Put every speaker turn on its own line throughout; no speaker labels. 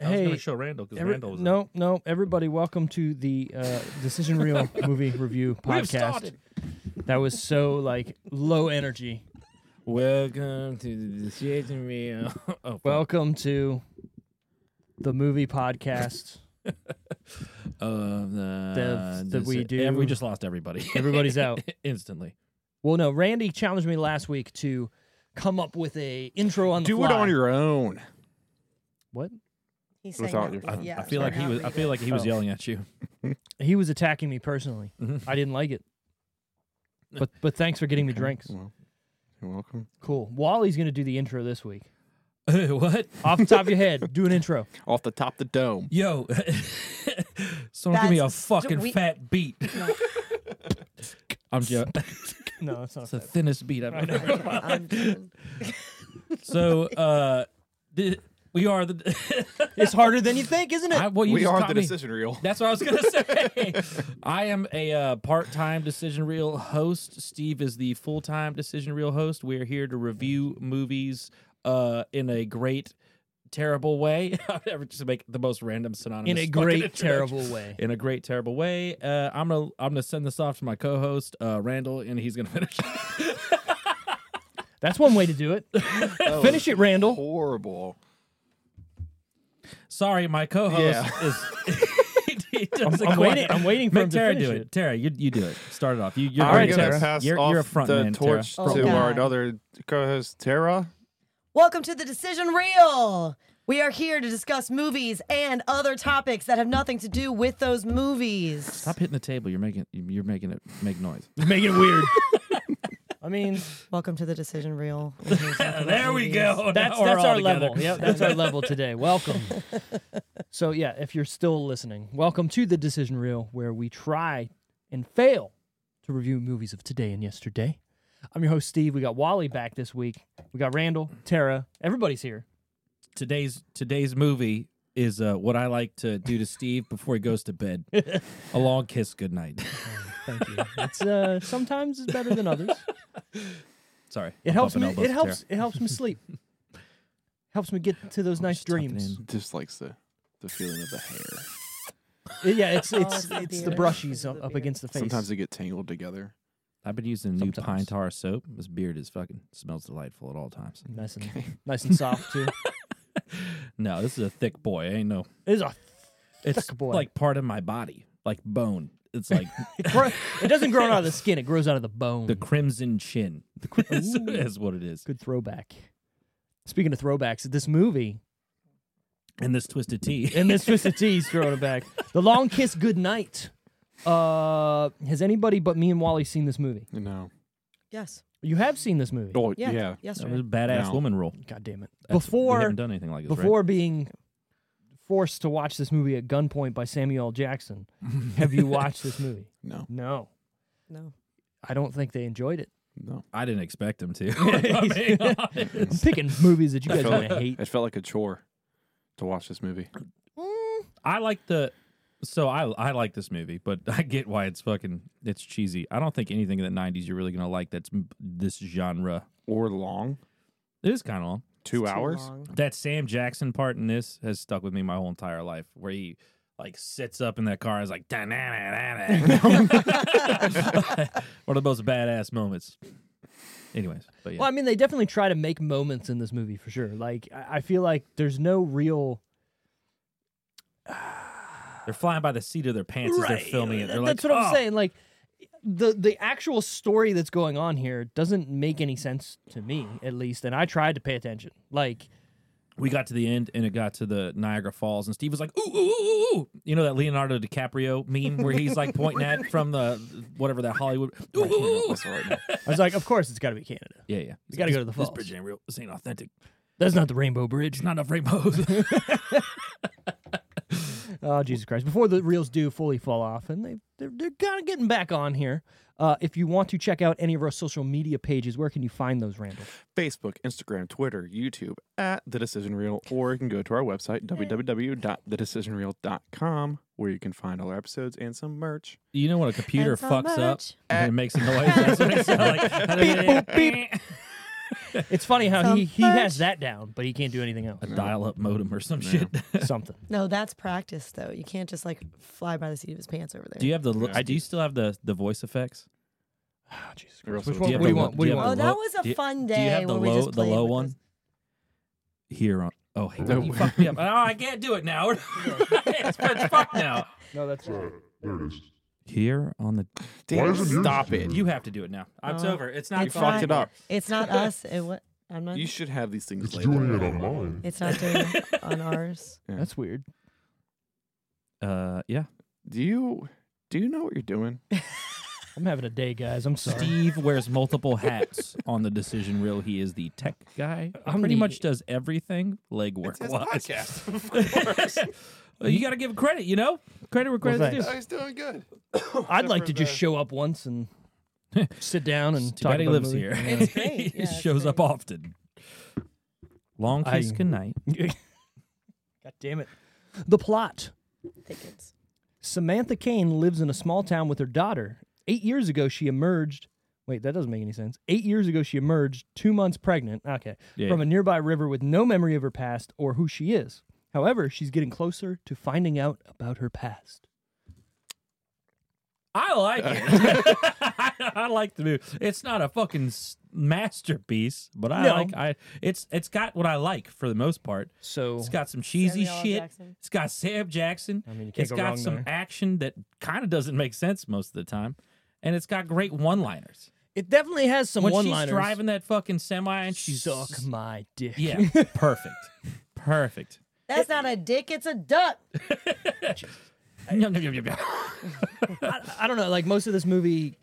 I was
Hey,
gonna show Randall because
Every-
Randall was
no, no, everybody, welcome to the uh, Decision Real Movie Review
We've
Podcast.
started.
That was so like low energy.
Welcome to the decision reel. oh, well,
Welcome to the movie podcast.
um, uh,
The- that
this-
we do-
and we just lost everybody
Everybody's out.
instantly.
Well, no, Randy challenged me last week to come up with a intro on the
Do it
fly.
on your own.
what?
He
Without your- I-
I feel like he was. I feel like he was
Oh.
yelling at you.
He was attacking me personally.
Mm-hmm.
I didn't like it. But but thanks for getting me drinks.
Well, you're welcome.
Cool. Wally's gonna do the intro this week.
what?
Off the top of your head, do an intro.
Off the top of the dome.
Yo, someone give me a
That's-
fucking
we-
fat beat. I'm just
No, that's not.
the thinnest beat I've ever.
I'm
So uh, th- we are the.
It's harder than you think, isn't it?
I, well, you
we
just
are
caught
the
me.
decision reel.
That's what I was gonna say. I am a uh, part-time decision reel host. Steve is the full-time decision reel host. We are here to review movies uh, in a great, terrible way. I would ever just make the most random synonymous
in a
fucking
great,
introduction.
terrible way.
In a great, terrible way. Uh, I'm gonna I'm gonna send this off to my co-host uh, Randall, and he's gonna finish.
That's one way to do it.
Oh.
Finish it, Randall.
Horrible.
Sorry, my co-host
Yeah.
is. he doesn't
I'm
want-
waiting- I'm waiting for
Make
him to
Tara
finish
do it.
it.
Tara, you, you do it. Start it off. You, you're
All right,
great,
gonna Tara.
Pass
You're,
off
you're a front
the
man, Tara.
torch
Oh,
to
God.
our another co-host, Tara.
Welcome to the Decision Reel. We are here to discuss movies and other topics that have nothing to do with those movies.
Stop hitting the table. You're making you're making it make noise.
Make it weird. I mean,
Welcome to the Decision Reel.
there we go.
that's that's our level. Yep, that's our level today. Welcome. so yeah, if you're still listening, welcome to the Decision Reel, where we try and fail to review movies of today and yesterday. I'm your host Steve. We got Wally back this week. We got Randall, Tara. Everybody's here.
Today's today's movie is uh, what I like to do to Steve before he goes to bed. a long kiss, good night.
Thank you. It's uh, sometimes it's better than others.
Sorry.
It
I'm
helps
bumping
me.
elbows
It
with
helps. It helps me sleep. Helps me get to those nice
just tuck it
dreams.
in.
Just likes the the feeling of the hair.
Yeah, it's
Oh, it's
it's
the
it's the
beard. It's
brushies
the
up, up
beard.
against the face.
Sometimes they get tangled together.
Tara. I've been using a new
Sometimes.
pine tar soap. This beard is fucking smells delightful at all times.
nice and nice and soft too.
No, this is a thick boy. Ain't no.
It's a
It's
Thick boy.
like part of my body, like bone. It's like
gro- it doesn't grow out of the skin; it grows out of the bone.
the crimson chin. The crimson is what it is.
Good throwback. Speaking of throwbacks, this movie
And this twisted tea.
and this Twisted Tea's throwing it back. The Long Kiss Goodnight. Uh, has anybody but me and Wally seen this movie?
You know.
Yes.
You have seen this movie.
Oh
Yeah.
yeah.
Yes,
That
right.
was a badass
No.
woman rule.
God damn it!
That's- we
Before
haven't done anything like this
before being forced to watch this movie at gunpoint by Samuel L. Jackson. have you watched this movie?
No.
No,
No.
I don't think they enjoyed it.
No.
Right? I didn't expect him to. I'm being honest.
I'm picking movies that you guys
felt
want to
like-
hate.
It felt like a chore to watch this movie.
I like the so I I like this movie, but I get why it's fucking it's cheesy. I don't think anything in the '90s you're really gonna like that's m- this genre.
Or long.
It is kind of long.
Two
Too
hours.
long.
That Sam Jackson part in this has stuck with me my whole entire life, where he like sits up in that car and is like, "Da-na-na-na-na." one of the most badass moments. Anyways, but yeah,
Well, I mean, they definitely try to make moments in this movie for sure. Like, I I feel like there's no real.
they're flying by the seat of their pants as they're filming it. They're like,
that's what I'm
"Oh,
saying. Like, the the actual story that's going on here doesn't make any sense to me, at least. And I tried to pay attention. Like,
we got to the end and it got to the Niagara Falls and Steve was like, ooh, ooh, ooh, ooh, ooh. You know that Leonardo DiCaprio meme where he's like pointing at from the whatever that Hollywood. Ooh, ooh, ooh, ooh.
That's all right now.
I was like, of course it's got to be Canada.
Yeah, yeah.
You gotta go to the
This
falls.
bridge ain't real. This ain't authentic.
That's not the Rainbow Bridge.
There's not enough rainbows.
Oh Jesus Christ! Before the reels do fully fall off, and they they're, they're kind of getting back on here. Uh, if you want to check out any of our social media pages, where can you find those, Randall?
Facebook, Instagram, Twitter, YouTube at The Decision Reel, or you can go to our website, www.thedecisionreel.com, where you can find all our episodes and some merch.
you know when a computer
And so
fucks up
much.
and it makes a noise? That's what it sounds like.
It's funny how he,
Some
he has
merch.
that down, but he can't do anything else.
A dial-up modem or some shit.
Something.
No, that's practice though. You can't just like fly by the seat of his pants over there.
Do you have the? li- Do you still have the the voice effects?
Oh, Jesus
We're
Christ!
also-
Which one?
Do you
have the-
What do you want? What do
do
you
you
oh,
want?
have
that
low-
was
do
a
you-
fun
do
day.
you have the
where we
low-
just
the
played
low
with
one?
this.
Here on. Oh, hey,
No.
you fucked me up. Oh, I can't do it now. it's, it's fucked now.
No, that's
There it is.
Here on the.
Why
Damn,
isn't yours
stop it.
here?
You,
You have to do it now. It's
No.
over. It's not.
It's
fun
not-
fucked it up.
It's not us. It what? I'm not.
You should have these things
It's
later.
doing it on mine.
it's not doing it on ours.
that's weird.
Uh, yeah.
Do you do you know what you're doing?
I'm having a day, guys. I'm sorry.
Steve wears multiple hats on the decision reel. He is the tech guy.
I'm
pretty
the-
much does everything legwork wise.
podcast.
you got to give him credit, you know? Credit where
Well,
credit's due.
he's doing good.
Oh,
I'd like to just show up once and sit down and
Too
talk
bad he
about
lives
the
here.
movie.
It's great.
he
Yeah, it's
shows up
great.
often. Long
I-
kiss goodnight.
God damn it! The plot.
Thickens.
Samantha Kane lives in a small town with her daughter. Eight years ago, she emerged. Wait, that doesn't make any sense. Eight years ago, she emerged two months pregnant. Okay.
Yeah.
From a nearby river with no memory of her past or who she is. However, she's getting closer to finding out about her past.
I like it. I like the movie. It's not a fucking s- masterpiece, but I
No.
like I it's it's got what I like for the most part.
So
It's got some cheesy
Samuel L.
shit.
Jackson.
It's got Sam Jackson.
I mean, you can't
it's
go
got
wrong
some
there.
action that kind of doesn't make sense most of the time, and it's got great one-liners.
it definitely has some
When
one-liners.
she's driving that fucking semi and she's
suck my dick.
yeah, perfect, perfect.
That's not a dick. It's a duck.
Yum, yum, yum, yum, yum.
I, I don't know. Like most of this movie,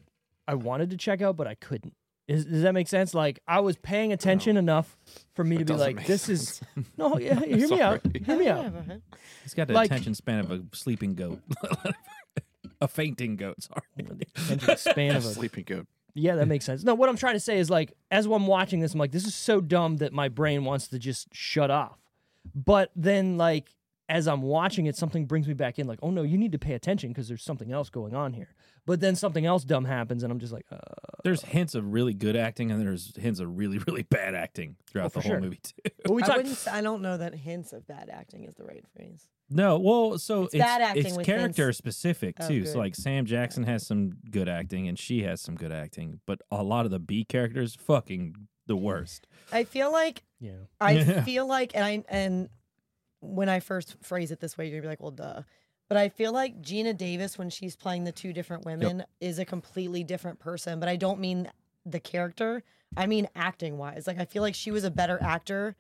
I wanted to check out, but I couldn't. Is, does that make sense? Like I was paying attention enough for me to be
doesn't
like,
make
"This is no." Yeah, hear me out. Hear me out.
He's got the
Like-
attention span of a sleeping goat, a fainting goat. Sorry.
Attention span of a-
Sleeping goat.
yeah, that makes sense. No, what I'm trying to say is like, as I'm watching this, I'm like, "This is so dumb that my brain wants to just shut off." But then, like, as I'm watching it, something brings me back in. Like, "Oh no, you need to pay attention because there's something else going on here." But then something else dumb happens, and I'm just like, uh,
There's hints of really good acting and there's hints of really, really bad acting
Oh,
throughout
for
the whole
sure.
movie too.
but we
I
talk-
wouldn't. s- I don't know that hints of bad acting is the right phrase.
No, well, so it's,
bad acting
it's
with
character
hints.
specific
Oh,
too.
good.
So like Sam Jackson has some good acting and she has some good acting, but a lot of the B characters fucking the worst.
I feel like
yeah.
I
Yeah.
feel like, and I and when I first phrase it this way, you're gonna be like, well, duh. But I feel like Gina Davis, when she's playing the two different women, is a completely different person. But I don't mean the character; I mean acting wise. Like I feel like she was a better actor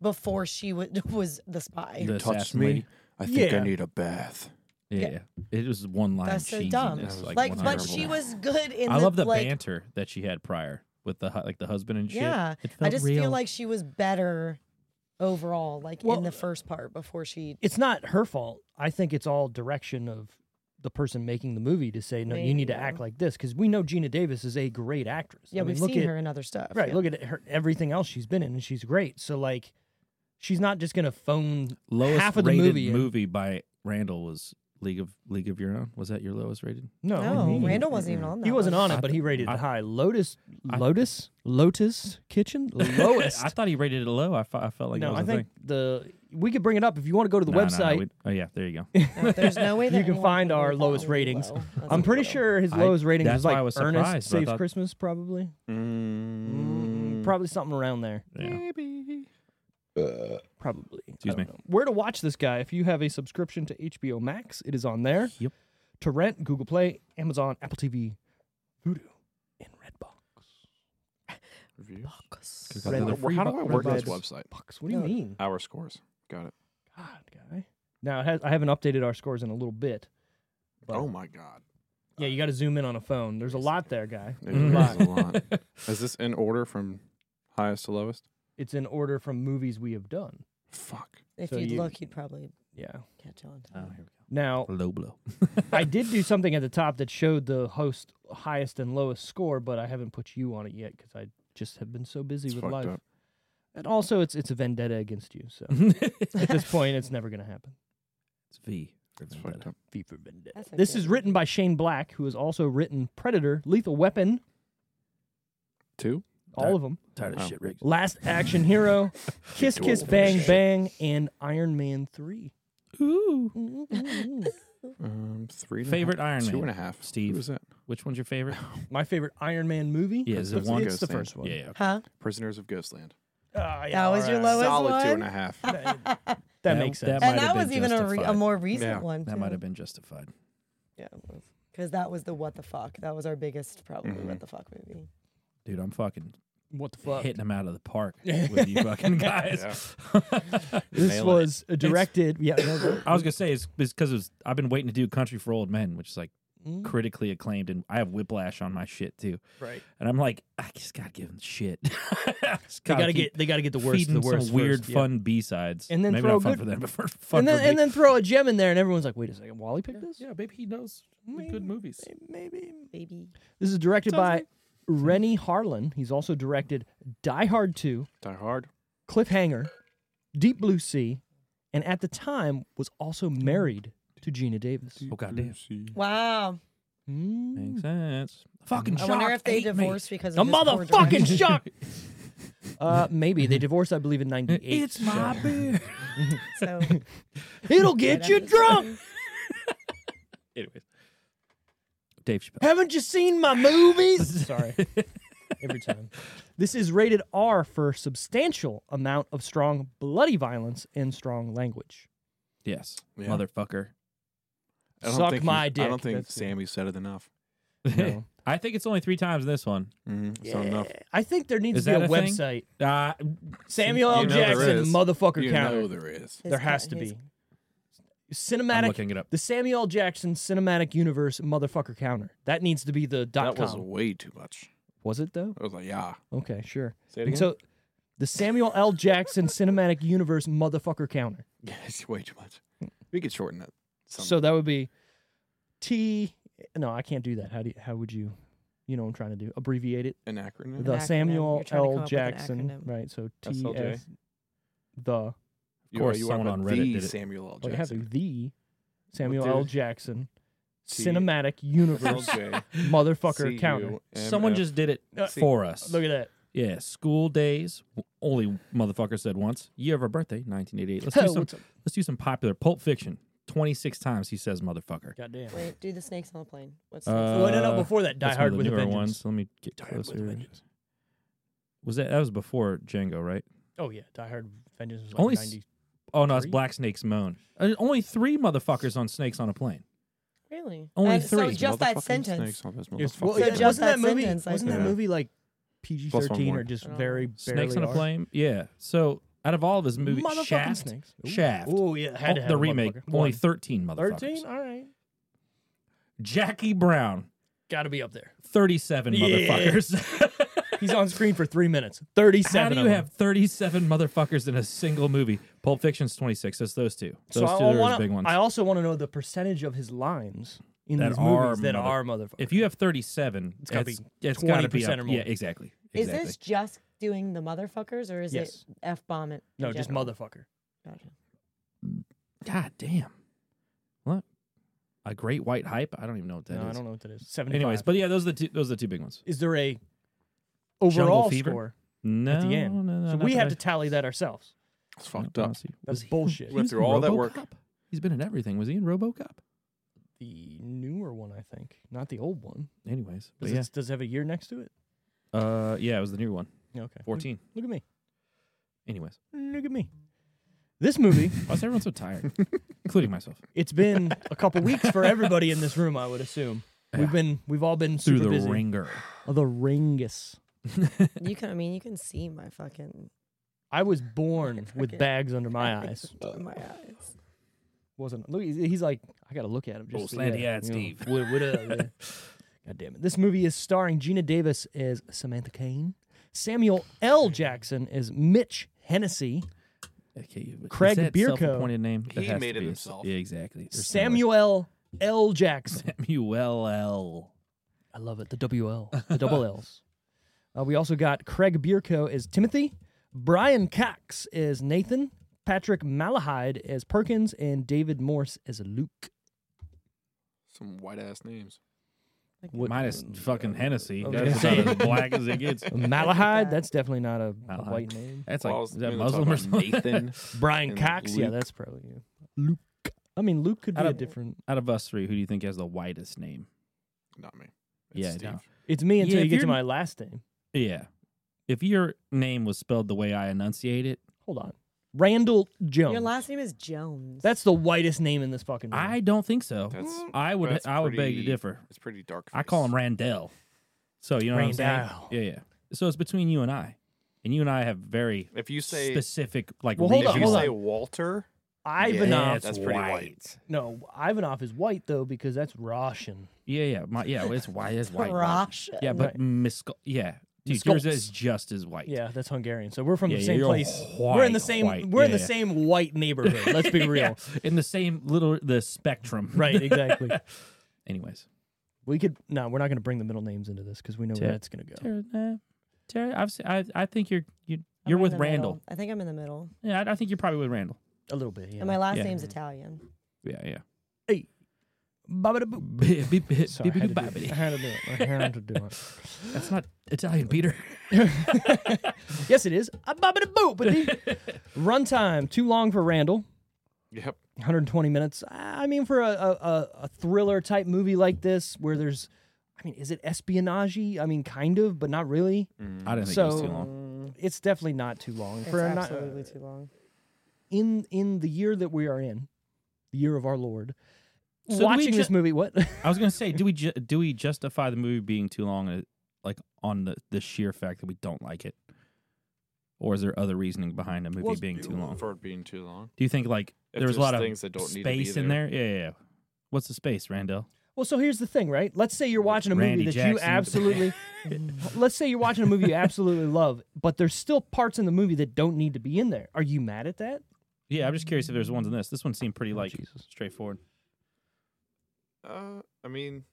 before she wa was the spy.
The
Touched
assassin
me.
lady.
I think
Yeah.
I need a bath.
Yeah, It was one line
That's so dumb.
cheesiness, Like,
Like, but
one-liner.
she was good in.
I
the,
love the
like,
banter that she had prior with the hu- like the husband and shit.
Yeah,
It
I
felt
just
real.
feel like she was better overall, like
Well,
in the first part before she.
it's not her fault. I think it's all direction of the person making the movie to say, no, you need to
Maybe,
act
yeah.
like this because we know Gina Davis is a great actress.
Yeah,
I mean,
we've
look
seen
at,
her in other stuff.
Right,
yeah.
look at her everything else she's been in, and she's great. So like, she's not just gonna phone
lowest
half of the
rated
movie in.
by Randall was League of League of Your Own. Was that your lowest rated?
no.
No,
he,
Randall wasn't even on that.
He wasn't
one.
on it, but he rated
I-
it high. Lotus,
I-
Lotus, Lotus Kitchen, lowest.
I thought he rated it low. I, fe- I felt like that
no,
was
I
a
think
thing.
the we could bring it up if you want to go to the
No, no, no,
website.
we- oh yeah, there you go.
No, there's no way that
you can
anyone
find our
rate that
lowest
one
ratings.
low. That's
I'm pretty
unreal.
sure his
I-
lowest rating
that's
was
why
like
I was
Ernest
surprised, but I
Saves
thought-
Christmas, probably. Mm,
Mm,
probably something around there.
Yeah.
Maybe.
Probably. I
Excuse
don't
me.
know. Where to watch this guy? If you have a subscription to HBO Max, it is on there.
Yep.
To rent, Google Play, Amazon, Apple TV, Vudu, and Redbox.
Reviews.
Could've
Red
got another
Bull.
free
How do
bu-
I
red
work this
buttons.
website?
Bucks. What do you
No.
mean?
Our scores. Got it.
God, guy. Now it has, I haven't updated our scores in a little bit. But
oh my god.
yeah, you got to zoom in on a phone. There's a lot there, guy.
It
Mhm.
really is a lot. Is this in order from highest to lowest?
It's in order from movies we have done.
Fuck.
If
So
you'd
you- Uh,
look, you'd probably
Yeah.
catch on.
Oh, here
Now
we go. Low blow.
I did do something at the top that showed the host highest and lowest score, but I haven't put you on it yet because I just have been so busy
It's
with
fucked
life.
up.
And also, it's it's a vendetta against you. So at this point, it's never going to happen.
It's V.
It's fucked up.
V for vendetta.
That's
This
okay.
is written by Shane Black, who has also written Predator, Lethal Weapon,
Two.
all of them,
Tired of
Oh.
shit, Rick.
Last Action Hero, Kiss
Duel
Kiss
of
Bang
Shit.
Bang, and Iron Man Three.
Ooh.
Um, three. and a
Favorite
half-
Iron
Two
Man,
and a half.
Steve?
Who is that?
Which one's your favorite?
My favorite Iron Man movie.
Yeah, is it
It's-
one?
It's the
Ghost Hand.
first one.
Yeah, yeah. okay.
Huh?
Prisoners of Ghostland.
Ah, yeah,
That was your
alright.
lowest
Solid two and
one?
a half.
That
That-
makes
that
sense.
might have
and that
been
was even a, re- a
justified.
more recent
Yeah.
one.
That might have been justified.
Yeah, because that was the what the fuck. That was our biggest probably
Mhm.
Mm-hmm.
what the fuck movie.
Dude, I'm fucking
What the fuck?
hitting them out of the park with you fucking guys.
This was uh, directed. Yeah. no, no.
I was gonna say it's because it's, I've been waiting to do Country for Old Men, which is like critically acclaimed, and I have Whiplash on my shit too.
Right.
And I'm like, I just gotta give them shit.
They gotta get. They gotta get the worst. of
feeding
The worst.
some weird
first, yeah.
fun B sides,
And then
maybe
throw
not fun
good-
for them, but for fun
and
for
then
me.
and then throw a gem in there, and everyone's like, "Wait a second, Wally picked this?
yeah, maybe he knows the good movies.
Maybe."
Baby.
This is directed
Sounds
by
like-
Rennie Harlan. He's also directed Die Hard Two,
Die Hard.
Cliffhanger, Deep Blue Sea, and at the time was also married to Gina Davis.
Oh goddamn,
Wow.
Mm.
makes sense. Fucking
I wonder
shock
if they
ate me.
divorced because
The
of this poor
motherfucking
direction.
shock. Uh, maybe they divorced, I believe, in '98.
It's my beer.
So
It'll
right
get
after
you
this
drunk.
movie.
Anyways, Dave Chappelle.
Haven't you seen my movies? Sorry. Every time. This is rated R for substantial amount of strong bloody violence and strong language.
Yes,
Yeah.
motherfucker.
I don't
Suck
think
my
he- I
dick.
don't think
That's-
Sammy said it enough.
No.
I think it's only three times in this one.
Mm-hmm. It's not enough.
I think there needs
Is
to be
that
a,
a thing?
website.
Uh,
Samuel L.
You know there
Jackson
is.
motherfucker
You
counter.
know there is.
His
there has
cut-
to
his-
be.
I'm
Cinematic
looking it up.
the Samuel L. Jackson cinematic universe motherfucker counter. That needs to be the dot
That was
com.
way too much.
was it though?
I was like, yeah.
Okay, sure.
Say it
And
again.
so the Samuel L. Jackson cinematic universe motherfucker counter.
Yeah, it's way too much. We could shorten that. some-
So that would be T. No, I can't do that. How do you, how would you? You know what I'm trying to do. Abbreviate it.
an acronym.
The
acronym.
Samuel
You're trying to come
L.
up with an
Jackson.
acronym.
Right. So T
SLJ.
S. The. oh,
You
course,
are- you
someone
are
on
the
Reddit did it.
Samuel L.
Well, you have
Jackson.
the Samuel L. Jackson
T-
cinematic universe
LJ,
motherfucker counter.
C-U-M-F.
Someone just did it
Uh,
for us.
Look at that.
Yeah, school days. w- Only motherfucker said once. Year of her birthday, 1988. Let's do
Oh,
some.
what's up?
Let's do some popular Pulp Fiction. 26 times he says motherfucker.
Goddamn.
Wait, do the snakes on the plane. What's
Uh,
well, no, no. Before that, Die
That's one of
Hard
the
with a
newer
Vengeance.
ones. Let me get closer. Was that that was before Django, right?
Oh yeah, Die Hard with Vengeance was like
Only s-
90.
Oh no, it's
Three?
Black Snake's Moan. Uh, Only three motherfuckers on snakes on a plane.
really?
Only
And So
three.
just that
Motherfucking
sentence.
snakes on this
Yes,
motherfucker.
well,
So
yeah,
just
wasn't
that
that movie?
sentence, I Oh.
wasn't that
think.
movie like
Plus one
PG-13 or
more.
just
I don't
very
know.
Snakes on
barely
a
R?
plane. Yeah. So out of all of his movies,
Motherfucking
Shaft,
snakes. Ooh.
Shaft,
Oh yeah,
oh,
had to have
the
a
remake,
motherfucker.
only
One.
13 motherfuckers.
13? All right.
Jackie Brown,
Got to be up there.
37
Yeah.
motherfuckers.
He's on screen for three minutes.
How
37.
do you have 37 motherfuckers in a single movie? Pulp Fiction's 26. That's those two.
so
Those
I,
two are
wanna,
his big ones.
I also want to know the percentage of his lines in
That
these
are
movies that
mother-
are motherfuckers.
if you have 37,
It's gotta be
it's gotta be
20%
up-
or more.
Yeah, exactly.
Is
exactly.
this just doing the motherfuckers or is
Yes.
it f bomb it?
no, just motherfucker.
Gotcha.
God damn. What? A great white hype? I don't even know what that is.
no, I don't know what that is. 75.
Anyways, but yeah, those are the two. Those are the two big ones.
is there a overall
Fever?
score
No,
at the end?
no, no.
so
not
we
that
have
I-
to tally that ourselves.
It's
no,
fucked up.
honestly.
That's
Was he-
bullshit.
he
Went
was
through
in
all that work.
RoboCop? He's been in everything. Was he in RoboCop?
The newer one, I think, not the old one.
Anyways, but
Does,
yeah,
it, does it have a year next to it?
uh, yeah, it was the new one.
Okay. Look-
Fourteen.
Look at me.
Anyways,
Look at me. This movie
why is everyone so tired, including myself?
It's been a couple weeks for everybody in this room, I would assume. We've been, we've all been super
Through the
busy.
ringer.
Oh, the ringus.
You can. I mean, you can see my fucking
I was born with bags under my eyes.
my eyes.
Wasn't look. He's he's like, I gotta look at him. Just
Oh,
so-
slanty-eyed
yeah, you know,
Steve.
What, what up? man? God damn it! This movie is starring Gina Davis as Samantha Kane, Samuel L. Jackson as Mitch Hennessy,
Okay, you-
Craig
is that
Bierko.
self-appointed name. That
He
has to
made it
be a-
himself.
Yeah, exactly. There's no way.
Samuel L. Jackson.
Samuel L.
I love it. The WL, the double L's. Uh, we also got Craig Bierko as Timothy, Brian Cox as Nathan, Patrick Malahide as Perkins, and David Morse as Luke.
Some white ass names.
What- Mm,
Minus
mm.
fucking Hennessy.
was
That's
gonna
about as black as it gets.
Malahide? That's definitely not a
Malahide.
white name.
That's
Well,
like
I was
is that
gonna
Muslim
talk
or
about
something?
Nathan.
Brian
And
Cox? Yeah,
Luke.
that's probably you. Luke. I mean, Luke could be
I
a
don't-
different.
Out of us three, who do you think has the whitest name?
Not me.
Yeah,
Steve.
no.
It's me until
Yeah,
you
if
get to
you're-
my last name.
Yeah. If your name was spelled the way I enunciate it,
Hold on, Randall Jones.
Your last name is Jones.
that's the whitest name in this fucking. Movie.
I don't think so.
That's
I would
that's
I would beg to
pretty-
differ.
It's pretty dark.
I call
face.
him Randell. So you know
Randall.
what I'm saying? Yeah, yeah. So it's between you and I, and you and I have very
If you say
specific like.
Well, hold
if
on,
you
hold
say
on.
Walter,
Ivanov.
Yeah,
that's
that's pretty
white.
white.
No, Ivanov is white though because that's Russian.
Yeah, yeah, my, yeah. It's white. It's white. white.
Rosh.
Yeah, but Misco- Yeah, dude, yours is
Miskolc.
just as white.
Yeah, that's Hungarian. So we're from
Yeah,
the same
you're
place.
white,
we're in the same.
white.
We're in the
Yeah, yeah.
same white neighborhood. Let's be real.
in the same little the spectrum.
Right. Exactly.
Anyways,
we could. No, we're not going to bring the middle names into this because we know where
Ter-
that's going to go.
Tara, nah, Tara, I've se- I I think you're you you're with Randall.
I think I'm in the middle.
Yeah, I, I think you're probably with Randall.
A little bit. Yeah.
And my last
Yeah.
name's Italian.
Yeah, yeah.
Babadaboo.
Bi- bi- bi-
Sorry, I
bi-
had,
bi-
to do
bi-
it. I had to do it. I had to do it.
That's not Italian, Peter.
Yes, it is. A babadaboo, buddy. Runtime too long for Randall.
yep,
120 minutes. I mean, for a, a, a- a thriller type movie like this, where there's, I mean, is it espionage? I mean, kind of, but not really.
I didn't think it was
So-
too long.
It's definitely not too long
It's
for a not,
absolutely too long.
Oh,
in in the year that we are in, the year of our Lord.
So do we
watching this
ju-
movie, what?
I was gonna say, do we ju- do we justify the movie being too long, uh, like on the the sheer fact that we don't like it, or is there other reasoning behind a movie
Well,
being too long?
for it being too long.
Do you think like
If
there was a
there's
lot of
things that don't need to be
space in there? Yeah, yeah, yeah. What's the space, Randall?
well, so here's the thing, right? Let's say you're watching a movie
Randy
that you
Jackson.
absolutely. let's say you're watching a movie you absolutely love, but there's still parts in the movie that don't need to be in there. Are you mad at that?
Yeah, I'm just curious if there's ones in this. This one seemed pretty like straightforward.
Uh, I mean,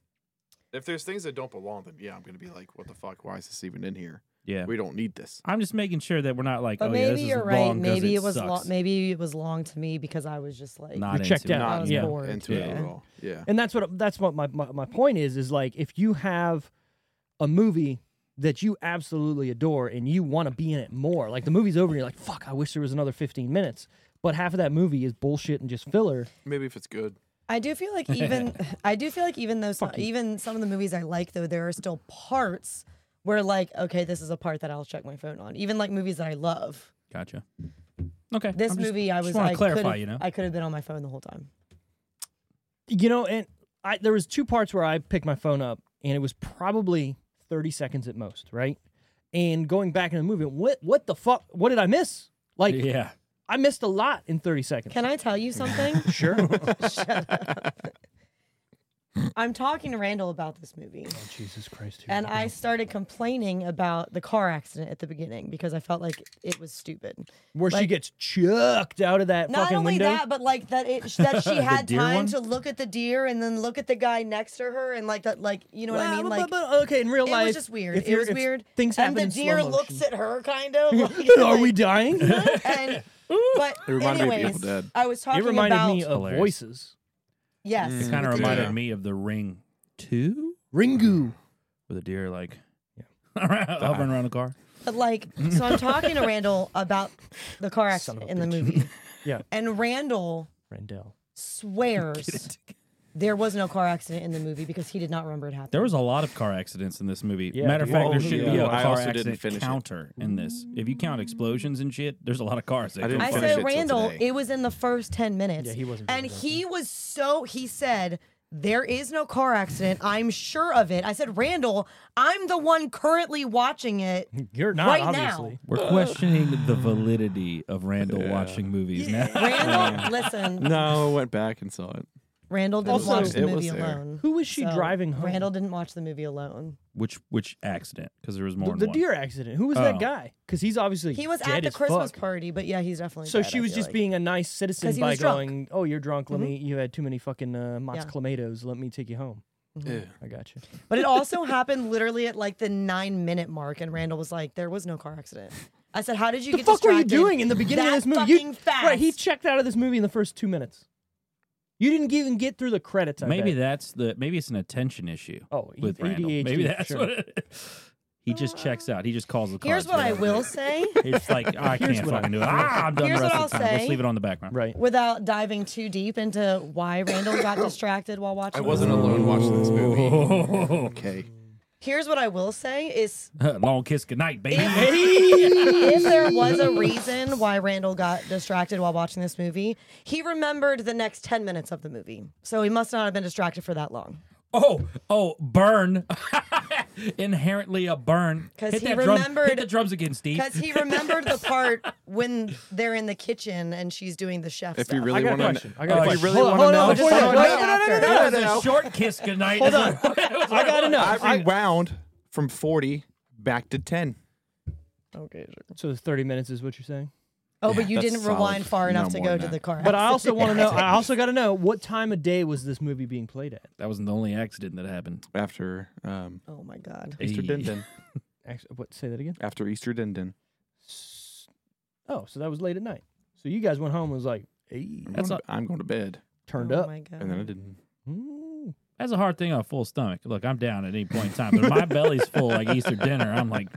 if there's things that don't belong, then yeah, I'm gonna be like, what the fuck? Why is this even in here?
Yeah,
We don't need this.
I'm just making sure that we're not like,
But
oh yeah,
maybe
this
you're
is
right.
long 'cause
maybe it, was
sucks.
long. Maybe it was long to me because I was just like,
not
You're checked
into it.
out.
Not
was
yeah.
bored.
into it at
Yeah.
all. Yeah.
And that's what that's what my, my, my point is is like if you have a movie that you absolutely adore and you want to be in it more, like the movie's over and you're like, fuck, I wish there was another 15 minutes. But half of that movie is bullshit and just filler.
Maybe if it's good.
I do feel like even I do feel like even though some, even some of the movies I like though there are still parts where like okay this is a part that I'll check my phone on even like movies that I love
Gotcha. Okay.
this
I'm just-
movie I was
just want
I
to clarify.
could've-
You know,
I could have been on my phone the whole time
You know, and I there was two parts where I picked my phone up and it was probably 30 seconds at most, right? And going back in the movie, what what the fuck what did I miss? Like
yeah.
I missed a lot in 30 seconds.
can I tell you something
sure.
I'm talking to Randall about this movie
Jesus Christ. here
and
we
I
go.
started complaining about the car accident at the beginning because I felt like it was stupid
where she
like-
gets chucked out of that
not
fucking
only
window.
that, but like that it that she had
deer
time
one?
to look at the deer and then look at the guy next to her and like that like you know what I
Well,
mean
but-
like
but- but, okay, in real
it
life,
was just weird.
if
It
you're-
was
if
weird.
Things
and
happen
the
in slow
deer
motion.
looks at her kind of. Like,
Are
like,
we dying? it
And, but
reminded me of
anyways,
Evil Dead.
I was talking
reminded
about
me of
Hilarious.
voices.
yes.
Mm,
It kind of
with the
reminded
deer.
me of The Ring Two,
Ringu.
with a deer like around- hovering around the car.
But like, so I'm talking to Randall about the car
Son of
accident
a
in the
bitch.
movie.
Yeah.
And Randall
Randell.
swears there was no car accident in the movie because he did not remember it happened.
There was a lot of car accidents in this movie.
Yeah,
Matter of
dude.
fact, there
Oh,
should
yeah.
be a
Yeah,
I
car
also didn't
accident
finish it.
counter in this. If you count explosions and shit, there's a lot of cars. That go
I didn't
I
by.
finish it
said,
till
Randall,
today.
it was in the first 10 minutes.
Yeah, he wasn't very
And
good.
he was so, he said, There is no car accident. I'm sure of it. I said, Randall, I'm the one currently watching it.
You're not
Right now.
obviously.
We're questioning the validity of Randall watching movies now.
Randall, listen.
No, I went back and saw it.
Randall didn't
Also,
watch the
it
movie
was there.
alone.
Who was she
So,
driving home?
Randall didn't watch the movie alone.
Which which accident? Because there was more.
the,
than
the
one.
deer accident. Who was
Oh.
that guy? Because he's obviously
He was
dead
at the
as
Christmas
fuck.
party, but yeah, he's definitely.
So
dead, I
she was
feel
just
like.
being a nice
'Cause
citizen
he
by
was drunk. Mm-hmm.
going, "Oh, you're drunk. Let me. You had too many fucking uh, Mott's
Yeah. Mm-hmm.
tomatoes. Let me take you home.
Yeah.
I got you.
But it also happened literally at like the nine minute mark, and Randall was like, "There was no car accident." I said, "How did you
The
get
fuck were you
distracted
doing in the beginning
that
of this movie?
Fucking
You,
fast.
Right, he checked out of this movie in the first two minutes. You didn't even get through the credits. I
Maybe
bet.
that's the maybe it's an attention issue.
Oh, he's
with Randall.
ADHD
Maybe
for
that's
sure.
what it is. He just checks out. He just calls the car.
Uh, Here's what I will say,
It's like I
Here's
can't
what I-
fucking do it. Ah, I'm done
Here's
the
what
rest of the
I'll
time. Let's
say.
leave it on the background.
right.
without diving too deep into why Randall got distracted while watching.
I
the
wasn't alone watching this movie.
Oh,
Okay.
Here's what I will say is
long kiss goodnight, baby.
if there was a reason why Randall got distracted while watching this movie, he remembered the next 10 minutes of the movie. So he must not have been distracted for that long.
Oh, oh, burn. Inherently a burn.
'Cause
Hit
he
that Drum, hit
remembered-
the drums again, Steve.
Because he remembered the part when they're in the kitchen and she's doing the chef
If
stuff. Oh,
you
I
really
got a
want
question.
to,
I got
Oh,
a
if
question.
you really
Hold on,
want to
hold on,
know,
before you-
Hold
no,
on,
no, no, no, no,
after.
no,
It
no,
was
no.
a short kiss goodnight.
Hold on. I got enough.
I
I,
rewound from forty back to ten.
Okay, sure.
so 30 minutes is what you're saying?
Oh, but you
that's
didn't rewind
solid.
far enough
No
to
more
go
than
to
that.
the car.
But I
accident.
also want to know, I also got to know, what time of day was this movie being played at?
That wasn't the only accident that happened.
After um,
Oh my god.
Easter
Hey.
Din Din.
Actually, what, say that again?
After Easter Din Din.
S- Oh, so that was late at night. So you guys went home and was like, hey,
I'm,
That's
going, to, I'm going to bed,
turned
oh
up.
my god.
and then I didn't.
Mm.
That's a hard thing on a full stomach. Look, I'm down at any point in time, but my belly's full like Easter dinner. I'm like,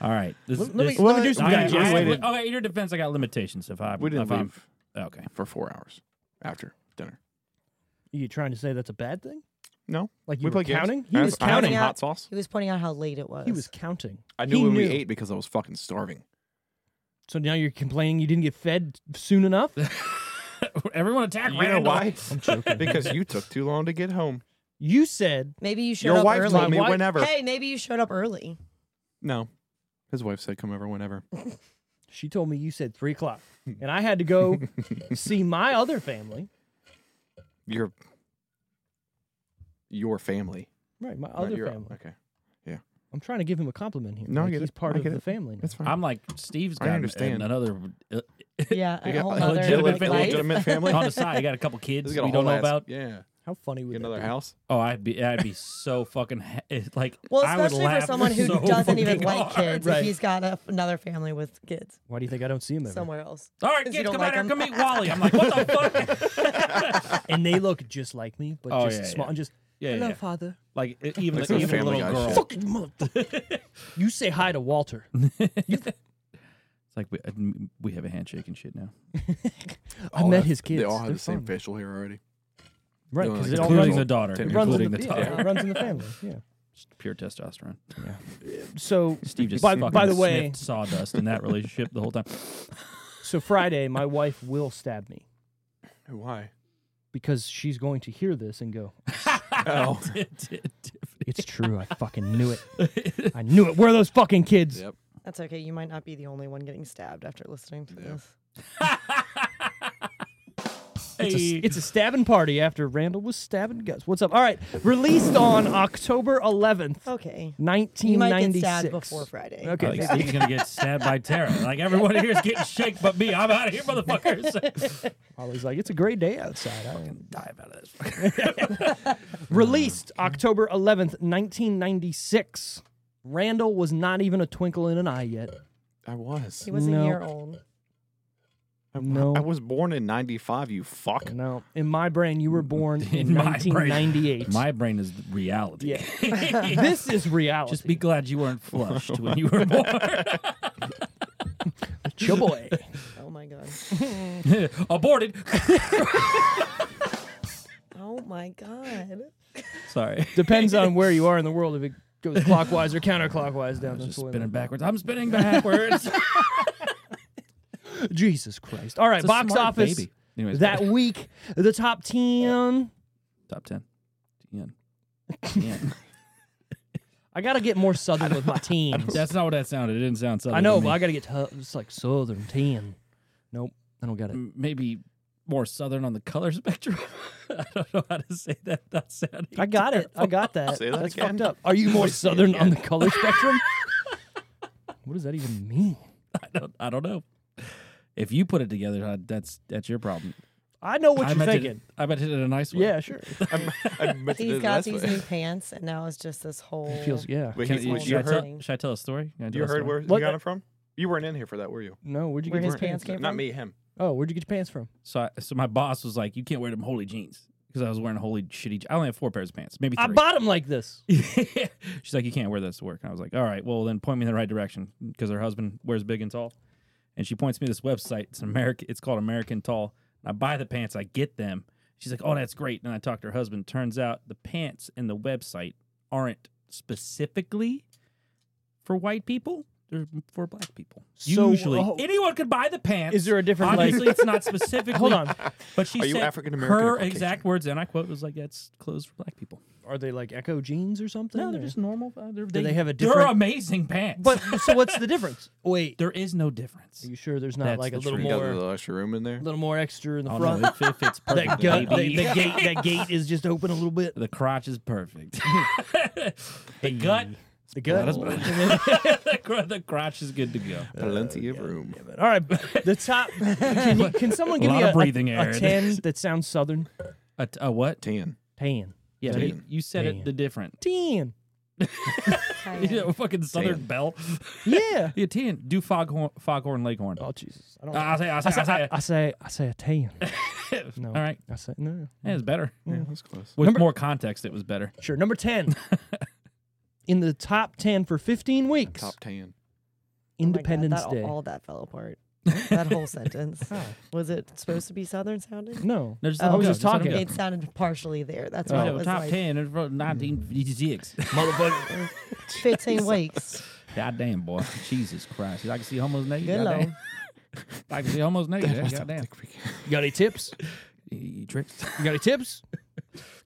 all right. This,
Let- let me-
this-
let me do some
I-
digest-
I-
waited-
okay, in your defense, I got limitations. If I
We didn't
if I'm- Oh,
leave
okay,
for four hours after dinner.
You trying to say that's a bad thing?
No,
Like you
we
were
played games.
counting?
I
He
had-
was
I had some
counting.
out-
hot sauce.
He was pointing out how late it was.
He was counting.
I knew
He
when we
knew.
ate because I was fucking starving.
So now you're complaining you didn't get fed soon enough?
everyone attack Randall.
I'm joking.
because you took too long to get home.
You said
Maybe you showed
Your
up
wife
early.
told me
Why-
whenever.
Hey, maybe you showed up early.
No, his wife said come over whenever.
she told me you said three o'clock, and I had to go see my other family.
Your your family,
Right, my
not
other
your-
family.
Okay,
I'm trying to give him a compliment here.
No, I
like
get
he's
it.
part
I
of
get
the
it.
family. now.
that's fine.
I'm like Steve's
I
got
understand.
another uh,
Yeah,
You
a
got
whole
a
nother
legitimate
like,
family.
life.
Legitimate family.
on the side. You got a couple kids
He's
we
got a
don't
whole
know
ass-
about.
Yeah,
How funny would
get
that
another
be?
house.
Oh, I'd be I'd be so fucking ha- it- like.
Well,
I would
especially for
laugh
someone who
so
doesn't even
fucking
like
hard.
kids,
Right.
if he's got a, another family with kids
Why do you think I don't see him ever?
somewhere else.
All right,
'Cause
kids,
you don't
come
like
out here,
him.
come meet Wally. I'm like, what the fuck?
And they look just like me, but
Oh,
just
yeah,
small.
yeah.
Just
Yeah,
hello,
yeah, yeah.
father.
Like e- even the,
Like some
even the
Family
little
Guy
girl.
shit.
Fuck.
Fucking motherfucker. you say hi to Walter.
Mm-hmm. It's like we uh, we have a handshake and shit now.
I
Oh,
All
met
have-
his kids.
They all have
They're
the same
fun.
facial hair already.
Right,
No,
because
like
it all
including
runs,
Including the daughter.
Ten
it
years
runs
Including
in
the
the, yeah,
daughter.
it runs in the family. Yeah.
Just pure testosterone.
So
Steve just
by,
fucking
by the way,
sniffed sawdust in that relationship the whole time.
so Friday, my wife will stab me
Why?
because she's going to hear this and go,
Oh,
It's true. I fucking knew it. I knew it. Where are those fucking kids?
yep.
That's okay. You might not be the only one getting stabbed after listening to this.
It's, a, it's a stabbing party after Randall was stabbing Gus. What's up? All right. Released on October 11th,
Okay. You might get
1996.
stabbed before Friday.
Okay.
like Steve's gonna get stabbed by Tara. Like everyone here is getting shaked, but me. I'm out of here, motherfuckers.
Ollie's like, it's a great day outside. I don't-"
Dive out of this.
Released October 11th, 1996. Randall was not even a twinkle in an eye yet.
I was.
He was
No.
a year old.
I,
No.
I was born in '95. You fuck.
No. In my brain, you were born in,
In my brain.
1998.
My brain is reality.
Yeah. this is reality.
Just be glad you weren't flushed when you were born.
your boy.
Oh my god.
Aborted.
Oh my god.
Sorry.
Depends on where you are in the world if it goes clockwise or counterclockwise down the
Just
toilet.
spinning backwards. I'm spinning backwards.
Jesus Christ. All right,
It's a
box
smart
office
baby. Anyways,
that week, the top 10.
Top 10. TN. TN.
I gotta get more southern with my teams.
That's not what that sounded. It didn't sound southern.
I know,
to
but
me.
I gotta get to, it's like southern ten. Nope, I don't got it.
M- maybe more southern on the color spectrum. I don't know how to say that. That sounded.
I got it. I got that.
Say that
That's
again.
fucked up. Are you more
Say it
southern on
again.
the color spectrum? what does that even mean?
I don't, I don't know. If you put it together, I, that's that's your problem.
I know what
I
you're
meant
thinking.
It, I meant it in a nice way.
Yeah, sure.
I'm, I meant to do
He's
it
got
last
these
way.
new pants, and now it's just this whole.
It feels yeah.
Wait,
Can,
he's-
you,
wait,
should,
you
I
heard?
tell, should I tell a story? Can I tell
You
a
heard
story?
where
What
you got
the-
them from? You weren't in here for that, were you?
No, where'd you
Where
get?
his
your-
pants came
Not
from?
me, him.
Oh, where'd you get your pants from?
So, I, so my boss was like, "You can't wear them holy jeans." Because I was wearing holy shitty. je- I only have four pairs of pants, maybe three.
I bought them like this.
She's like, you can't wear this to work. And I was like, all right, well then point me in the right direction because her husband wears big and tall. And she points me to this website. It's an American. It's called American Tall. And I buy the pants. I get them. She's like, oh, that's great. And I talked to her husband. Turns out the pants and the website aren't specifically for white people. They're for black people.
So,
Usually,
oh,
anyone could buy the pants.
Is there a different like?
Obviously, it's not specifically.
Hold on.
But she
Are you
said
African-American or
her
Caucasian?
exact words, and I quote, was like, that's clothes for black people.
Are they like Echo jeans or something?
No, they're
or-
just normal. uh, They're,
Do
they,
they have a
They're
different-
amazing pants.
But so what's the difference? Wait,
there is no difference.
are you sure there's not
That's
like a
the
little
truth.
You got the
more,
little extra room in there.
little more extra in the
Oh, no,
front?
it, fit- fits
that
perfect.
gut, the,
baby.
the gate, that gate is just open a little bit.
The crotch is perfect. the gut,
The gut.
that's the, cr- the crotch is good to go.
Plenty of room.
All right, the top. Can, you, can someone give
lot
me a,
of breathing
a,
air
a
in
ten
this.
that sounds southern?
A, a what?
Tan.
Tan.
Yeah,
Tan.
you, you said
Tan.
it. The different.
Tan.
You know, fucking southern bell.
Yeah.
yeah, tan. Do foghorn, foghorn, leghorn.
Oh Jesus! I don't.
I say, I say,
I say,
I say.
I say, I say a tan. No.
All right,
I say no.
yeah, it's better.
Yeah, that's close.
With
Number-
more context, it was better.
Sure. Number ten. In the top ten for 15 weeks,
Oh
Top tan.
Independence
Oh that,
Day.
All that fell apart. That whole sentence. Was it supposed to be Southern sounding?
No.
No, just
Oh,
let
I
it
was
go,
just
let
talking. Mm.
it go.
It sounded partially there. That's
Yeah,
why it was
top
like
ten in 1956.
Motherfucker.
15 weeks.
Goddamn, boy. Jesus Christ. I can see homos naked.
Good
Goddamn.
lord.
I can see homos naked.
I don't
Goddamn.
think we can-
You got any tips?
You, you tricked.
You got any tips?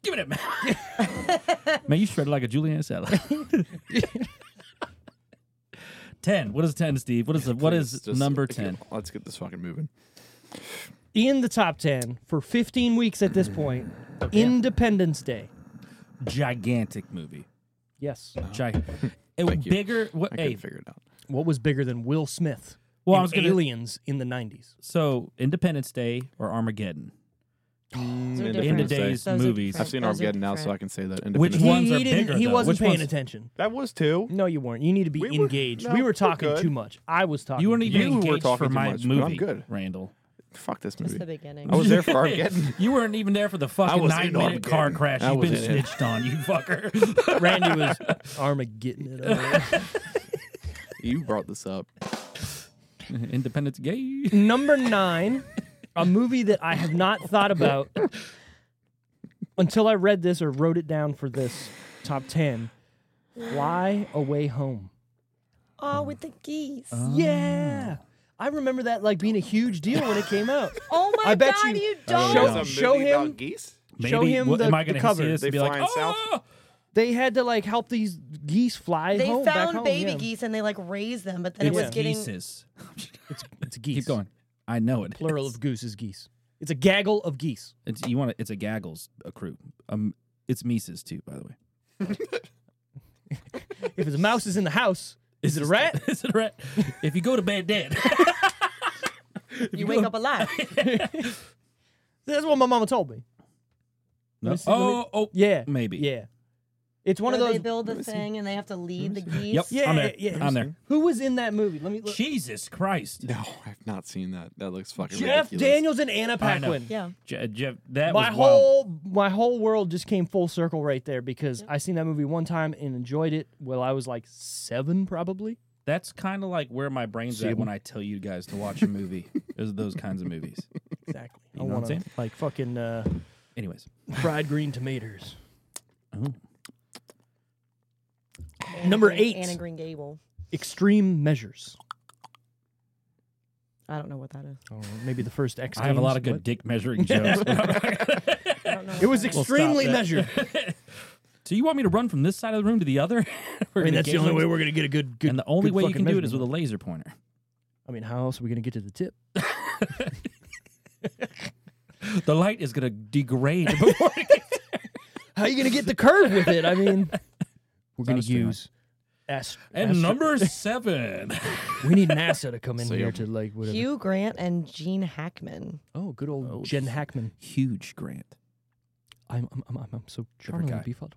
Give it up, man. man, you shredded like a julienne salad. ten. What is ten, Steve? What is the, what
Please,
is
just-
number
okay,
ten?
Let's get this fucking moving.
In the top ten for 15 weeks at this point, Independence Day.
Gigantic movie.
Yes.
Gi- it was
Thank you.
bigger. What?
I
Hey,
can figure it out.
What was bigger than Will Smith?
Well, I
and
was gonna-
aliens in the 90s.
so Independence Day or Armageddon?
Those are
In the
different.
days
Those are
movies.
different.
I've seen
Those are
Armageddon now, so
different.
I can say that.
Which
Independence-
one- ones are
didn't-
bigger,
he
though.
wasn't
Which
paying
ones-
attention.
That was two.
No, you weren't. You need to be
We were-
engaged.
no,
we were
we're
talking
good.
too much. I was talking.
You weren't
too
even
You were
engaged
talking
for
too
my
much, but
movie.
I'm good.
Randall.
Fuck this
Just
movie.
the beginning.
I was there for Armageddon.
You weren't even there for the fucking
was in
nine minute car
Armageddon.
crash.
I
You've
was
been
in it.
snitched on, you fucker.
much. Randy was Armageddon. It over.
you brought this up.
Independence Gay.
Number nine, a movie that I have not thought about until I read this or wrote it down for this top ten. Fly Away Home.
Oh, with the geese.
Yeah. I remember that like being a huge deal when it came out.
Oh my
I bet
god,
you-
you,
Oh,
don't.
Show-
There's a movie
show
about
him-
geese.
Show him
what-
the-
am I
the
gonna
cover.
See this
They
and be like,
flying south?
"Oh!"
They had to like help these geese fly
They
home. back
found
home,
baby
yeah.
geese and they like raised them, but then
It's
it was getting
geeses.
It's geese.
Keep going. I know it.
Plural of goose is geese. It's a gaggle of geese.
It's, you want to, It's a gaggles a crew. Um, it's Mises too, by the way.
If it's a mouse is in the house, is it a rat?
Is it a rat? If you go to bed dead,
you wake up alive.
That's what my mama told me.
No.
me see, let me-
oh, oh,
Yeah.
Maybe.
Yeah. It's one
One
of those.
they build the thing and they have to lead the geese.
Yep.
Yeah,
I'm there.
yeah, yeah.
I'm there.
Who was in that movie? Let me look.
Jesus Christ.
No, I've not seen that. That looks fucking
Jeff
ridiculous.
Daniels and Anna
I know.
Paquin.
Yeah.
Je- Jeff, that
My
was wild.
whole my whole world just came full circle right there because I seen that movie one time and enjoyed it. Well, I was like seven probably.
That's kind of like where my brain's at when I tell you guys to watch a movie. is those kinds of movies.
Exactly.
know what
I
I'm
want to
saying?
like fucking uh,
Anyways,
fried green tomatoes.
Oh.
Number
Anna
eight.
Green- Anna Green Gable.
Extreme measures.
I don't know what that is.
I don't know, maybe the first X.
Oh. I have a lot of
Games,
good dick measuring jokes.
I don't know.
It was
stop
extremely
that.
measured.
so you want me to run from this side of the room to the other?
I mean, that's the only way we're gonna get a good. good
And the only
good
way you
fucking
can do it is with a
measurement.
laser pointer.
I mean, how else are we gonna get to the tip?
The light is gonna degrade before it gets
How are you gonna get the curve with it? I mean, we're gonna
a straight line.
use. Ast-
And
astro-
number seven.
we need NASA to come in
So
here
you're-
to like whatever.
Hugh Grant and Gene Hackman.
Oh, good old
Oh,
Jen
f-
Hackman.
Huge grant.
I'm I'm I'm, I'm so charmingly
guy.
befuddled.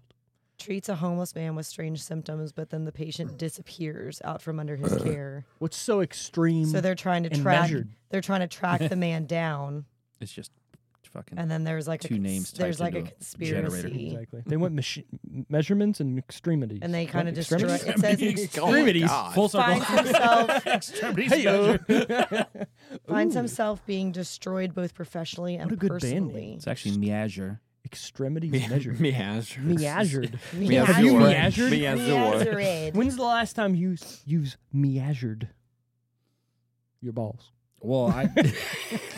Treats a homeless man with strange symptoms, but then the patient disappears out from under his care.
What's so extreme?
So they're trying to
And
track.
measured.
They're trying to track the man down,
It's just fucking
and then there's like a
two
cons-
names
There's
typed
like a
into a generator.
conspiracy,
exactly. They went machi- measurements and extremities.
and they
What,
kind of destroy.
extremities?
It says he
Extremities.
God.
full circle.
finds himself
Extremities
Oh Hey-o.
measure.
finds himself being destroyed both professionally and
What a good band name.
personally.
It's actually measure.
extremities measured.
Measure.
Measured.
Measure.
you
Measure.
measured?
Measure.
Measured.
When's the last time you s- use measured your balls?
Well, I.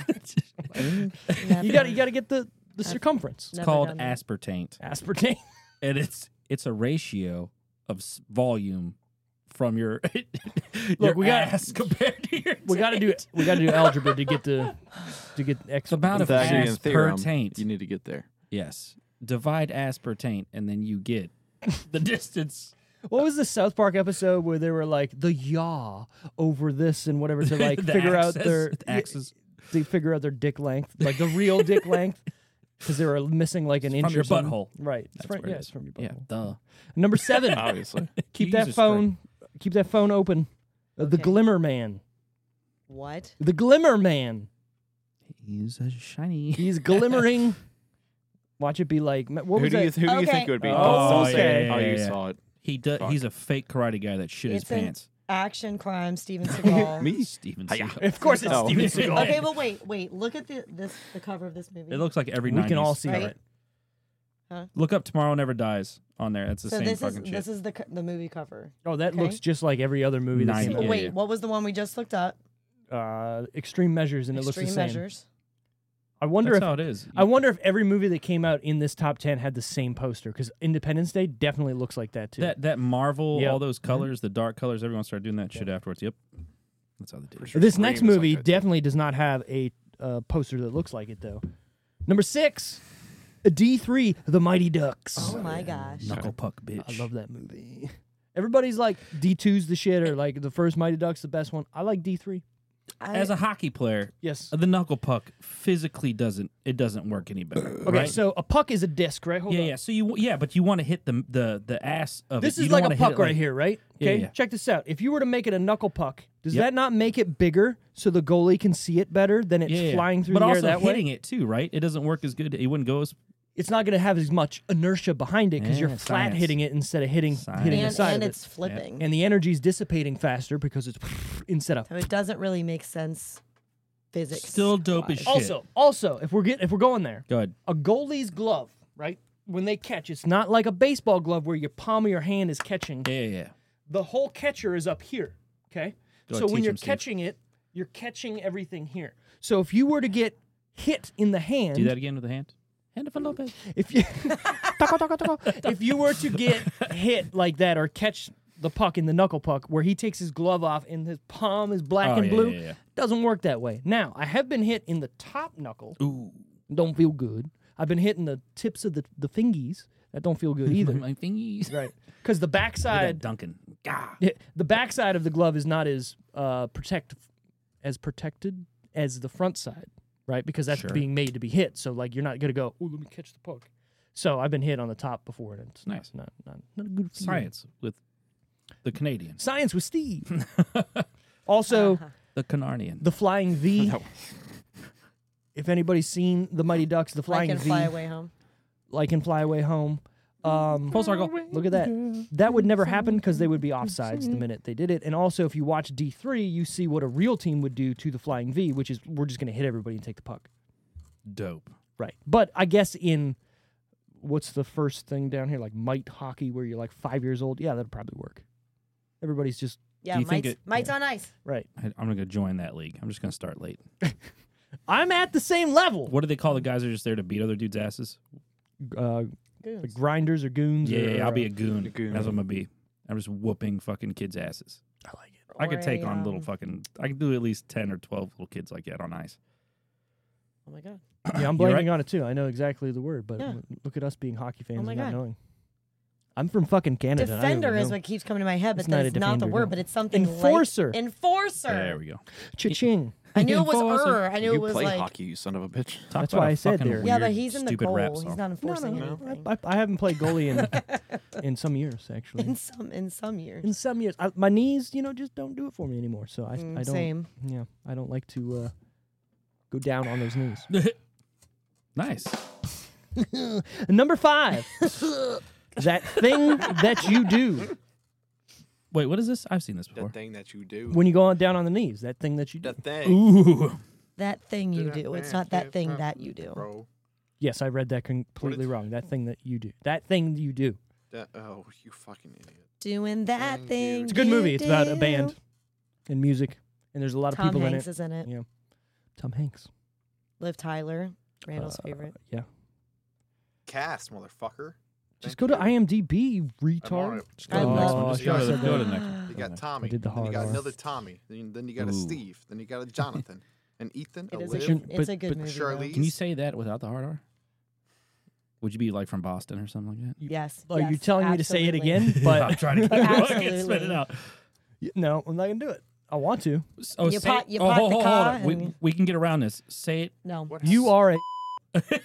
it's
Never-
You got you got to get the the
I've-
circumference.
Never
called
done that.
aspartame,
Aspartame.
and it's it's a ratio of s- volume from your your
Look, we gotta-
ass compared to your.
We got to do
taint.
we got to do algebra to get the to get x.
It's about a
Pythagorean
ass per
theorem,
taint.
You need to get there.
yes, divide ass per taint, and then you get the distance.
What was the South Park episode where they were like the yaw over this and whatever to like
the
figure out
axis-
their
the axis
they figure out their dick length, like the real dick length, because they were missing like an inch
from
or
your
something.
butthole.
Right. It's
That's
from,
where it
yeah,
is.
it's from your butthole.
Yeah, duh.
Number seven.
Obviously.
keep
Jesus
that
Christ.
phone. Keep that phone open. Uh, The
Okay.
Glimmer Man.
What?
The Glimmer Man.
He's a shiny.
He's glimmering. Watch it be like. What was
Who do
that?
you who do you think
Okay.
it would be?
Oh,
Don't say,
okay.
Oh, you
Yeah, yeah,
saw it.
He does. He's a fake karate guy that shit his
It's an-
pants.
Action crime, Steven Seagal.
Me.
Steven
Hiya.
Seagal.
of course, it's
Oh.
Steven Seagal.
Okay, but wait, wait. Look at the this the cover of this movie.
It looks like every.
we can all
90s.
see
Right?
it.
Look up Tomorrow Never Dies on there. That's the
so
same
this is
fucking shit.
this is the co- the movie cover.
Oh, that
Okay.
looks just like every other movie that
Nice.
came
So
out.
wait,
yeah.
what was the one we just looked up?
Uh, extreme measures, and it looks the
Extreme
same.
Measures.
I wonder
That's
if
how it is.
I wonder if every movie that came out in this top ten had the same poster because Independence Day definitely looks like that too.
that that Marvel,
Yep.
all those colors, the dark colors. Everyone started doing that shit afterwards. Mm-hmm. Yep, that's how they did. it.
this next
Scream is
movie
like that, too.
definitely does not have a uh, poster that looks like it though. Number six, D three, The Mighty Ducks.
Oh my gosh.
Knuckle puck, bitch.
I love that movie. Everybody's like D 2s the shit or like the first Mighty Ducks the best one. I like D three.
I,
As a hockey player,
Yes.
the knuckle puck physically doesn't it doesn't work any better.
Okay, so a puck is a disc, right? Hold
yeah,
on.
yeah. So you yeah, but you want to hit the the the ass of
This
it.
is
You don't
like a
wanna hit
puck
it
right
like-
here, right?
Yeah,
Okay,
yeah.
check this out. If you were to make it a knuckle puck, does
Yep.
that not make it bigger so the goalie can see it better than it's
Yeah, yeah.
flying through
but
the air
also
that
hitting
way?
it too, right? It doesn't work as good. It wouldn't go as
It's not going to have as much inertia behind it because you're
Yeah,
flat
science.
hitting it instead of hitting hitting the
and,
side
and
of
it's
it.
flipping.
And the energy's dissipating faster because it's instead of
So it doesn't really make sense physics.
still dope as shit.
also also if we're get if we're going there
go ahead.
a goalie's glove, right? When they catch, it's not like a baseball glove where your palm of your hand is catching.
Yeah, yeah, yeah.
The whole catcher is up here. Okay.
Go
so when
teach
you're
him, Steve.
catching it, you're catching everything here. So if you were to get hit in the hand,
Do that again with the hand. Hand of a Lopez.
if you Taco, taco, taco. if you were to get hit like that or catch the puck in the knuckle puck where he takes his glove off and his palm is black
Oh,
and
yeah,
blue,
yeah, yeah.
doesn't work that way. Now, I have been hit in the top knuckle
Ooh,
don't feel good. I've been hitting the tips of the, the fingies that don't feel good
either
either.
my fingies.
right. Because the
That
backside
Duncan. Gah.
yeah, the backside of the glove is not as uh, protect as protected as the front side, right? Because that's
Sure.
being made to be hit. So like you're not gonna go, oh let me catch the puck. So I've been hit on the top before and it's
Nice.
not not, not a good feeling.
Science with the Canadian,
Science with Steve. also
Uh-huh.
the Canarnian.
the flying V. If anybody's seen the Mighty Ducks, the
I
flying
can
V
fly away home.
like in Fly Away Home. Um,
Full circle.
Look at that. That would never happen because they would be offsides the minute they did it. And also, if you watch D3, you see what a real team would do to the Flying V, which is we're just going to hit everybody and take the puck.
Dope.
Right. But I guess in what's the first thing down here, like might hockey, where you're like five years old? Yeah, that'd probably work. Everybody's just
Yeah,
Do you think
mites,
it-
mites on ice.
Right.
I, I'm not gonna join that league. I'm just gonna start late.
I'm at the same level.
What do they call the guys that are just there to beat other dudes' asses?
Uh, the
Goons.
grinders or goons.
Yeah,
or,
I'll be
uh,
a goon.
a goon.
That's what I'm gonna be. I'm just whooping fucking kids' asses.
I like it.
I could
Or
take
a,
on little
um,
fucking. I could do at least ten or twelve little kids like that on ice.
Oh my god.
Yeah, uh, I'm
You're
blaming on it too. I know exactly the word, but
Yeah. Oh
l- look at us being hockey fans
my
and not
God.
knowing. I'm from fucking Canada. and I don't
Defender
even
is
know.
what keeps coming to my head, but
It's
it's
not
not,
a
it's not the
defender,
word,
no.
but it's something
Enforcer.
Like, enforcer.
There we go.
Cha-ching.
I knew it was
Enforcer.
er. I knew
you
it was
play
like
hockey, you son of a bitch.
Talk
That's
about
why
a
I said
fucking
there.
yeah, but
weird,
he's in the
stupid
goal.
rap
He's
song.
not enforcing
no.
anything.
I, I, I haven't played goalie in in some years actually.
in some in some years.
in some years, I, my knees, you know, just don't do it for me anymore. So I,
Mm,
I don't.
Same.
Yeah, I don't like to uh, go down on those knees.
Nice.
Number five, that thing that you do
Wait, what is this? I've seen this before.
That thing that you do.
when you go on down on the knees. That thing that you do.
that thing.
Ooh.
That thing you
That
do. It's
thing,
not that
kid,
thing
huh,
that you do.
Bro,
Yes, I read that completely
did-
wrong. That thing that you do. That thing you do.
that, oh, you fucking idiot.
Doing that
Thank you.
thing.
It's a good movie.
you
It's about a
do.
band and music, and there's a lot of
Tom
people
Hanks
in it.
is in it.
Tom Hanks.
Liv Tyler, Randall's
Uh,
favorite.
Yeah.
Cast, motherfucker.
Just
Thank
go to
you.
IMDb, you
I'm on
retard.
it.
Just go
Oh, I
to the next one.
love-
Just go to the, go
I
to
said
the
that.
next one.
You got Tommy.
did the
then you got
hard R.
another Tommy. Then, then you got a
Ooh.
Steve. Then you got a Jonathan. and Ethan.
It
a uh,
is a
Liv.
good,
shouldn't-
it's
but-
a good
but
movie. though.
Charlize.
Can you say that without the hard R? Would you be like from Boston or something like that?
Yes.
Are you
yes,
telling me to say it
absolutely.
again?
I'm
But
trying to get I can't spit
Absolutely.
it out.
Y- no, I'm not gonna do it. I want to.
Oh,
You
say-
pot- you
oh,
pot
hold- hold-
the
hold
car
on. We-
and-
We can get around this. Say
No.
What
You
happened?
are a.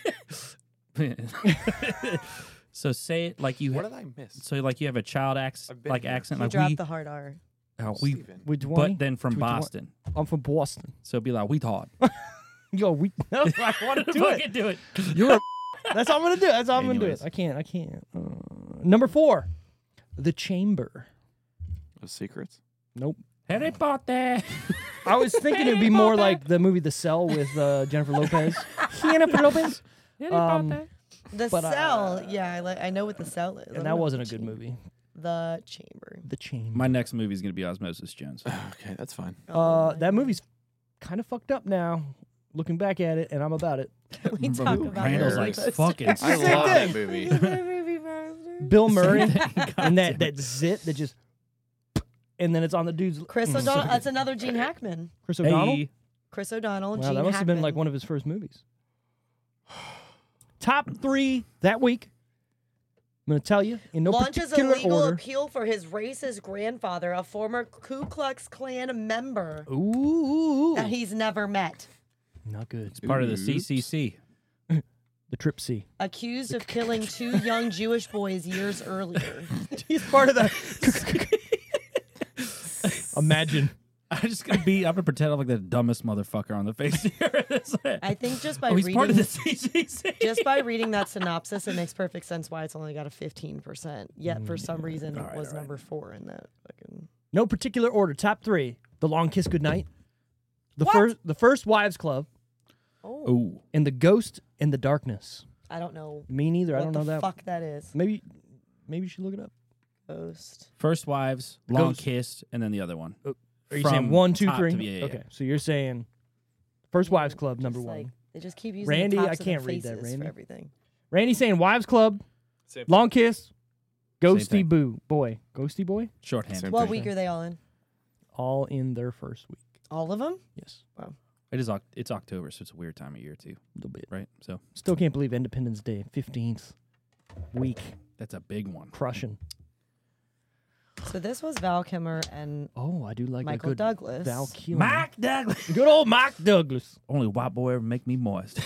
it. so say it like you.
What
Ha-
did I miss?
so like you have a child accent,
I've been
like
here.
accent,
You
like
dropped
we,
the hard R.
oh, we,
Steven.
Which one?
but then from
Tweet to one.
Boston.
I'm from Boston.
So it'd be like we taught.
Yo, we. No, I want to do it.
Fucking do it.
You're. A, that's all I'm gonna do. That's all I'm gonna do.
Anyways.
It. I can't. I can't. Uh, number four, the chamber.
Those secrets.
Nope.
Harry Potter.
I was thinking it'd be more like the movie The Cell with uh, Jennifer Lopez. Jennifer Lopez.
Harry
Um,
Potter.
The
But, uh,
cell. yeah, I, li- I know what the cell is. I
And
don't know
that wasn't a
the
good
chamber-
movie.
The chamber.
The chamber.
My next movie is gonna be Osmosis Jones.
Okay, that's fine.
Oh,
Uh, that movie's kind of fucked up now. Looking back at it, and I'm about it.
Can we
Bro,
talk about
Randall's
that?
like
That's-
fucking.
I
sick.
love
thing.
that movie.
That movie bastard.
Bill Murray
God
and that,
damn it.
that zit that just, and then it's on the dude's
Chris O'Donnell. That's another Gene Hackman.
Chris O'Donnell.
Hey,
Chris O'Donnell.
Wow,
Gene
that must have
Hackman.
been like one of his first movies. Top three that week. I'm gonna tell you in no
Launches a
particular
legal
order.
appeal for his racist grandfather, a former Ku Klux Klan member
Ooh,
that he's never met,
not good.
part of the CCC.
The trip C.
accused of killing two young Jewish boys years earlier.
He's part of the. Imagine.
I'm just gonna be. I'm gonna pretend I'm like the dumbest motherfucker on the face of the earth. It's like,
I think just by
oh, he's
reading
part of the CCC.
just by reading that synopsis, it makes perfect sense why it's only got a 15%. Yet
Mm,
for some reason, it was number four in that fucking.
No particular order. Top three: The Long Kiss Goodnight, the first, the first Wives Club,
Oh,
Ooh,
and The Ghost in the Darkness.
I don't know.
Me neither. I
what
don't
the
know that.
fuck that is.
Maybe, maybe you should look it up.
Ghost.
first wives, long
Ghost.
kissed, and then the other one.
Are you
From
saying one, two,
top to
three?
be- yeah, yeah,
okay, so you're saying First Wives Club number
Just
one.
like- they just keep using
Randy,
the
I
tops of their
can't read that,
faces
Randy.
for everything.
Randy saying Wives Club,
Same thing.
Long Kiss, Ghosty
thing.
Boo Boy, Ghosty Boy,
Shorthand.
Same
What
Okay.
week are they all in?
all in their first week.
All of them?
Yes,
It is. Oc- It's October, so it's a weird time of year too,
a little bit.
right? So
Still can't believe Independence Day, fifteenth week,
that's a big one.
crushing.
So this was Val Kimmer and
Oh, I do like a
Michael
good
Douglas.
Val Kilmer.
Mike Douglas.
Good old Mike Douglas.
Only white boy ever make me moist.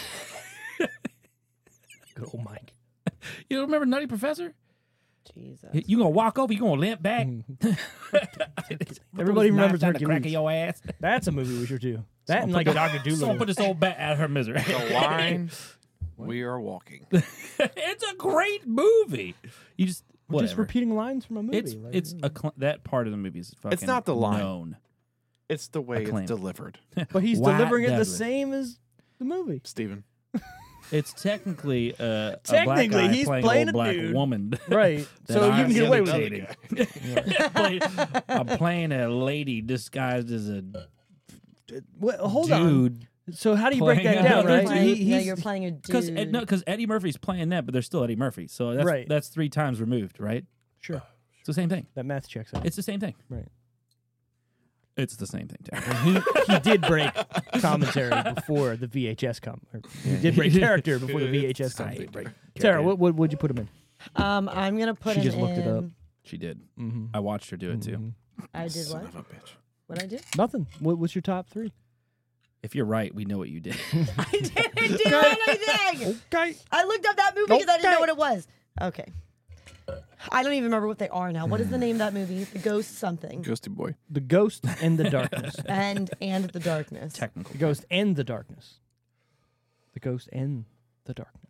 Good old Mike.
you don't remember Nutty Professor?
Jesus.
You gonna walk over? You gonna limp back?
Everybody remembers
down the crack of
Hercules.
your ass.
That's a movie we should do. That and
put
like
the-
Doctor
Someone put
Doolittle.
this old bat out of her misery.
The line. we are walking.
it's a great movie. You just
We're just
whatever.
repeating lines from a movie.
It's
like-
it's a cl- that part of the movie is fucking.
not the line.
known.
It's the way
Acclaim.
it's delivered.
but he's
Why
delivering it the
Douglas?
same as the movie.
Steven.
It's technically uh, a
Technically,
black guy
he's
playing,
playing a
old black
dude.
woman.
Right.
that
So you
I'm
can get away with it.
imitating. Play- I'm playing a lady disguised as a
Well, hold on.
dude.
So how do you break
Playing
that down,
another
right?
dude.
Playing,
He-
no,
he's-
you're playing a
Because
dude.
no, because Eddie Murphy's playing that, but they're still Eddie Murphy. So that's
Right.
that's three times removed, right?
sure.
It's the same thing.
That math checks out.
It's the same thing.
Right.
It's the same thing. Derek.
he, he did break commentary before the VHS com. Or he did break character before the VHS
I
commentary.
break
Sarah,
character.
what would would you put him in?
um, I'm gonna put
She
him
just looked it up.
in-
She did.
Mm-hmm.
I watched her do it too.
I did
Son
what?
of a bitch.
What I do?
Nothing. What, what's your top three?
If you're right, we know what you did.
I didn't do anything.
Okay.
I looked up that movie because I didn't
Okay.
know what it was. Okay. I don't even remember what they are now. What is the name of that movie? The Ghost something.
Ghosty boy.
The Ghost and the Darkness.
And and the darkness.
Technical.
the Ghost and the Darkness. The Ghost and the Darkness.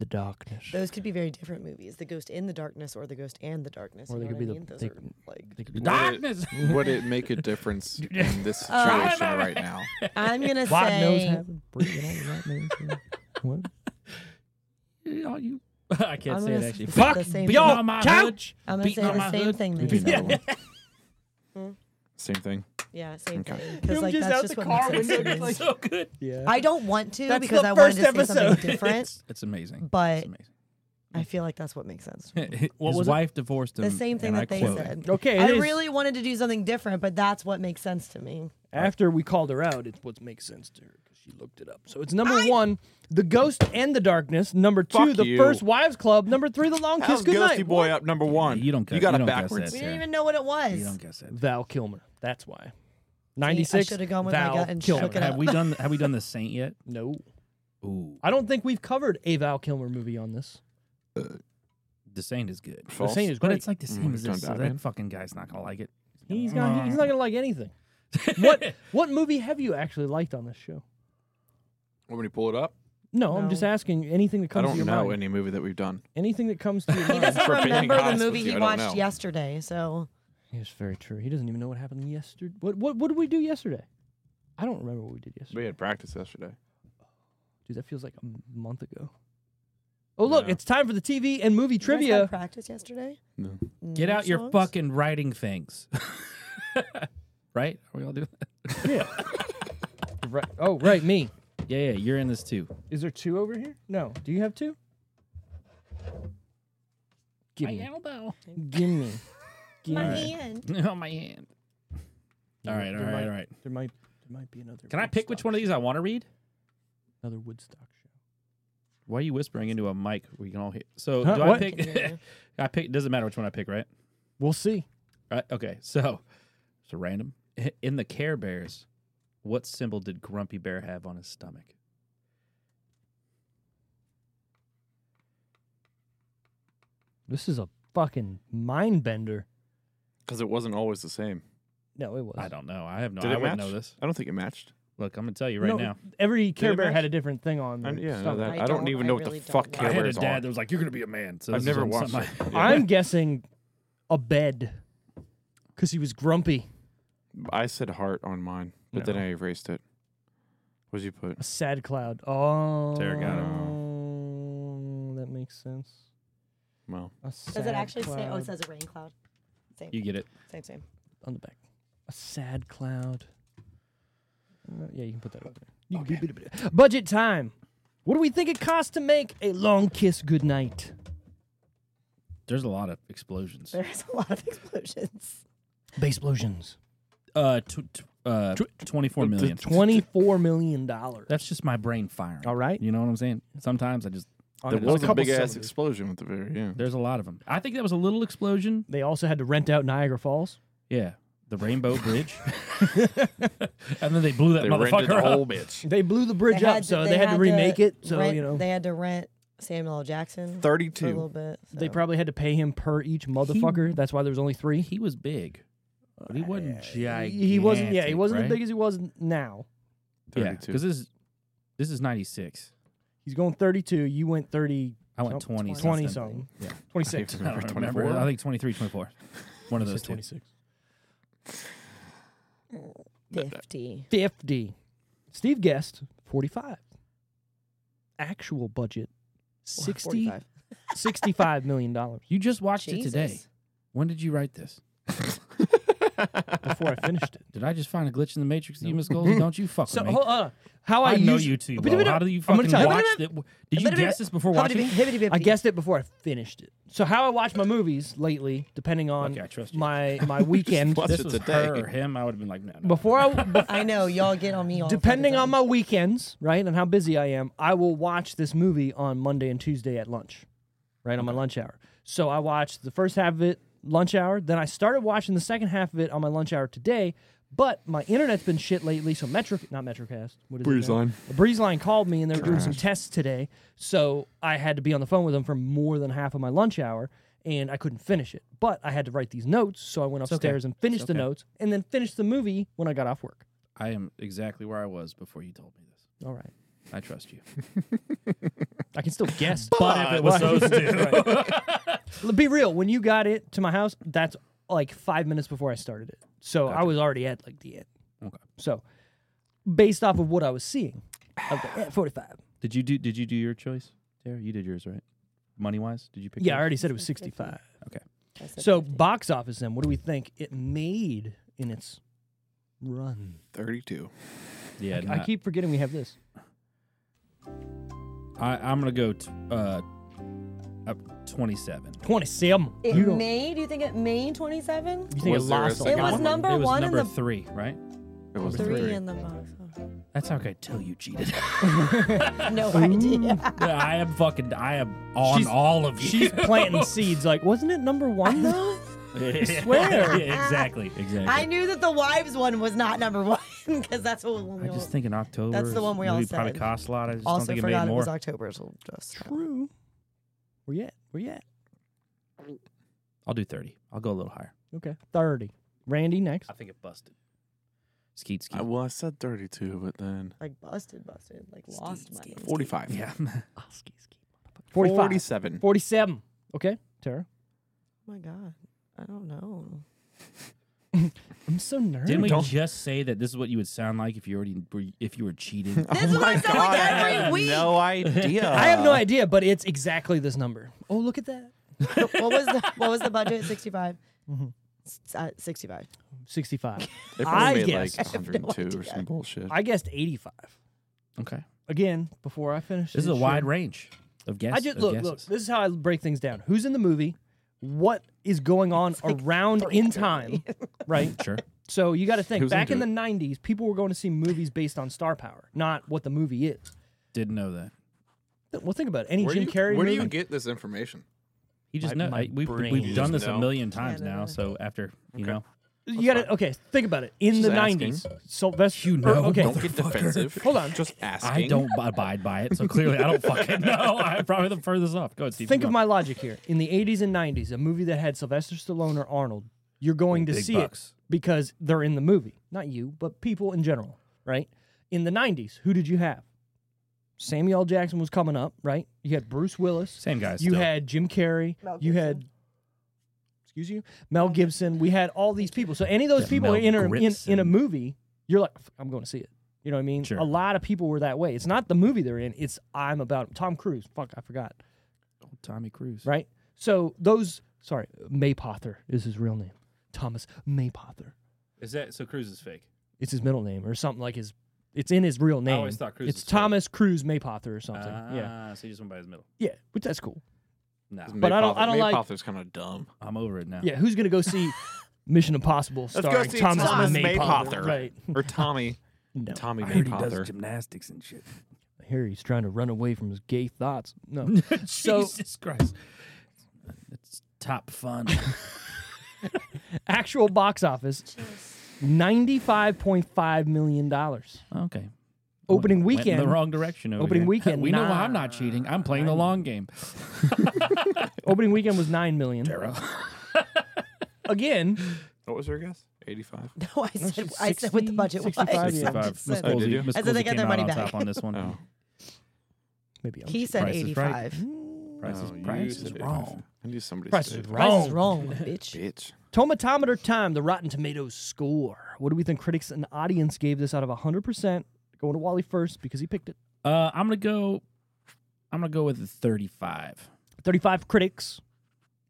The Darkness.
Those could be very different movies. The Ghost in the Darkness or The Ghost and the Darkness.
Or
you
they
know
could be
what
the-
I mean? Those
they-
are like
They could be-
Darkness.
Would it make a difference in this situation
Uh,
right now?
I'm gonna
Wide nose
say
happened. Breathing all the right nose happened. What?
Are you? I can't
I'm
say it
gonna
actually.
s-
Fuck
the same
beyond
thing.
my couch.
I'm gonna
Beating
say
on my
the same
hood.
thing.
We
Then.
do another one.
Hmm?
Same thing.
Yeah, same
Okay.
thing.
Him
Because like
just
that's
out
just
the
what
car
makes sense
window,
to
just
me.
like-
It's so good.
Yeah.
I don't want to
That's
because
the
I wanted to
first
say something
episode.
different,
It's amazing.
but
It's amazing.
I feel like that's what makes sense. to me.
His
was it?
wife divorced him.
The same thing
and I
that they
quote,
said.
Okay.
I
it is-
really wanted to do something different, but that's what makes sense to me.
After we called her out, it's what makes sense to her because she looked it up. So it's number one, The Ghost and the Darkness. Number two,
Fuck
The
you.
First Wives Club. Number three, The Long Kiss
How's
Goodnight.
Ghosty boy up number one?
You don't guess-
You got
you
it
don't guess
backwards.
We
that.
didn't
Yeah.
even know what it
You
was.
don't guess it.
Val Kilmer. That's why.
I
96.
should've gone with my
Val
gut and
Kilmer.
shook it
Have
up.
we done? Have we done the Saint yet?
No.
Ooh,
I don't think we've covered a Val Kilmer movie on this.
the Saint is good.
False.
The Saint is
But
great.
it's like the same
Mm,
as
don't
this. So
dive in.
that fucking guy's not gonna like it.
he's, gonna, he's not going to like anything. what What movie have you actually liked on this show?
Want me to pull it up?
No, I'm
No.
just asking anything that
I
comes to
don't
your
know
mind.
any movie that we've done.
anything that comes to your
He
mind.
doesn't
For being
remember the
honest
movie
with you,
he
I don't know.
watched yesterday, so
Yes, very true. He doesn't even know what happened yesterday. What what what did we do yesterday? I don't remember what we did yesterday.
We had practice yesterday.
Dude, that feels like a m- month ago. Oh look,
Yeah.
it's time for the TV and movie
You guys had
trivia.
practice yesterday.
No.
Get
No
out your
songs?
fucking writing things. right? Are we all doing that?
Right. Oh, right, me.
Yeah, yeah, you're in this too.
Is there two over here? No. Do you have two? Give me.
elbow.
Give me. Give
My
me.
hand.
on my hand. All right, all
There
right,
might-
all right.
There might there might be another.
Can I pick which one of these I want to read?
Another Woodstock show.
Why are you whispering into a mic we can all hear? So
Huh,
do
what?
I pick? I pick. Doesn't matter which one I pick, right?
We'll see.
Right. Okay. So, so random. In the Care Bears, what symbol did Grumpy Bear have on his stomach?
This is a fucking mind bender.
Because it wasn't always the same.
No, it was.
I don't know. I have no.
Did
I
it match?
wouldn't know this.
I don't think it matched.
Look, I'm gonna tell you right
No,
now.
Every Care
it
Bear
match?
had a different thing on.
I,
their
yeah, I know
stomach.
that.
I
I, don't,
don't-
even
I
know
really
what the fuck
don't
Care
know.
I had a
Bears
dad that
are.
was like, "You're gonna be a man." So
I've
this
never
is on
watched
something
it.
I-
I'm guessing a bed because he was grumpy.
I said heart on mine, but then
No.
I erased it. What did you put?
A sad cloud. Oh,
Sarah got
That makes sense.
Well,
A
Does it
sad
actually say? Oh,
cloud
it says a rain cloud. Same,
You get it.
same, same.
on the back? A sad cloud. Uh, yeah, you can put that up there. You can beep it, beep it. Budget time. What do we think it costs to make a long kiss goodnight?
There's a lot of explosions.
Eh.
There's a lot of explosions.
Baselosions.
Uh, tw- tw- uh, twenty-four million.
Twenty-four million dollars.
That's just my brain firing.
All right.
You know what I'm saying? Sometimes I just
there
On
was a
couple
big ass
cylinders.
explosion at the very end.
there's a lot of them. I think that was a little explosion.
They also had to rent out Niagara Falls.
Yeah, the Rainbow Bridge, and then they blew that
They rented
motherfucker
the
up.
whole bitch.
They blew the bridge up, so they, had, to remake it. So
rent-
you know,
they had to rent Samuel L. Jackson for a little
Thirty-two.
bit.
They
so.
probably had to pay him per each motherfucker. That's why there was only three.
He was big, but he wasn't gigantic.
He wasn't. Yeah, he wasn't
right?
as big as he was now.
Yeah,
32.
because this is this is '96.
He's going 32. You went 30,
I went
Some-
20,
20
something. Yeah,
26.
I don't remember.
24?
I think 23, 24. One of
You
those
said
two.
26.
50.
50. Steve guessed 45. actual budget 60,
45.
65 million dollars
You just watched it today.
Jesus.
When did you write this?
before I finished it.
Did I just find a glitch in the matrix? You, Miss Goldie, don't you fuck
So
with me.
hold on. How I,
I know
usu-
you too.
But-
well.
but-
How do you
I'm gonna
fucking
tell you-
watch that? Did you guess this before watching? it?
I guessed it before I finished it. So how I watch my movies lately, depending on
Okay, I trust you.
my my weekend.
Watch
This
it
was
today.
her or him. I would have been like, no. no.
before I
I know y'all get on me. All the
depending
fucking
on my
time.
weekends, right, and how busy I am, I will watch this movie on Monday and Tuesday at lunch, right, on my lunch hour. So I watched the first half of it lunch hour, then I started watching the second half of it on my lunch hour today. But my internet's been shit lately, so Metric, not Metricast, what is it now?
Breezeline.
Breezeline called me and they were doing some tests today, so I had to be on the phone with them for more than half of my lunch hour, and I couldn't finish it. But I had to write these notes, so I went
okay.
upstairs and finished the
okay.
notes, and then finished the movie when I got off work.
I am exactly where I was before you told me this.
All right.
I trust you.
I can still guess,
But if it was those two,
L- Be real. When you got it to my house, that's like five minutes before I started it. So I was already at like the end.
Okay.
So based off of what I was seeing, I was like, eh, 45.
did you do? Did you do your choice, Tara? You did yours, right? Money wise, did you pick?
Yeah, I
yours?
already said it was 65.
Okay.
I said
So box office then, what do we think it made in its run?
32.
Yeah,
I
not-
keep forgetting we have this.
I, I'm gonna go t- uh, up 27.
27.
it
you don't-
May. Do you think it May 27?
you think it
Was there a
lost a
second
It was
lot?
number
it was
one
number
in the
three, right?
It was
three,
three.
in the box.
That's how I could tell you cheated.
No idea.
Yeah, I am fucking. I am on
She's-
all of you.
She's planting seeds. Like, wasn't it number one though?
I
swear.
exactly. Exactly.
I knew that the wives one was not number one because that's what we
I just think in October.
That's the one we all
movie Probably
said.
cost a lot. I just don't
also
think it
forgot
made
it,
more.
was October. So just
True. Where you at? Where you at?
I'll do 30. I'll go a little higher.
Okay. 30. Randy next.
Uh,
I think it busted. Skeet skeet.
I, well, I said 32, but then
like busted, busted, like lost money.
45.
yeah.
45.
47.
47. Okay, Tara.
Oh my god, I don't know.
I'm so nervous.
Didn't we
Don't-
just say that this is what you would sound like if you already were, if you were cheating?
This is what I sound like every week.
No idea.
I have no idea, but it's exactly this number. Oh, look at that.
what was the what was the budget? Sixty five.
Mm-hmm.
Uh, Sixty five.
65.
They probably
I
made
guess.
like
I have no
102 or
idea.
some bullshit.
I guessed 85.
okay.
Again, before I finish.
This is a wide range of guess-
I
of
just
guesses.
look, look. This is how I break things down. Who's in the movie? What is going on around in time? Right.
Sure.
So you got to think
Who's
back in
into
the 90s, people were going to see movies based on star power, not what the movie is.
Didn't know that.
Well, think about it. any
where
Jim
do you,
Carrey
where do
movie.
you get this information?
You just
My-
know.
my
I- we've
brain.
we've
You
done
just
this a
know.
million times now. So after you know,
You got to okay. Think about it. In
Just
the
asking.
nineties, Sylvester.
You know,
okay.
don't
Get defensive.
Hold on.
Just asking.
I don't b- abide by it. So clearly, I don't fucking know. I'm probably the furthest off. Go ahead, Steve.
Think
keep
of my logic here. In the eighties and nineties, a movie that had Sylvester Stallone or Arnold, you're going to
Big
see
bucks.
it because they're in the movie. Not you, but people in general, right? In the nineties, who did you have? Samuel L. Jackson was coming up, right? You had Bruce Willis.
Same guy
You
still.
had Jim Carrey.
Mel
You had. Excuse you, Mel Gibson. We had all these people. So any of those
Yeah,
people
Mel
in a, in, in a
Gritson.
movie, you're like, "F- I'm going to see it. You know what I mean?
Sure.
A lot of people were that way. It's not the movie they're in. It's I'm about Tom Cruise. Fuck, I forgot.
Old Oh, Tommy Cruise.
Right. So those. Sorry, Maypother is his real name. Thomas Maypother.
Is that so? Cruise is fake.
It's his middle name or something like his. It's in his real name.
always thought Cruise
it's
was fake.
Thomas Cruise Maypother or something.
Ah.
yeah.
Ah, So you just went by his middle.
Yeah, but that's cool.
No,
May
But I don't- I don't like-
Maypother's kind of dumb.
I'm over it now.
Yeah, who's gonna go see Mission Impossible
Let's go
starring
see
Thomas,
Thomas
Maypother?
Maypother.
Right.
Or Tommy.
No.
Tommy
I heard he does
Maypother.
gymnastics and shit.
Here he's trying to run away from his gay thoughts. No. so
Jesus Christ, it's top fun.
actual box office $95.5 million. dollars.
okay.
Opening
Went- went in
weekend.
the wrong direction. Over
Opening
here.
weekend,
We know
nah.
I'm not cheating. I'm playing the long game.
Opening weekend was 9 million. Again,
What was your guess? 85.
No, I said I said what the
60,
budget was.
65, yeah.
I
65. Miss
said-
Oh, did
Goldie,
you?
Miss
I said they
Goldie
got
came
their
out
money
on
back.
top on this
Mm-hmm.
one.
Oh.
maybe I'm
He said
Price
eighty
is right.
five.
Price is,
No, you
price
said
is
85.
wrong.
I knew somebody
Price
said
is
it.
Price
wrong.
is wrong, bitch.
Bitch.
Tomatometer time, the Rotten Tomatoes score. What do we think critics and audience gave this out of 100%? Going to Wally first because he picked it.
Uh, I'm gonna go I'm gonna go with 35.
35 critics.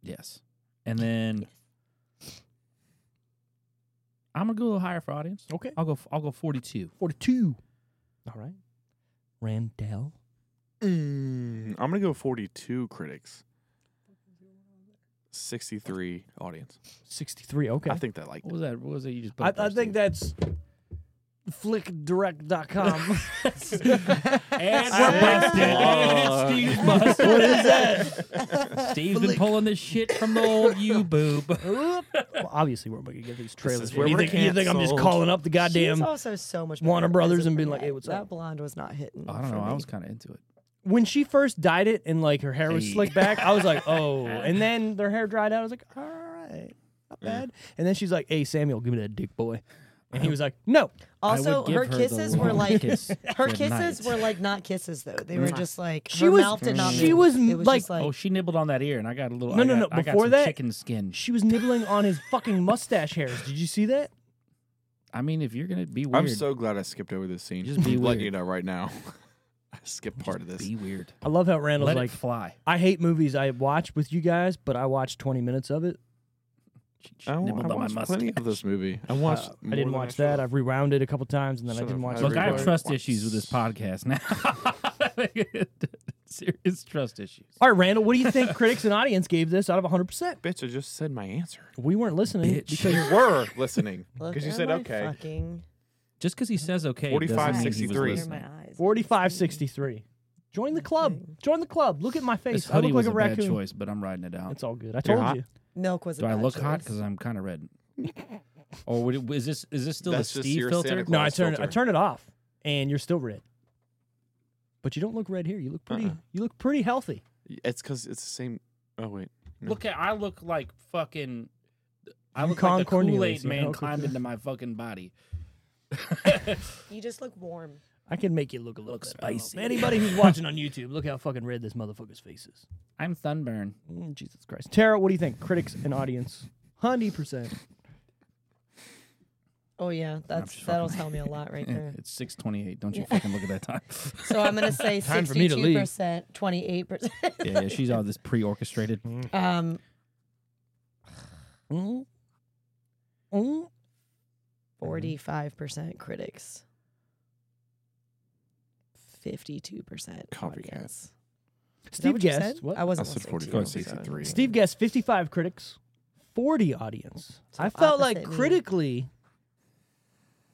Yes. And then I'm gonna go a little higher for audience.
Okay.
I'll go. I'll go 42.
42. All right. Randell.
Mm, I'm gonna go 42 critics, 63 audience.
63. Okay.
I think that like
What was that? What was it you just?
I,
put
I
up there,
think that's flickdirect.com.
Steve? And
I-
we're back to-
Uh,
and Steve's bust. Oh. What is that? Steve's been pulling this shit from the old you boob.
well, obviously, we're going to get these trailers.
is
You
where we're
think, you think I'm just
canceled.
calling up the
She's
goddamn.
also so much
Warner
better
Brothers
as a
and being like,
brunette.
"Hey, what's
that
up?"
blonde was not hitting.
I don't
for
know. I
me.
was kind of into it.
When she first dyed it and like her hair was
Hey.
slicked back, I was like, oh. And then their hair dried out. I was like, all right, not bad. And then she's like, hey, Samuel, give me that dick boy. And he was like, no.
Also, her kisses were like her kisses
were.
were like not kisses though. They were just like
She
her
was-
mouth did not
she
move.
was
It was
like-
just like
oh, she nibbled on that ear, and I got a little.
No,
I
no,
got-
no,
I got
before
some
that-
chicken skin.
She was nibbling on his fucking mustache hairs. Did you see that?
I mean, if you're gonna be weird,
I'm so glad I skipped over this scene.
Just be
letting
weird.
you know right now. I skipped part of this.
be weird.
I love how Randall's
Let
like,
it fly.
I hate movies I watch with you guys, but I watched 20 minutes of it.
She, she
I, wa-
nibbled
I
on my
watched plenty of
mustache.
this movie. I
Uh,
watched.
I didn't watch that. I've rewound it a couple times, and then I
Shut
didn't
up.
watch
I
it.
Look, I have
Everywhere.
trust issues with this podcast now. Serious trust issues.
All right, Randall, what do you think critics and audience gave this out of 100%?
Bitch, I just said my answer.
We weren't listening.
Bitch.
because-
You were listening
look
because you
at
said
my
okay.
Fucking
Just because he says okay,
45,
doesn't mean he was
63.
listening.
my eyes.
4563. Join the club. Join the club. Look at my
This
face. I
hoodie
look
was
like a,
a bad
raccoon.
choice, but I'm riding it out.
It's all good. I told
hot.
you.
milk was. a
Do I
bad
look hot?
choice.
Because I'm kind of red. or would it, is this is this still
That's
the
just
Steve
your
filter?
Santa
No, I
Claus
turn I
filter.
turn it off, and you're still red. But you don't look red here. You look pretty.
Uh-uh.
You look pretty healthy.
It's because it's the same. Oh wait, No.
Look at I look like fucking. I
You
look like the
con Cornelius,
Kool Aid
you
man
know?
climbed into my fucking body.
You just look warm.
I can make you look a little
Look
better. I don't know.
spicy.
Anybody who's watching on YouTube, look how fucking red this motherfucker's face is.
I'm sunburned.
Mm, Jesus Christ, Tara, what do you think? Critics and audience, hundred percent.
Oh yeah, that's
just
that'll tell me a lot right there.
It's six twenty eight. Don't you fucking look at that time.
So I'm gonna say
Time for me to leave.
sixty-two percent, twenty-eight percent.
yeah, yeah, she's all this pre orchestrated.
Um, forty-five percent critics, fifty-two percent
Copycat.
audience. Is that
Steve
what you
guessed
said?
what?
I
Oh, I
wasn't
said
listening to you.
45,
Go ahead,
63.
Steve guessed fifty-five critics, forty audience.
So
I felt like
opposite me.
critically,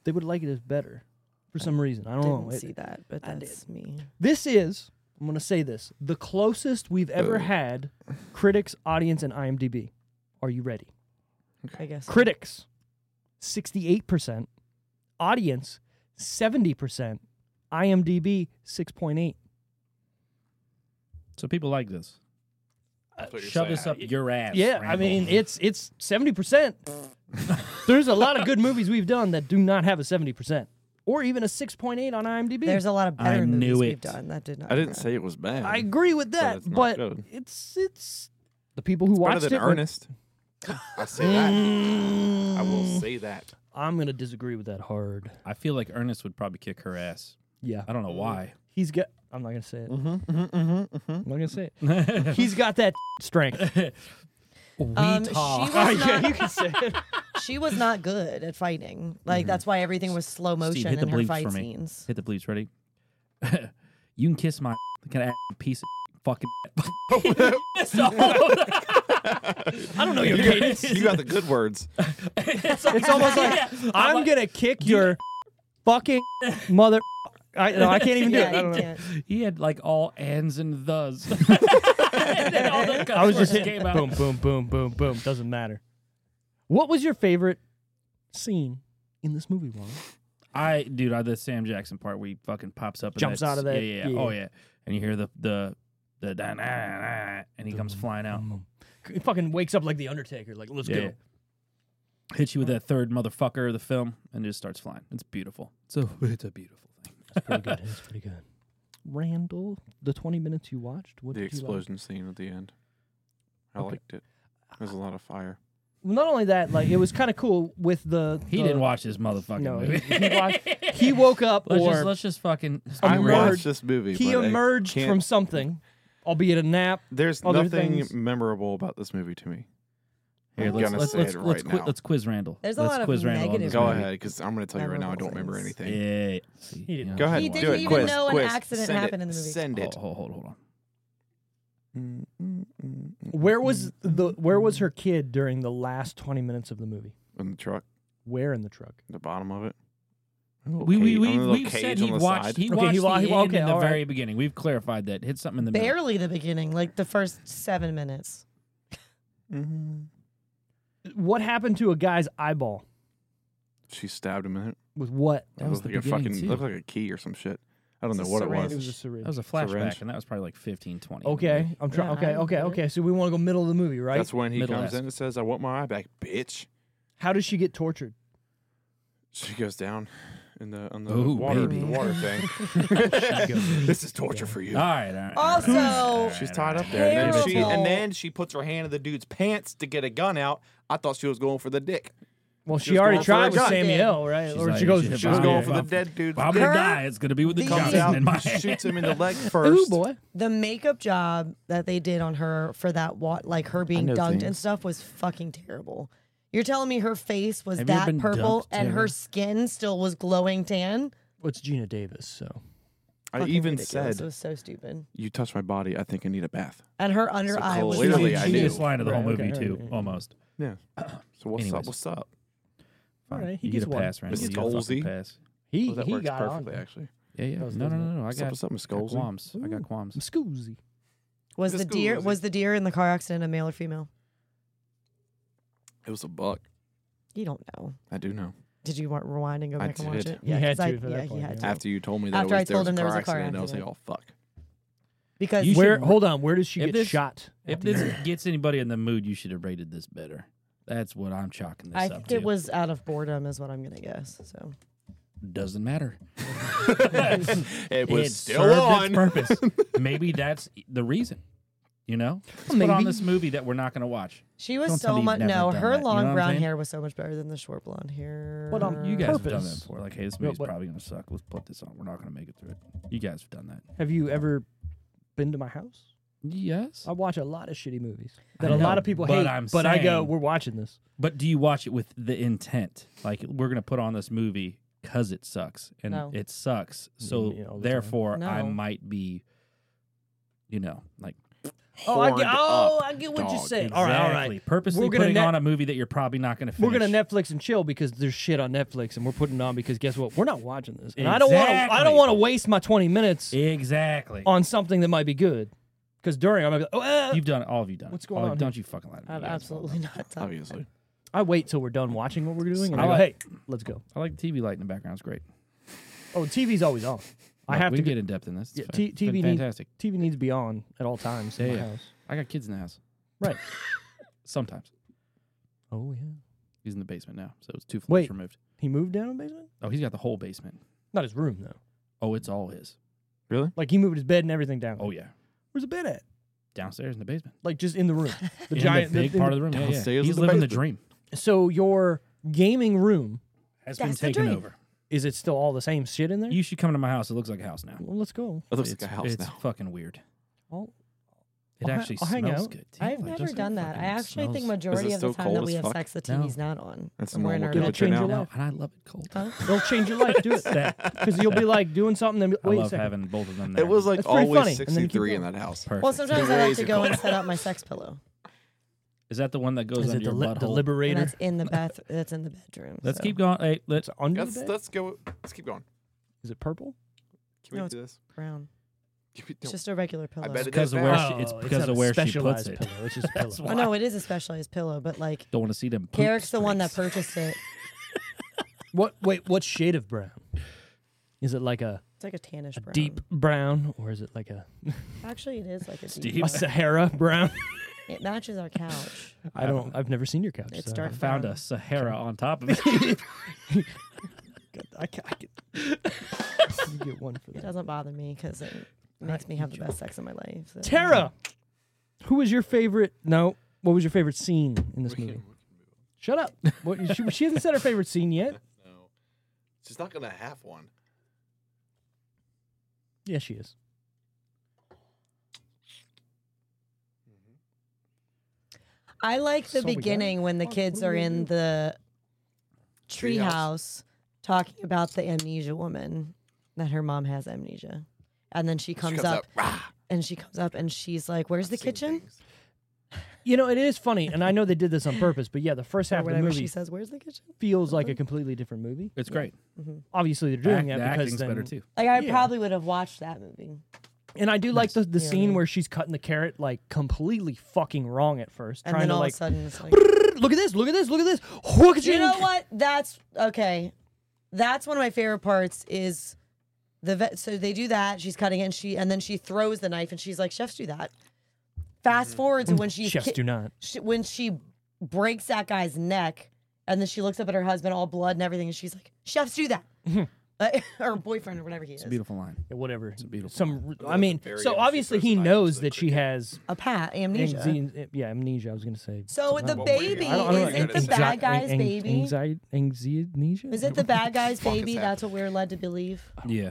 they would like it as better for some reason. I don't know.
Didn't
It-
see that, but
I did.
that's me.
This is, I'm going to say this, the closest we've ever had critics, audience, and IMDb. Are you ready?
I guess.
Critics, 68%. Audience, 70%. IMDb, 6.8.
So people like this.
That's what you're
Shove
saying.
this up your ass.
Yeah, I
Randall.
mean, it's it's 70%. There's a lot of good movies we've done that do not have a 70%. Or even a 6.8 on IMDb.
There's a lot of
I
better movies
knew it.
we've done that did not.
I didn't
cry.
say it was bad.
I agree with that,
it's not
but
good.
it's it's the people who
Better
watched
than
it. went,
Ernest. I say that. I will say that.
I'm going to disagree with that hard.
I feel like Ernest would probably kick her ass.
Yeah.
I don't know why.
He's got. I'm not gonna say it.
Mm-hmm,
I'm not gonna say it.
Weetah.
He's got that strength.
Um, she
Oh,
was
yeah,
not.
you can say it.
She was not good at fighting. Like that's why everything was slow motion
hit the
in her
bleeps
fight
for me.
scenes.
Hit the bleeps. Ready? you can kiss my kind of piece of fucking.
I don't know your
You
cadence.
got, you got the good words.
It's almost like I'm gonna kick your fucking mother. I, no, I can't even do it. I
Yeah,
don't
you
know.
can't.
He had like all ands and thes. and then all the
I was just
cuss words
hitting.
came out.
Boom, boom, boom, boom, boom. Doesn't matter. What was your favorite scene in this movie, Juan?
I dude, I the Sam Jackson part where he fucking pops up, and
Jumps
that's-
out of that-
Yeah, yeah,
yeah.
yeah, oh yeah, and you hear the the the da, na, na, na, and he comes flying out.
Mm. He fucking wakes up like the Undertaker. Like, let's
Yeah.
go.
Hits you with that third motherfucker of the film, and just starts flying. It's beautiful. So it's a beautiful thing.
That's pretty good. That's pretty good. Randall, the 20 minutes you watched, what
the
did you like?
explosion scene at the end. I
Okay.
liked it. There's a lot of fire.
Well, not only that, like it was kind of cool with the.
He
the-
didn't watch this motherfucking
No, he,
movie.
he, watched, he woke up
Let's
or
just let's just fucking.
I
Emerge-
watched this movie.
he
but I
emerged
can't-
from something, albeit a nap.
There's
other
nothing
things.
memorable about this movie to me.
Here,
I'm
let's
gonna
let's
say
let's,
it
let's,
right
qui-
now.
let's quiz Randall.
There's a
let's
lot of
quiz Randall on
negative
this
Go
movie.
ahead, because I'm going to tell you right now. I don't remember
Memorable
anything.
Yeah. See,
He didn't.
you know,
Go ahead.
He
do
didn't
it.
even
Quiz,
know an
quiz.
accident
Send it.
happened in the movie.
Send
Hold,
it.
hold, hold, hold on.
Where was the Where was her kid during the last twenty minutes of the movie?
In the truck,
Where in the truck?
the bottom of it. A little
We we
cage-
we
a little
we've
cage
said
on
he
the
watched
side.
he
Okay,
watched
he wa-
the
he-
end
okay,
in the
all right.
very beginning. We've clarified that. Hit something in the middle.
Barely the beginning, like the first seven minutes.
Mm-hmm.
What happened to a guy's eyeball?
She stabbed him in it.
With what?
That was
Looked
the
like a
beginning
fucking
too.
looked like a key or some shit. I don't
It's
know
a
what it
syringe.
was.
It was a syringe.
That was a
syringe.
flashback, and that was probably like 15, 20.
Okay, I'm trying.
Yeah,
okay,
I
okay,
remember.
okay. So we want to go middle of the movie, right?
That's when he
Middle
comes
ass.
in and says, "I want my eye back, bitch."
How does she get tortured?
She goes down in the on the
Ooh,
water
baby.
the water thing. this is torture for you.
All right. All right
Also-
all right,
She's
all
tied
right.
up there, and then, she,
Terrible.
and then she puts her hand in the dude's pants to get a gun out. I thought she was going for the dick.
Well, she
She was
already
going for
tried
a
with
gun.
Samuel, right?
She's
or
like,
she goes.
she's
She was
Ah,
going
yeah.
for the dead dude's
If I'm
dick.
gonna die, it's gonna be with the
Her-
Comes
coffin
out,
in my hand.
shoots him in the leg first.
Ooh boy.
The makeup job that they did on her for that what like her being
know
dunked and
things.
stuff was fucking terrible. You're telling me her face was
Have you ever
that
been
purple
dunked,
and
Taylor?
her skin still was glowing tan?
It's Gina Davis, so
I
Fucking
even
ridiculous.
said,
it was so stupid.
"You touch my body. I think I need a bath."
And her under
So
eye was
clearly
huge.
I
Genius
knew.
line of the whole
Right, okay,
movie
right,
too,
right, right.
almost.
Yeah. So what's
Anyways.
up? What's up?
All right, he
you
gets
get a
one.
pass, Randall.
Mr.
You get a fucking
Olsey.
pass.
he
Oh, that
he
works
got
perfectly,
on.
actually.
Yeah, yeah.
That was
No, no,
the-
no, no. I
What's up?
got
What's up, Miss
got
Golsey?
qualms. I got qualms.
Scoozy.
Was
The
the
school
deer
was-
was the deer in the car accident a male or female?
It was a buck.
You don't know.
I do know.
Did you want rewind and go
I
back and watch
did.
it?
He had
'cause I-
to for that
yeah, he
part,
had
yeah.
to.
After you told me that
After
it
I
was,
told him there
there was
was
a
a car
accident, I was like,
accident.
"Oh fuck."
Because
You
Where?
should-
Hold on. Where does she
If
get
this-
shot?
If this gets anybody in the mood, you should have rated this better. That's what I'm chalking this
I
up
think
to.
it was out of boredom, is what I'm gonna guess. So
Doesn't matter.
It
it
was still
served
on.
its purpose. Maybe that's the reason. You know, let's put on
Maybe.
this movie that we're not going to watch.
she was
Don't tell me
so
you've
much.
never
No,
done
her
that. You know
long
what I'm
brown
saying?
hair was so much better than the short blonde hair.
But, um,
You guys have done that
Purpose.
before. Like, hey, this
No,
movie's
but-
probably going to suck. Let's put this on. We're not going to make it through it. You guys have done that.
Have you ever been to my house?
Yes.
I watch a lot of shitty movies that
I
a
know,
lot of people
but
hate,
I'm
but I go,
saying-
we're watching this.
But do you watch it with the intent? Like, we're going to put on this movie because it sucks. And
No.
it sucks. So,
yeah, all the time.
therefore, I
No.
might be, you know, like,
Oh,
horned up dog.
All right, all right.
exactly. Purposely
We're gonna
putting
net-
on a movie that you're probably not going to
We're
finish.
gonna Netflix and chill because there's shit on Netflix, and we're putting it on because guess what? We're not watching this, and I don't want to. I
Exactly.
don't want to waste my 20 minutes
Exactly.
on something that might be good. Because during, I'm like, oh, uh,
You've done it. All of you done it.
What's going
All of-
on here?
Don't you fucking lie to me.
I've
You guys
absolutely not done.
Obviously.
I wait till we're done watching what we're doing, and I go,
I
hey, let's go.
I like the TV light in the background. It's great.
Oh, TV's always on. I
Look,
have
we
to
can get in depth in this.
Yeah,
It's
T-
fine. It's been
TV needs-
fantastic.
TV needs to be on at all times. in
Yeah,
my
yeah.
house.
I got kids in the house.
Right.
Sometimes.
Oh yeah.
He's in the basement now, so it's two floors
Wait.
removed.
He moved down in the basement.
Oh, he's got the whole basement.
Not his room though.
Oh, it's all his.
Really?
Like he moved his bed and everything down.
Oh yeah,
Where's the bed at?
downstairs in the basement.
Like just in the room. The
In
giant
the big
the-
part of the room. Yeah, yeah.
Downstairs
He's
in the
living the
basement.
dream.
So your gaming room
Has
been
been
That's the
taken
taken dream.
over.
over.
is it still all the same shit in there?
You should come to my house. It looks like a house now.
well, let's go.
It looks
it's,
like a house
it's
now.
fucking weird.
I'll-
It
I'll ha-
actually
I'll hang
smells
out.
good. too.
I've
Like,
never
just
done
the
that. I
fucking
actually think
smells-
majority of
still
the time
cold
that we
as
have
fuck?
sex, the
No.
TV's not on.
That's
and we're in
normal
our
temperature
It'll change
now.
your
No,
life.
and I love it cold.
Huh?
It'll change your life. Do it because you'll be like doing something. And be,
I
wait a
love
second.
having both of them there.
It was like
That's pretty
always
funny, and then you keep
63 in that house.
perfect.
Well, sometimes I like
Raise
to
your
go and
glass.
set up my sex pillow.
Is that the one that goes
Is
under
it the,
your
li- the
butthole?
And
liberator?
that's in the bath. That's in the bedroom.
Let's
so.
keep going. Hey, let's.
It's under
Let's
the bed.
let's go. Let's keep going.
Is it purple?
Can we
No,
do this?
brown.
Can we-
It's just a regular pillow.
bet it
because
is
of where
bad.
she, it's
Oh,
because
not
of
a
where she puts
specialized
it.
Pillow. It's just a pillow.
Oh no, it is a specialized pillow, but like
Don't want to see them. poop
Garrick's the one that
streaks.
purchased it.
What? Wait, what shade of brown? Is it like a,
It's like a tannish
a
brown.
deep brown, or is it like a,
Actually, it is like a deep.
deep.
a Sahara brown?
It matches our couch.
I don't. I've never seen your couch.
It's
so-
dark.
found
brown.
a Sahara on top of it.
I can, I can, you get one for
It
that.
doesn't bother me because it makes me have the best sex of my life. so-
Tara, who was your favorite? No, what was your favorite scene in this
We can-
movie?
we can move
Shut up. What, she, she hasn't said her favorite scene yet.
No, she's not gonna have one.
Yeah, she is.
I like the
So we got
beginning when the
Fuck,
kids
what do
are
we
in the
Treehouse.
treehouse talking about the amnesia woman that her mom has amnesia, and then she
She
comes, up, and she comes up and she's like, "Where's the kitchen?"
You know, it is funny, and I know they did this on purpose, but yeah, the first
Or
half of the
whatever she
movie
says, "Where's the kitchen?"
feels like a completely different movie.
It's great.
Obviously, they're doing
Act- the
that because
acting's
then,
better too.
Like I
Yeah.
probably would have watched that movie.
And I do like the, the
Yeah,
scene
yeah.
where she's cutting the carrot like completely fucking wrong at first,
And
trying
then
to
all
like
of a sudden, it's like,
look at this, look at this, look at this. Look at
you know what? That's okay. That's one of my favorite parts is the vet. So they do that. She's cutting it, and she and then she throws the knife, and she's like, "Chefs do that."
Mm-hmm.
Fast forward to when she's
Chefs
ki-
do not.
she, when she breaks that guy's neck, and then she looks up at her husband, all blood and everything, and she's like, "Chefs do that,"
Mm-hmm.
Like, or boyfriend or whatever he is. A,
Beautiful line.
Yeah, whatever.
beautiful
Some, I
I mean,
mean,
that's very
so
interesting
obviously he
person. I
knows
was
that
like,
she has
pat amnesia.
anxi- eh, yeah, amnesia. I was gonna say.
So with the
Wow.
Well, we-
baby,
I don't- I don't
is
know,
it the
anxi-
bad guy's
an-
baby?
Anxiety, anxi- amnesia.
Is it the bad guy's
fuck is
baby? That's what we're led to believe.
Yeah.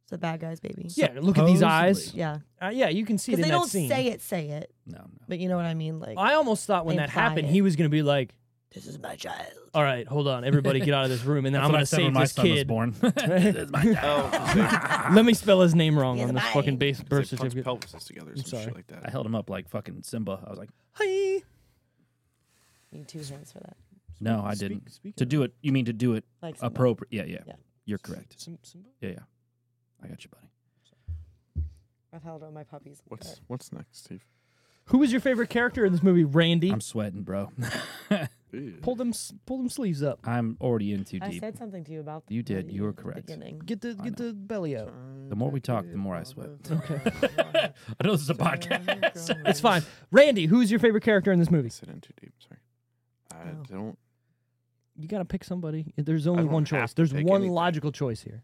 It's the bad guy's baby.
Yeah, look at these eyes.
Supposedly.
Yeah.
Uh, yeah, you can see it in
Because they
that scene.
don't say it, say it.
No, no.
But you know what I mean? Like,
I almost thought when
They
that
imply
happened,
it.
he was gonna be like,
this is my child.
"All right, hold on, everybody, get out of this room," and then I'm
That's what I
gonna
said
save
when my son
this
was
kid.
born.
Oh, I
Let me spell his name wrong
He's
on this
mine.
fucking base birth
was gonna say, punch
certificate.
pelvises together, or some
sorry.
shit like that.
I held him up like fucking Simba. I was like,
Hi.
Need two hands for that.
no, I
Speak-
didn't.
speak
to do it, you mean to do it
Like Simba.
appropriate? Yeah, yeah,
Yeah.
You're correct.
Sim- Simba?
Yeah, yeah. I got you, buddy.
I've held all my puppies. like
What's what's next, Steve?
Who was your favorite character in this movie? Randy.
I'm sweating, bro.
pull them, s- pull them sleeves up.
I'm already in too
that. I
deep.
said something to you about
You did.
the
You were
at the
correct.
Beginning.
Get the, get the belly out.
The more we talk, the more I sweat.
Okay,
I know this is a podcast.
it's fine. Randy, who's your favorite character in this movie?
Sit in too deep. Sorry, I
Oh.
don't.
You gotta pick somebody. There's only
don't
one
have
choice.
to
There's
pick
one
anything.
logical choice here.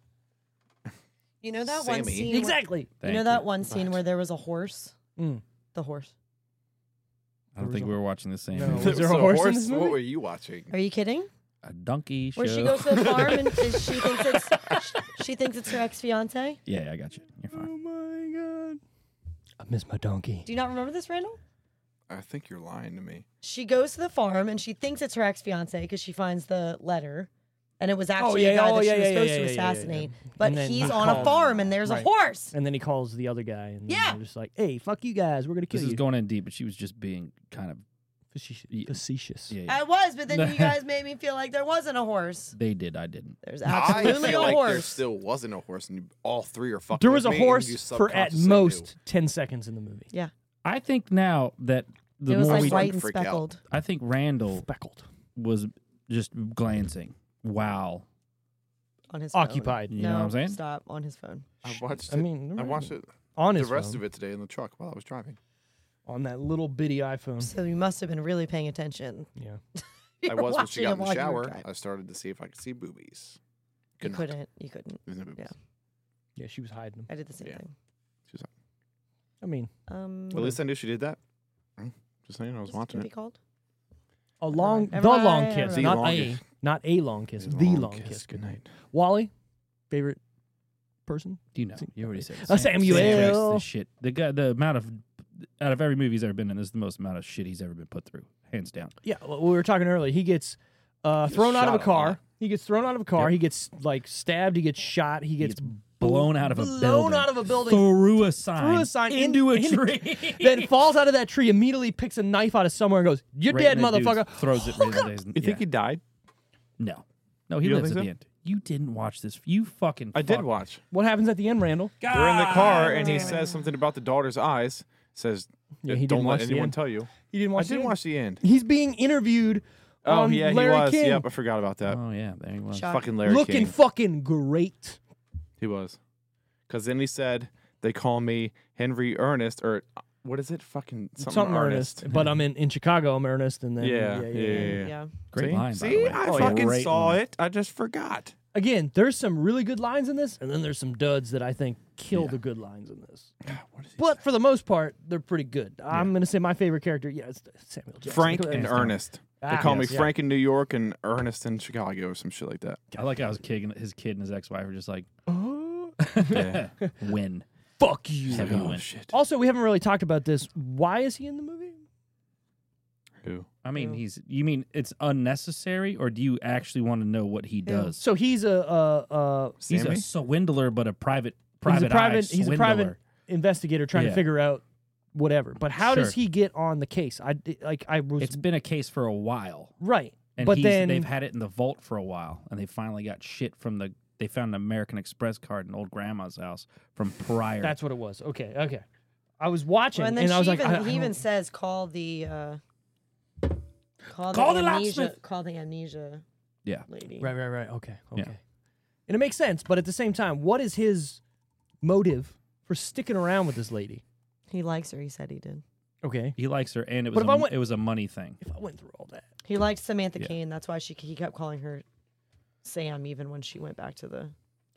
You know that one
Sammy.
scene. where-
Exactly.
you
Thank
know that one scene
Right.
where there was a horse?
Mm.
The horse.
I don't think we were watching the same.
No.
movie.
Was there a horse in this movie?
What were you watching?
Are you kidding?
A donkey show.
Where she goes to the farm and she thinks it's she thinks it's her ex fiance.
Yeah, yeah, I got you. You're fine.
Oh
my god. I miss my donkey.
Do you not remember this, Randall?
I think you're lying to me.
She goes to the farm and she thinks it's her ex fiance because she finds the letter, and it was actually
yeah,
a guy
oh,
that
yeah,
she
yeah,
was
yeah,
supposed
yeah,
to
yeah, yeah, yeah.
assassinate.
And
But
then
he's
he
on a
calls.
farm and there's
Right.
a horse.
And then he calls the other guy, and
Yeah.
yeah. they're just like, "Hey, fuck you guys, we're gonna kill
This is
you."
going in deep, but she was just being kind of.
Facetious. Facetious.
Yeah, yeah.
I was, but then you guys made me feel like there wasn't a horse.
They did. I didn't.
There's
I
absolutely
feel
a
like there
horse.
still wasn't a horse, and you, all three are fucking.
There was
with
a
me, and you
horse for at
subconsciously
most ten seconds in the movie.
I think now that the
it was
more
like
we,
white and
freak out.
speckled.
I think Randall
Speckled,
was just glancing. Wow.
on his phone.
occupied.
You know what I'm saying?
Stop on his phone.
knew. I watched.
I
it-
mean,
I
right.
watched it.
on
The
his
rest
phone,
of it today in the truck while I was driving.
on that little bitty iPhone.
So you must have been really paying attention.
Yeah,
You
I
were
was when she
watching
got
it
in the
while you were
shower.
driving.
I started to see if I could see boobies.
You
Couldn't.
couldn't. You couldn't.
There's no boobies.
Yeah.
yeah, she was hiding him.
I did the same
Yeah.
thing.
I mean,
Um,
Well, at least I knew she did that. Mm, Just saying, I was
what's it
watching
gonna be
it.
called?
a long,
mind.
the
Never
long
mind.
kiss,
The
not
longest-
a, not a long kiss, the long, kiss.
Oh, Good night.
Wally, favorite person?
Do you know? You already said
Uh,
Sam-
Samuel.
Sam Jackson, this shit. The guy. The amount of out of every movie he's ever been in, this is the most amount of shit he's ever been put through, hands down.
Yeah, well, we were talking earlier. He gets uh, thrown out of a
shot a
car.
lot.
He gets thrown out of a car. He gets like stabbed. He gets shot. He gets,
gets blown out of a
blown
building.
out of a building.
through a sign,
Threw a sign in-
into
in-
a tree.
then falls out of that tree. Immediately picks a knife out of somewhere and goes, "You're
Right
dead,
in that dude's-
motherfucker."
Throws it. Right in his,
You think he died?
No, no, he
You don't
lives at
think
the
so?
end. You didn't watch this. You fucking.
I did
fuck.
watch.
What happens at the end, Randall?
They're in the car, and he says something about the daughter's eyes. Says,
Yeah, he
"Don't
didn't watch
let
the
anyone
end.
tell you."
He didn't
I
watch. the
did
end.
watch the end.
He's being interviewed.
Oh
on
yeah,
Larry
he was.
King,
Yep, I forgot about that.
Oh yeah, there he was.
Shock.
Fucking Larry
looking
King.
fucking great.
he was. Because then he said, "They call me Henry Ernest, or uh, what is it? Fucking something,
Something
Ernest."
earnest, but I'm in, in Chicago. I'm earnest, and then
Yeah, yeah, yeah. yeah.
Yeah.
Great
See?
line. by the
See,
way.
I
Oh, yeah.
fucking
Great
saw
line.
it. I just forgot.
Again, there's some really good lines in this, and then there's some duds that I think kill the good lines in this.
What is he
But for the most part, they're pretty good. I'm gonna say my favorite character, yeah, it's Samuel Jackson.
Frank
Come on.
and
Ernest.
Ernest. They call
yes,
me
yeah.
Frank in New York and Ernest in Chicago or some shit like that.
I like how his kid, and- his kid and his ex-wife are just like,
Yeah.
win.
Fuck you.
Heavy
oh,
win.
shit.
Also, we haven't really talked about this. Why is he in the movie?
Who?
I mean,
Yeah.
he's. You mean it's unnecessary, or do you actually want to know what he does?
So he's a uh, uh,
He's
Sammy?
a swindler, but a private, private,
he's a
eye
private he's a private
swindler.
investigator trying
Yeah.
to figure out whatever. But how does
Sure.
he get on the case? I d- like I was
It's been a case for a while,
right,
and
but
he's,
then
they've had it in the vault for a while, and they finally got shit from the. They found an American Express card in old grandma's house from prior.
that's what it was. Okay, okay. I was watching
and
and,
then she
I was like,
even,
I- I
he even
don't-
said, "Call the uh, call,
Call
the,
the
amnesia,
locksmith."
call the amnesia."
Yeah.
lady.
right, right, right. Okay, okay.
Yeah.
And it makes sense, but at the same time, what is his motive for sticking around with this lady?
He likes her. He said he did.
Okay,
he likes her, and it was
But
a,
if I went-
it was a money thing.
if I went through all that,
He liked Samantha
Yeah.
Kane. That's why she he kept calling her Sam, even when she went back to the.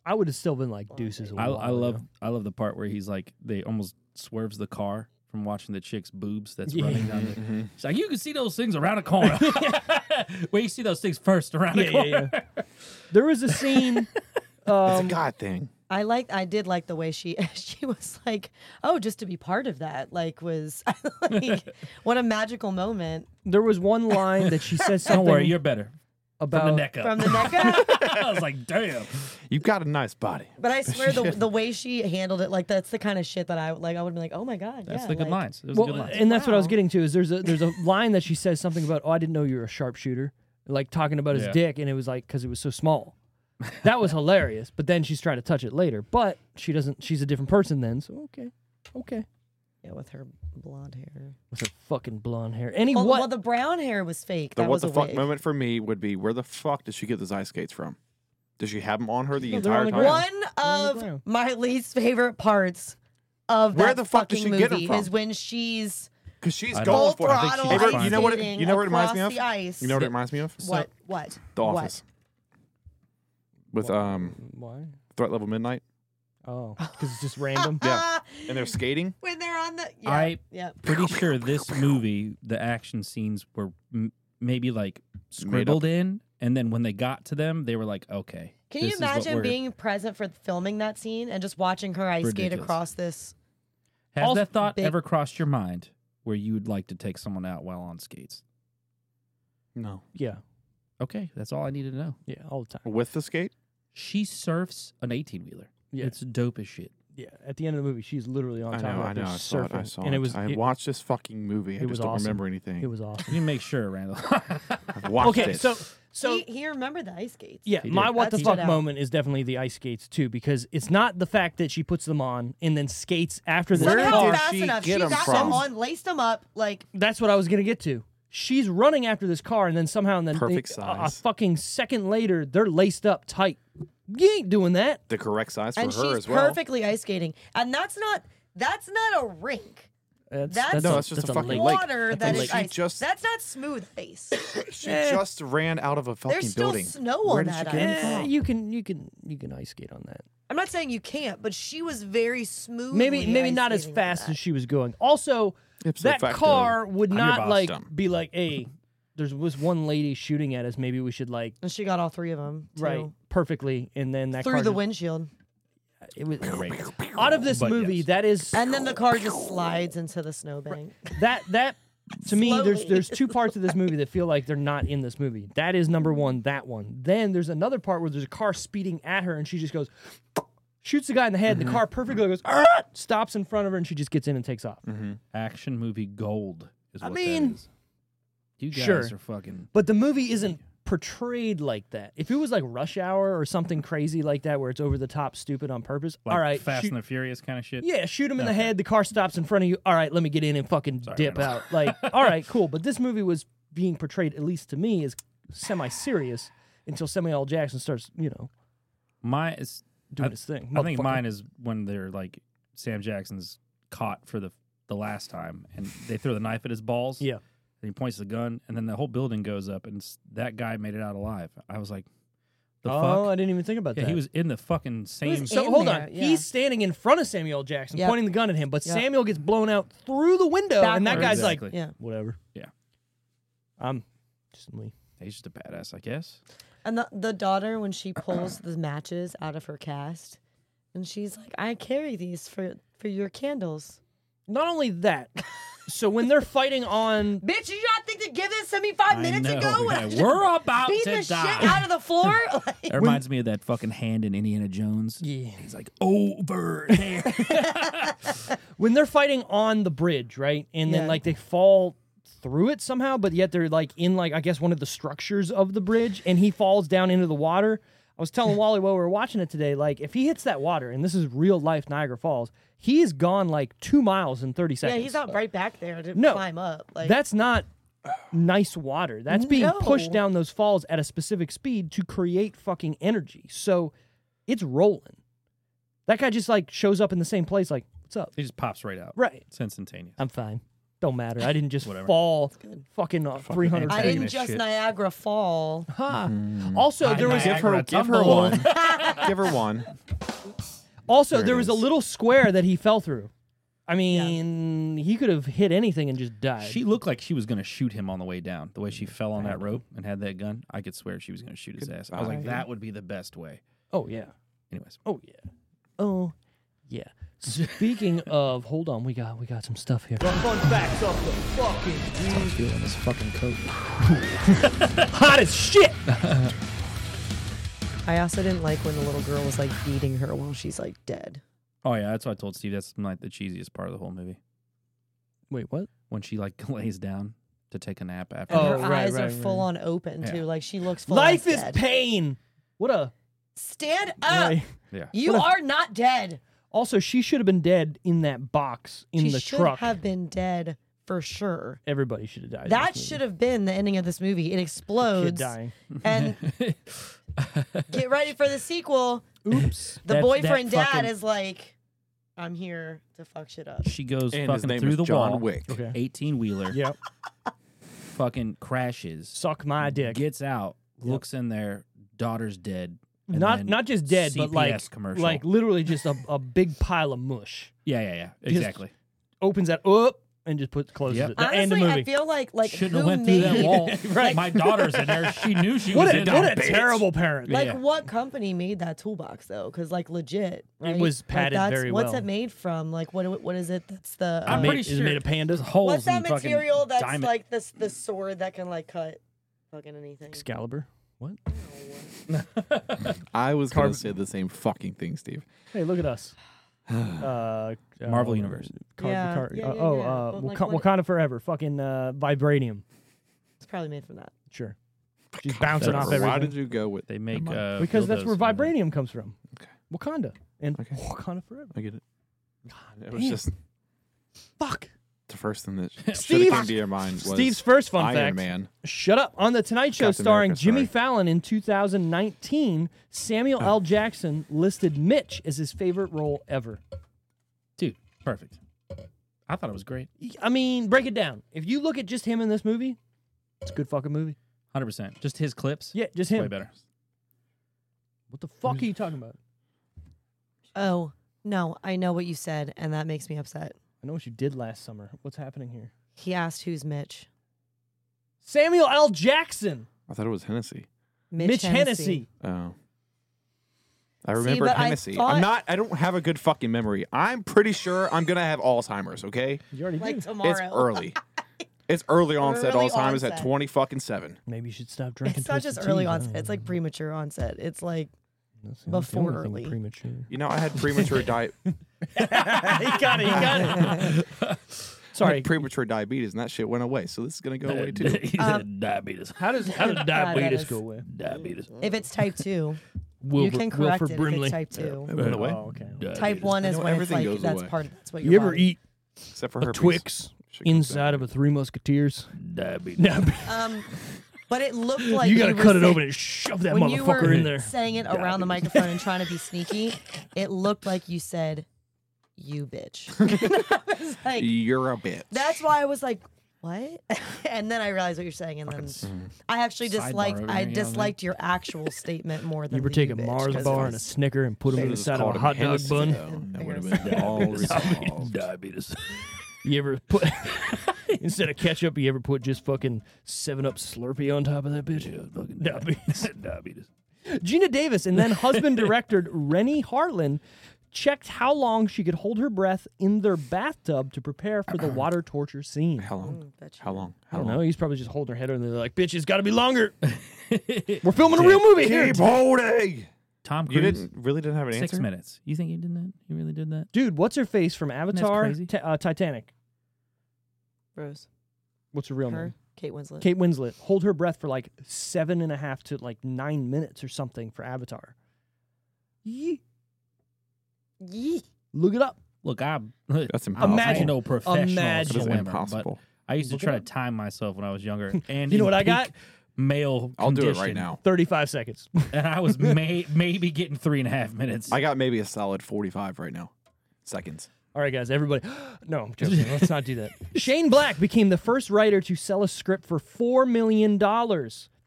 I would have still been like deuces. a
I,
while
I
ago.
love I love the part where he's like they almost swerves the car from watching the chick's boobs that's
Yeah.
running down. The,
Mm-hmm.
It's like you can see those things around a corner. well, you see those things first around a corner.
There was a scene. um,
it's a God thing.
I like. I did like the way she she was like, oh, just to be part of that, like was like what a magical moment
there was one line that she said something
Don't worry, you're better
about
from the neck up.
from the neck up.
I was like, damn.
You've got a nice body.
But I swear the the way she handled it, like that's the kind of shit that I like. I would be like, oh my god,
That's
yeah,
the good
like,
lines. It was a good
Well,
line.
and that's what I was
Wow.
getting to is there's a there's a line that she says something about oh I didn't know you were a sharpshooter like talking about his
Yeah.
dick and it was like because it was so small. That was hilarious. But then she's trying to touch it later, but she doesn't. She's a different person then. So okay, okay,
Yeah, with her blonde hair.
with her fucking blonde hair. Any
Well,
what?
well, the brown hair was fake.
The
that
what
was
the
a
fuck
wig.
moment for me would be where the fuck did she get those ice skates from? Does she have them on her the
No, they're on
entire
the
time?
ground.
One
on the
of
ground.
my least favorite parts of
Where
that
the fuck did
fucking
she
movie
get 'em from?
is when she's
Because she's
I don't-
full
going for it.
I think she's
throttle
Hey,
ice
you know what? It,
skating
you know what it reminds me
across
of?
the ice.
You know what it reminds me of?
what? What?
The
What?
Office. With um
Why?
Threat Level Midnight,
Oh, because it's just random.
Yeah.
Ah,
and they're skating.
when they're on the yeah,
I-
yeah.
Pretty sure this movie, the action scenes were m- maybe like
Made up.
scribbled in, and then when they got to them, they were like, okay.
Can
this
you
is what
imagine
we're-
being present for filming that scene and just watching her ice skate
Ridiculous.
across this?
Has
Also-
that thought
big-
ever crossed your mind where you would like to take someone out while on skates?
No.
yeah,
Okay, that's all I needed to know.
yeah, all the time.
With the skate?
She surfs an 18 wheeler.
Yeah.
It's dope as shit.
Yeah, at the end of the movie, she's literally on
I
top
know,
of
I know. I saw
surfing,
it. I saw
and
it.
it was
I
it,
watched this fucking movie. I
it
just
was
don't
awesome.
remember anything.
it was awesome.
You make sure, Randall.
I've watched
Okay,
it.
so so
he, he remembered the ice skates.
Yeah,
He
my
did.
what
That's
the fuck
stood out.
moment is definitely the ice skates too, because it's not the fact that she puts them on and then skates after the
Where
Somehow
did
car.
fast
she
enough,
get
she
'em
got
from?
them on, laced them up, like
That's what I was gonna get to. She's running after this car, and then somehow, and then
Perfect
they- a, a
size.
fucking second later, they're laced up tight. You ain't doing that.
the correct size for
and
her
she's
as well.
perfectly ice skating. And that's not that's not a rink.
That's,
That's-
No,
a-
that's just a fucking
lake.
lake.
Water that
And
is
she
ice.
just-
that's not smooth ice.
She just ran out of a fucking
There's still
building.
snow
Where
on
did
that
she get 'em
ice.
from?
Eh, you can you can you can ice skate on that.
I'm not saying you can't, but she was very smooth.
Maybe maybe not as fast as she was going. Also,
Ipso
that
facto,
car would
I'm your
not
boss,
like
dumb.
be like, hey, there's was one lady shooting at us. Maybe we should like
And she got all three of them
right perfectly, and then that
through
car
the
just-
windshield,
It was out of this
But
movie.
yes.
That is
and then the car just slides into the snowbank.
that that to me. There's
Slowly.
there's two parts of this movie that feel like they're not in this movie. That is number one. That one. Then there's another part where there's a car speeding at her, and she just goes shoots the guy in the head.
Mm-hmm.
The car perfectly goes "Ah!" stops in front of her, and she just gets in and takes off.
Action movie gold is
I
what that
mean,
is. You guys
sure.
are fucking.
But the movie isn't portrayed like that. If it was like Rush Hour or something crazy like that, where it's over the top, stupid on purpose.
Like
all right,
Fast
shoot-
and the Furious kind of shit.
Yeah, shoot him in the head. The car stops in front of you. All right, let me get in and fucking dip out. Like, all right, cool. But this movie was being portrayed, at least to me, as semi-serious until Samuel L. Jackson starts, you know,
My, is,
doing
I-
his thing.
I think
Motherfucker.
mine is when they're like Sam Jackson's caught for the the last time, and they throw the knife at his balls.
Yeah.
and he points the gun, and then the whole building goes up, and s- that guy made it out alive. I was like, the
oh, I
fuck.
didn't even think about
Yeah,
that.
he was in the fucking same.
in-
so hold
there,
on.
yeah.
He's standing in front of Samuel L. Jackson,
Yep.
pointing the gun at him, but
Yep.
Samuel
Oh,
gets blown out through the window, and that
Backwards.
guy's
Exactly.
like,
yeah.
whatever.
Yeah.
I'm Decently.
He's just a badass, I guess.
And the, the daughter, when she pulls the matches out of her cast, and she's like, "I carry these for for your candles."
Not only that, so when they're fighting on
Bitch, you not think to give this to me five minutes
I know,
ago?
yeah,
just
we're about
beat
to
the
die.
shit out of the floor. Like,
It reminds me of that fucking hand in Indiana Jones.
Yeah.
He's like, over there.
when they're fighting on the bridge, right? And then
Yeah.
like they fall through it somehow, but yet they're like in like I guess one of the structures of the bridge, and he falls down into the water. I was telling Wally while we were watching it today, like if he hits that water, and this is real life Niagara Falls, he is gone like two miles in thirty
yeah,
seconds.
he's not right back there to
No.
climb up. Like
That's not nice water. That's being pushed
No.
down those falls at a specific speed to create fucking energy. So it's rolling. That guy just like shows up in the same place, like, what's up?
he just pops right Uh, out.
Right.
It's instantaneous.
I'm fine. Don't matter. I didn't just
Whatever.
fall fucking uh, 300
I
taking
didn't
that
just
shit.
Niagara fall.
Ha. Also, there was
Give her,
Niagara
give her
tumble.
one. give her one.
also
There it
there was a
is.
little square that he fell through. I mean, he could have hit anything and just died.
She looked like she was going to shoot him on the way down. The way she fell on that rope and had that gun, I could swear she was going to shoot his ass. I was like, that would be the best way.
oh yeah.
Anyways,
Oh yeah. Oh yeah. Speaking of, hold on, we got we got some stuff here.
feeling this fucking coat.
Hot as shit.
I also didn't like when the little girl was like beating her while she's like dead.
Oh yeah, that's what I told Steve. That's like the cheesiest part of the whole movie
Wait, what?
when she like lays down to take a nap after.
And
Oh,
her
right,
eyes are
right,
full
right.
on open
Yeah.
too. Like she looks full
Life
on
is
dead.
pain. What a.
Stand up.
Right.
Yeah.
You are not dead.
Also, she should have been dead in that box in
she
the
should
truck.
have been dead for sure.
Everybody should have died. in
That
this movie.
should have been the ending of this movie. It
Kid
explodes.
dying.
And get ready for the sequel.
Oops. That-
The
that
boyfriend dad
fucking-
is like, I'm here to fuck shit up.
She goes
And his
fucking
name
through
is
the
John
wall.
Wick.
Okay.
Eighteen wheeler.
Yep.
Fucking crashes.
Suck my dick.
Gets out. Looks in there. Daughter's dead. and
not
then
not just dead, but like
CPS commercial.
like literally just a, a big pile of mush.
yeah, yeah, yeah. Exactly.
Opens that up and just puts closes
Yep.
it. The end of
Honestly,
movie.
I feel like like
Shouldn't
who
have went through
made
that wall. right. My daughter's in there. She knew she was
what a,
in
what
there,
a
bitch.
terrible parent.
like
Yeah.
what company made that toolbox though? Because like legit, right?
was
Like,
padded
that's,
very
what's
well.
it made from? Like what what is it? That's the
I'm
uh,
Made-
pretty
is it
sure
made of pandas? Oh,
Holes
what's that
and fucking
material that's
diamond-
like this the sword that can like cut fucking anything?
Excalibur. What?
I was going to say the same fucking thing, Steve.
Hey, look at us. Uh,
Marvel
uh,
Universe.
Car-
Yeah,
car-
yeah,
uh,
yeah,
oh,
yeah.
uh,
But,
Waka-
like, what-
Wakanda Forever. Fucking uh, vibranium.
It's probably made from that.
Sure. She's bouncing off
Jennifer,
Why
everything.
did you go with?
They make
Never mind.
uh,
because that's where
dildos and then-
vibranium comes from.
Okay.
Wakanda and
Okay.
Wakanda Forever.
I get it. it was
uh, damn.
just
Fuck.
the first thing that should
Steve-
have come to your mind was
Steve's first fun
Iron
fact.
Man.
Shut up. On The Tonight Show,
Captain
starring
America,
Jimmy
sorry.
Fallon in 2019, Samuel L. Jackson listed Mitch as his favorite role ever.
Dude, perfect. I thought it was great.
I mean, break it down. If you look at just him in this movie, it's a good fucking movie.
Hundred percent. Just his clips.
Yeah, just
way
him.
better.
What the fuck are you talking about?
Oh no, I know what you said, and that makes me upset.
I know what you did last summer. What's happening here?
He asked who's Mitch.
Samuel L. Jackson,
I thought it was Hennessy.
Mitch,
Mitch, Hennessy.
Oh. I remember
but I
Hennessy.
thought-
I'm not. I don't have a good fucking memory. I'm pretty sure I'm gonna have Alzheimer's. Okay,
You already
Like um,
did.
tomorrow.
it's early. It's early onset
Early
Alzheimer's at
onset.
twenty fucking seven.
Maybe you should stop drinking.
It's not
Twisted
just early
Tea.
onset. It's like premature onset. It's like
That's the only
before
thing
early.
Premature.
You know, I had premature di-
he got it. He got it.
I
Sorry.
had premature diabetes, and that shit went away. So this is gonna go away too.
He said diabetes.
Um,
Ah,
How does how does
diabetes
diabetes
is-
go away?
Diabetes.
if it's type two, you can correct it. If it's type two,
It went away,
Oh, okay.
type one is
know
when it's
everything
like
goes
that's
away.
part. That's what
You
your
ever
body-
eat
except for
a
herpes.
Twix
Shit goes
inside of a Three Musketeers?
Diabetes.
Um, but it looked like
you gotta
were
cut it
sa-
open and shove that
When you were
motherfucker in there.
saying it around the microphone and trying to be sneaky, it looked like you said, "You bitch." I was
back.
like,
You're a bitch.
That's why I was like, what? and then I realized what you're saying, and then I actually
sidebar
disliked
over
I
here, you know what I mean?
disliked your actual statement more than
You were
the
taking
bitch,
Mars
'cause it
bar
was-
and a Snicker and put them
Should've just
inside of
called
a
him
hot dog
Hennessy,
bun.
though. That would have been all resolved.
Diabetes.
You ever put instead of ketchup, you ever put just fucking Seven Up Slurpee on top of that bitch? Yeah, fucking diabetes. diabetes. Gina Davis and then husband director Rennie Harlan checked how long she could hold her breath in their bathtub to prepare for the water torture scene.
How long?
bet you
How long?
I
How
don't
long?
know. He's probably just holding her head, and they're like, "Bitch, it's got to be longer. We're filming a real movie here,
Keep holding.
Tom
You
Cruise.
didn't really didn't have an
six
answer.
minutes. You think he did that? He really did that?
dude." What's her face from Avatar,
crazy.
Ti- uh, Titanic?
Rose.
What's her real name?
Her. Kate Winslet.
Kate Winslet. Hold her breath for like seven and a half to like nine minutes or something for Avatar. Yee.
Yee.
Look it up.
Look, I'm
That's impossible.
I ain't
Imagine-
no professional
Imagine.
That is
swimmer,
impossible.
But I used to
Look it
try to
up.
time myself when I was younger. And
You know
in
what I
peak
got?
Male.
I'll do it right
condition.
now.
35 seconds.
And I was may, maybe getting three and a half minutes.
I got maybe a solid 45 right now. Seconds.
All right, guys, everybody. No, I'm joking. Let's not do that. Shane Black became the first writer to sell a script for $4 million.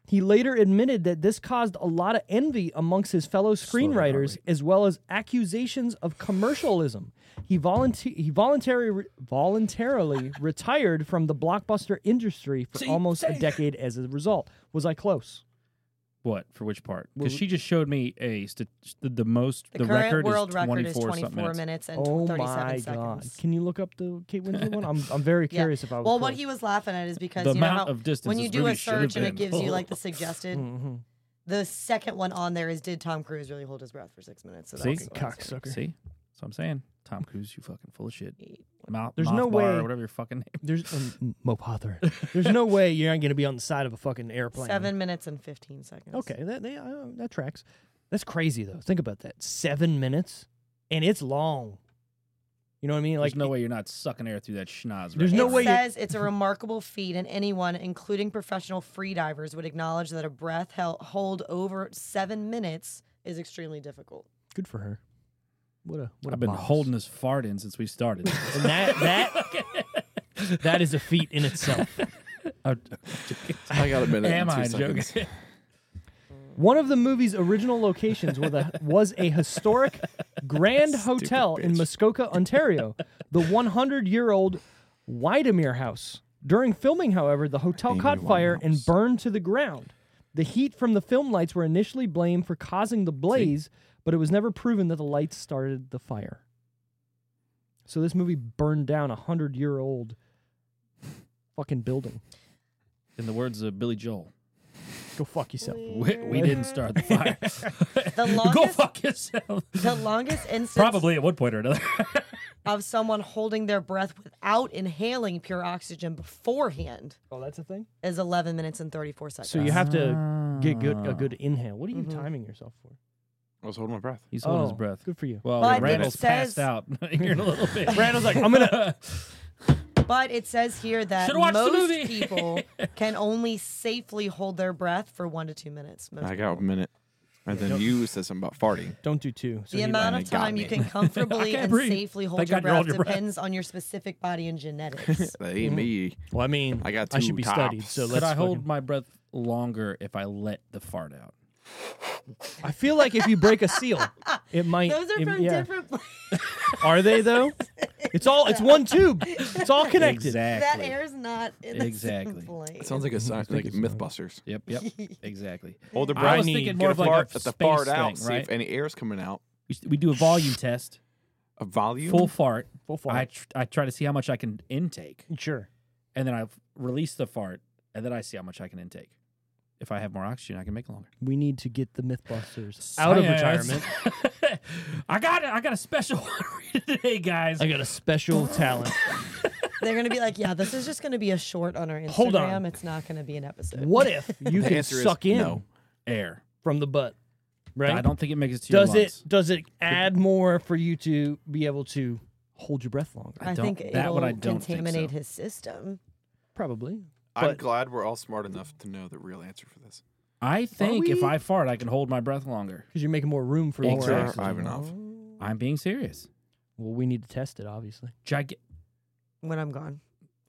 He later admitted that this caused a lot of envy amongst his fellow screenwriters, as well as accusations of commercialism. He, volunte- he voluntary- voluntarily retired from the blockbuster industry for almost a decade as a result. Was I close?
What for which part? Because she just showed me a st- the, the most the,
The, current
record
world
is
record
twenty
is
four
24
something minutes.
minutes, and tw-
Oh
37
my God.
seconds.
Can you look up the Kate Winslet one? I'm, I'm very
Yeah.
curious if I was.
well,
close.
what he was laughing at is because
The
you know
amount
how
of distance
when
this
you do
movie
a
should have
search and it
been.
gives you like the suggested,
Mm-hmm.
the second one on there is did Tom Cruise really hold his breath for six minutes? So
See?
that's what I was
cocksucker.
See, so I'm saying Tom Cruise, you fucking full of shit.
thinking.
Mouth,
There's
mouth
no
bar
way-
or whatever your fucking name.
There's um, Mopather. There's no way you're not going to be on the side of a fucking airplane.
Seven minutes and 15 seconds.
Okay, that they, uh, that tracks. That's crazy though. Think about that. Seven minutes, and it's long. You know what I mean? Like
There's no way you're not sucking air through that schnoz.
There's
right
no
it
now.
way you-
says it's a remarkable feat, and anyone, including professional freedivers, would acknowledge that a breath held, hold over seven minutes is extremely difficult.
Good for her. What a what a
I've been
boss.
holding this fart in since we started.
And that that that is a feat in itself.
I'm
I got a minute.
Am
and two
I joking?
seconds.
One of the movie's original locations was a, was a historic Grand Hotel in
bitch.
Muskoka, Ontario, the 100 year old Widemere House. During filming, however, the hotel caught fire and burned to the ground. The heat from the film lights were initially blamed for causing the blaze, but it was never proven that the lights started the fire. So this movie burned down a 100 year old fucking building.
In the words of Billy Joel,
Go fuck yourself.
we, we didn't start the fire.
The
Go
longest,
fuck yourself.
the longest instance
Probably at one point or another.
of someone holding their breath without inhaling pure oxygen beforehand
Oh, that's a thing?
is 11 minutes and 34 seconds.
So you have to get good a good
Ah.
inhale. What are you
Mm-hmm.
timing yourself for? Oh,
I was holding my breath.
He's holding his breath.
Good for you.
Oh. Well,
But
Randall's
it says-
passed out here in a little bit.
Randall's like, I'm gonna.
But it says here that
Should've watched the
most
movie.
people can only safely hold their breath for one to two minutes. Most
I got a minute. And then you said something about farting.
Don't do two. So
the
he
amount
laughed.
of
It got
time you
me.
can comfortably
can't
and
breathe.
safely hold
Thank God you
your breath
hold your breath.
depends on your specific body and genetics.
That
Mm-hmm.
ain't me.
well, I mean,
I got
I should
two
be studied.
tops.
So let's.
Could I hold
fucking-
my breath longer if I let the fart out?
I feel like if you break a seal, it might.
Those are
it-
from
yeah.
different places.
Are they though? It's all. It's one tube. It's all connected.
That
Exactly.
air is not in the
Exactly.
same place.
It sounds like a science, like MythBusters.
Yep, yep, exactly.
Hold the
I
breath.
was
in,
thinking
get
more
a
of like a
fart, let the
space
fart out.
thing,
See
right?
if any air's coming out.
We, s- we do a volume test.
A volume.
Full fart.
Full fart.
I, tr- I try to see how much I can intake,
Sure.
and then I f- release the fart, and then I see how much I can intake. If I have more oxygen, I can make it longer.
We need to get the MythBusters out of
Science.
retirement.
I got it. I got a special one today, guys.
I got a special talent.
They're going to be like, yeah, this is just going to be a short on our Instagram.
Hold on.
It's not going to be an episode.
What if you
The
can
answer is
suck in
no.
Air.
from the butt? Right.
I don't think it makes it to
does
your
it does it add more for you to be able to hold your breath longer?
I,
don't-
think
that
it'll
one I don't think
contaminate
so.
his system.
Probably.
I'm
but-
glad we're all smart enough to know the real answer for this.
I think if
we-
I fart, I can hold my breath longer.
Because you're making more room for more
Exactly.
Or
oxygen.
Ivanov.
I'm being serious.
Well, we need to test it, obviously.
Giga-
When I'm gone,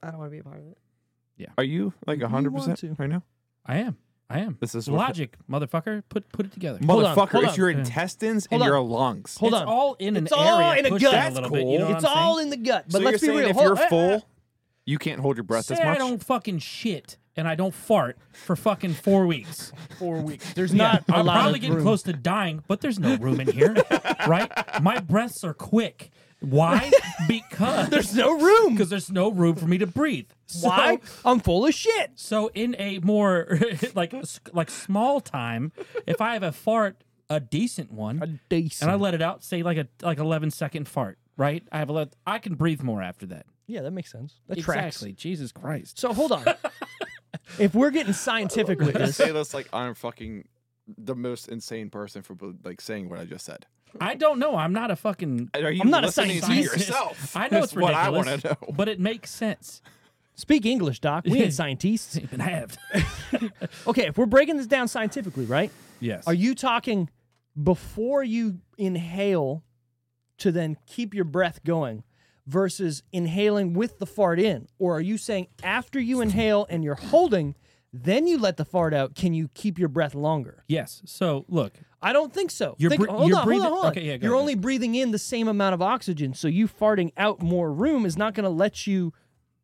I don't want to be a part of it.
Are you like
want
100%
to.
right now?
I am. I am.
This is what-
logic, motherfucker. Put put it together.
Hold on,
Motherfucker,
hold
it's
on.
your intestines and
Hold
your lungs.
Hold
it's
on.
all in an
it's all
area.
in a
Push
gut.
it a little bit, you know
it's
what I'm
all
saying?
in the gut. But
so
let's
you're
be
saying
real.
if
Hold-
you're
eh, eh,
full,
eh.
You can't hold your breath
Say
as
I
much.
don't fucking shit and I don't fart for fucking four weeks.
Four weeks. There's
Yeah,
not a
I'm
lot
probably
of
getting
room.
close to dying, but there's no room in here, right? My breaths are quick. Why? Because
There's no room.
because there's no room for me to breathe. So-
Why? I'm full of shit.
So in a more like s- like small time, if I have a fart, a decent one, and
decent.
I let it out, say like a like 11 second fart, right? I have 11, I can breathe more after that.
yeah, that makes sense. That tracks.
Exactly. Jesus Christ.
So hold on. if we're getting scientific with
I
this,
say this like I'm fucking the most insane person for like saying what I just said.
I don't know. I'm not a fucking
Are you
I'm not a
listening to
scientist.
yourself?
I know
That's
it's ridiculous,
what I want to know.
but it makes sense.
speak English, Doc. We ain't scientists.
Even have.
Okay, if we're breaking this down scientifically, right?
yes.
Are you talking before you inhale to then keep your breath going versus inhaling with the fart in? Or are you saying after you inhale and you're holding, then you let the fart out, can you keep your breath longer?
Yes. So look,
I don't think so.
You're
Think-
bre-
hold,
you're
on,
breathing-
hold on, hold on,
okay, yeah, go
You're
ahead.
only breathing in the same amount of oxygen, so you farting out more room is not going to let you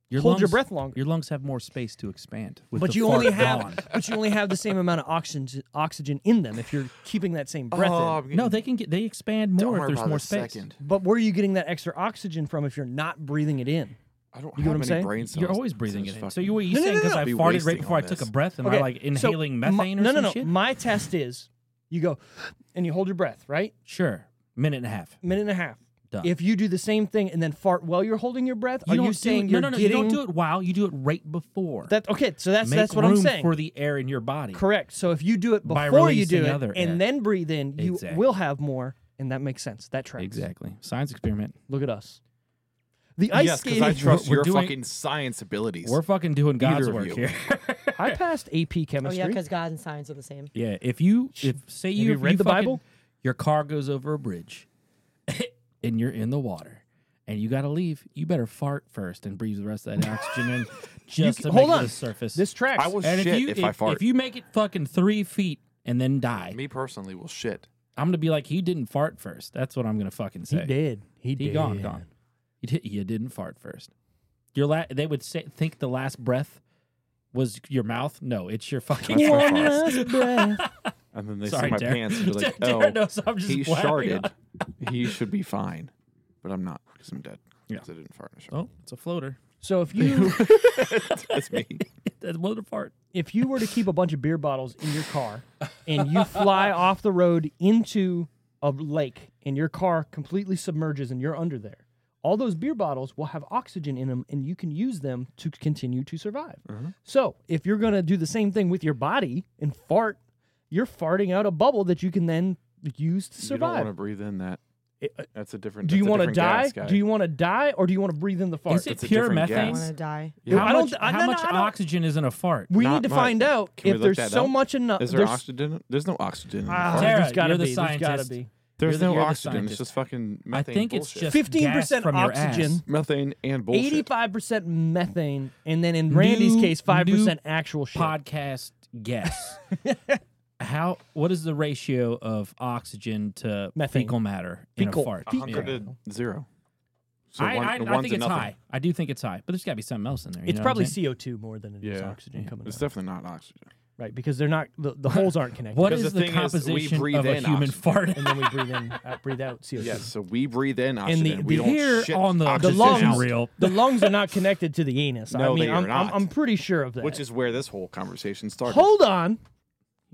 your
hold
lungs,
your breath longer.
Your lungs have more space to expand. with
but
the
you only
fart
have,
gone.
but you only have the same amount of oxygen oxygen in them if you're keeping that same breath
Oh,
in.
I'm getting
No, they can get they expand more if
dumber
there's
by
more
the
space.
second.
But where are you getting that extra oxygen from if you're not breathing it in?
I don't
You get
have
what I'm
any
saying?
brain cells.
You're always breathing it
just
in. So
fucking-
you were you
No, no,
saying
no,
because
no.
I
Be
farted right
wasting
before I
on
took a
this.
breath? Am I like
so
inhaling
my-
methane or
no,
some
no, no.
shit?
My test is you go and you hold your breath, right?
Sure, minute and a half.
Minute and a half.
Done.
If you do the same thing and then fart while you're holding your breath, are
don't
you
do
saying
it,
you're
no, no, no,
getting
you don't do it while you do it right before.
that? Okay, so that's
Make
that's what
room
I'm saying.
for the air in your body.
Correct. So if you do it
By
before you do
releasing
it
other
and
air.
then breathe in, you
Exactly.
will have more, and that makes sense. That tracks.
Exactly. Science experiment.
Look at us. The ice
yes, because
skating.
I trust
we're
your
doing-
fucking science abilities.
We're fucking doing God's
Either of
work
you.
here.
I passed AP chemistry.
Oh yeah, because God and science are the same.
yeah. If you if say you,
you read
you
the
fucking-
Bible?
your car goes over a bridge, and you're in the water. And you gotta leave. You better fart first and breathe the rest of that oxygen in, just to
hold
make it
on.
to the surface.
This tracks.
I will
and
shit
if you
if, I fart.
you make it fucking three feet and then die,
Me personally will shit.
I'm gonna be like, he didn't fart first. That's what I'm gonna fucking
he
say.
did. He,
He
did.
gone, gone. You, did, you didn't fart first. Your la- they would say, think the last breath was your mouth. No, it's your fucking.
That's
ass.
my fault.
breath.
And then they
Sorry,
see my
Darren.
pants and be like,
Darren
"Oh,
knows I'm just
he
blabbing on."
sharded. he should be fine, but I'm not because I'm dead.
Yeah.
Because I didn't fart in a shower.
Oh, it's a floater.
So if you
That's me.
That's floater fart.
if you were to keep a bunch of beer bottles in your car and you fly off the road into a lake and your car completely submerges and you're under there, all those beer bottles will have oxygen in them and you can use them to continue to survive.
Uh-huh.
So if you're going to do the same thing with your body and fart, you're farting out a bubble that you can then use to
You don't want
survive.
to breathe in that.
It- uh,
That's a different.
do you
want
want to die? Do you want to die or do you want to breathe in the fart?
Is it
It's a
pure
different
I
methane?
gas.
want to die.
Yeah.
How
I don't-
much, how
I- no, no,
much
I don't-
oxygen is in a fart?
we
Not
need to
much.
find out
Can we
if
look
there's
that
so
up?
much enough.
Is there
there's,
oxygen? There's no oxygen. In the
Ah,
fart.
Tara,
there's gotta
you're the
be. There's gotta
scientist.
be.
There's
you're the-
no
you're the
oxygen.
scientist.
It's just fucking
I
methane.
think it's
bullshit.
just
15%
gas from your ass.
oxygen.
methane and bullshit.
Eighty-five percent methane, and then in Randy's
New-
case, five percent
new
actual shit.
podcast guess. How what is the ratio of oxygen to
Methane.
fecal matter in
Fecal.
a fart?
Fe-
100 to zero. Uh-huh. So
I,
one-
I,
the
I
one's
think
a
it's
nothing.
high. I do think it's high, but there's got to be something else in there. you
it's
know what I'm
probably
saying?
CO two more than it is
Yeah.
oxygen coming
It's
out,
definitely not oxygen.
right? Because they're not the, the holes aren't connected.
What
Because
is
the
the
thing is, we
composition
breathe
of a
in
human
oxygen.
fart?
and then we breathe in, out, breathe out CO two.
Yes, so we breathe in oxygen.
the-
we
the
don't
Here
shit
on the, the
oxygen
lungs.
lungs
out,
reel,
The lungs are not connected to the anus. I
No,
mean,
they
I'm,
are
I'm
not.
I'm pretty sure of that.
which is where this whole conversation started.
hold on,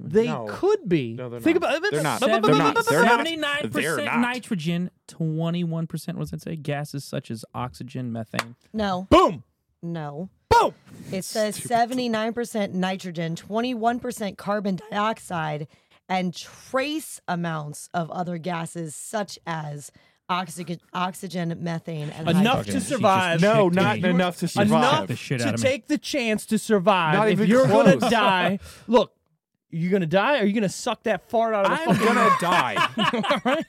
they
No.
could be.
No, they're
Think
not.
about
They're not.
But- but-
They're
but-
not.
but-
They're not.
Seventy-nine
They're
percent
not.
nitrogen, twenty-one percent. What does that say? Gases such as oxygen, methane.
No,
Boom,
no.
boom.
It says seventy nine percent nitrogen, twenty one percent carbon dioxide, and trace amounts of other gases such as oxygen, oxygen, methane, and
Enough
hydrogen.
to survive.
No,
Shit,
not
dude.
enough to
Enough
survive.
the shit
to
out of me.
take the chance to survive.
Not
if
even
you're gonna
close.
die, look, you're gonna die. Or are you gonna suck that fart out of the
I'm
fucking?
gonna die.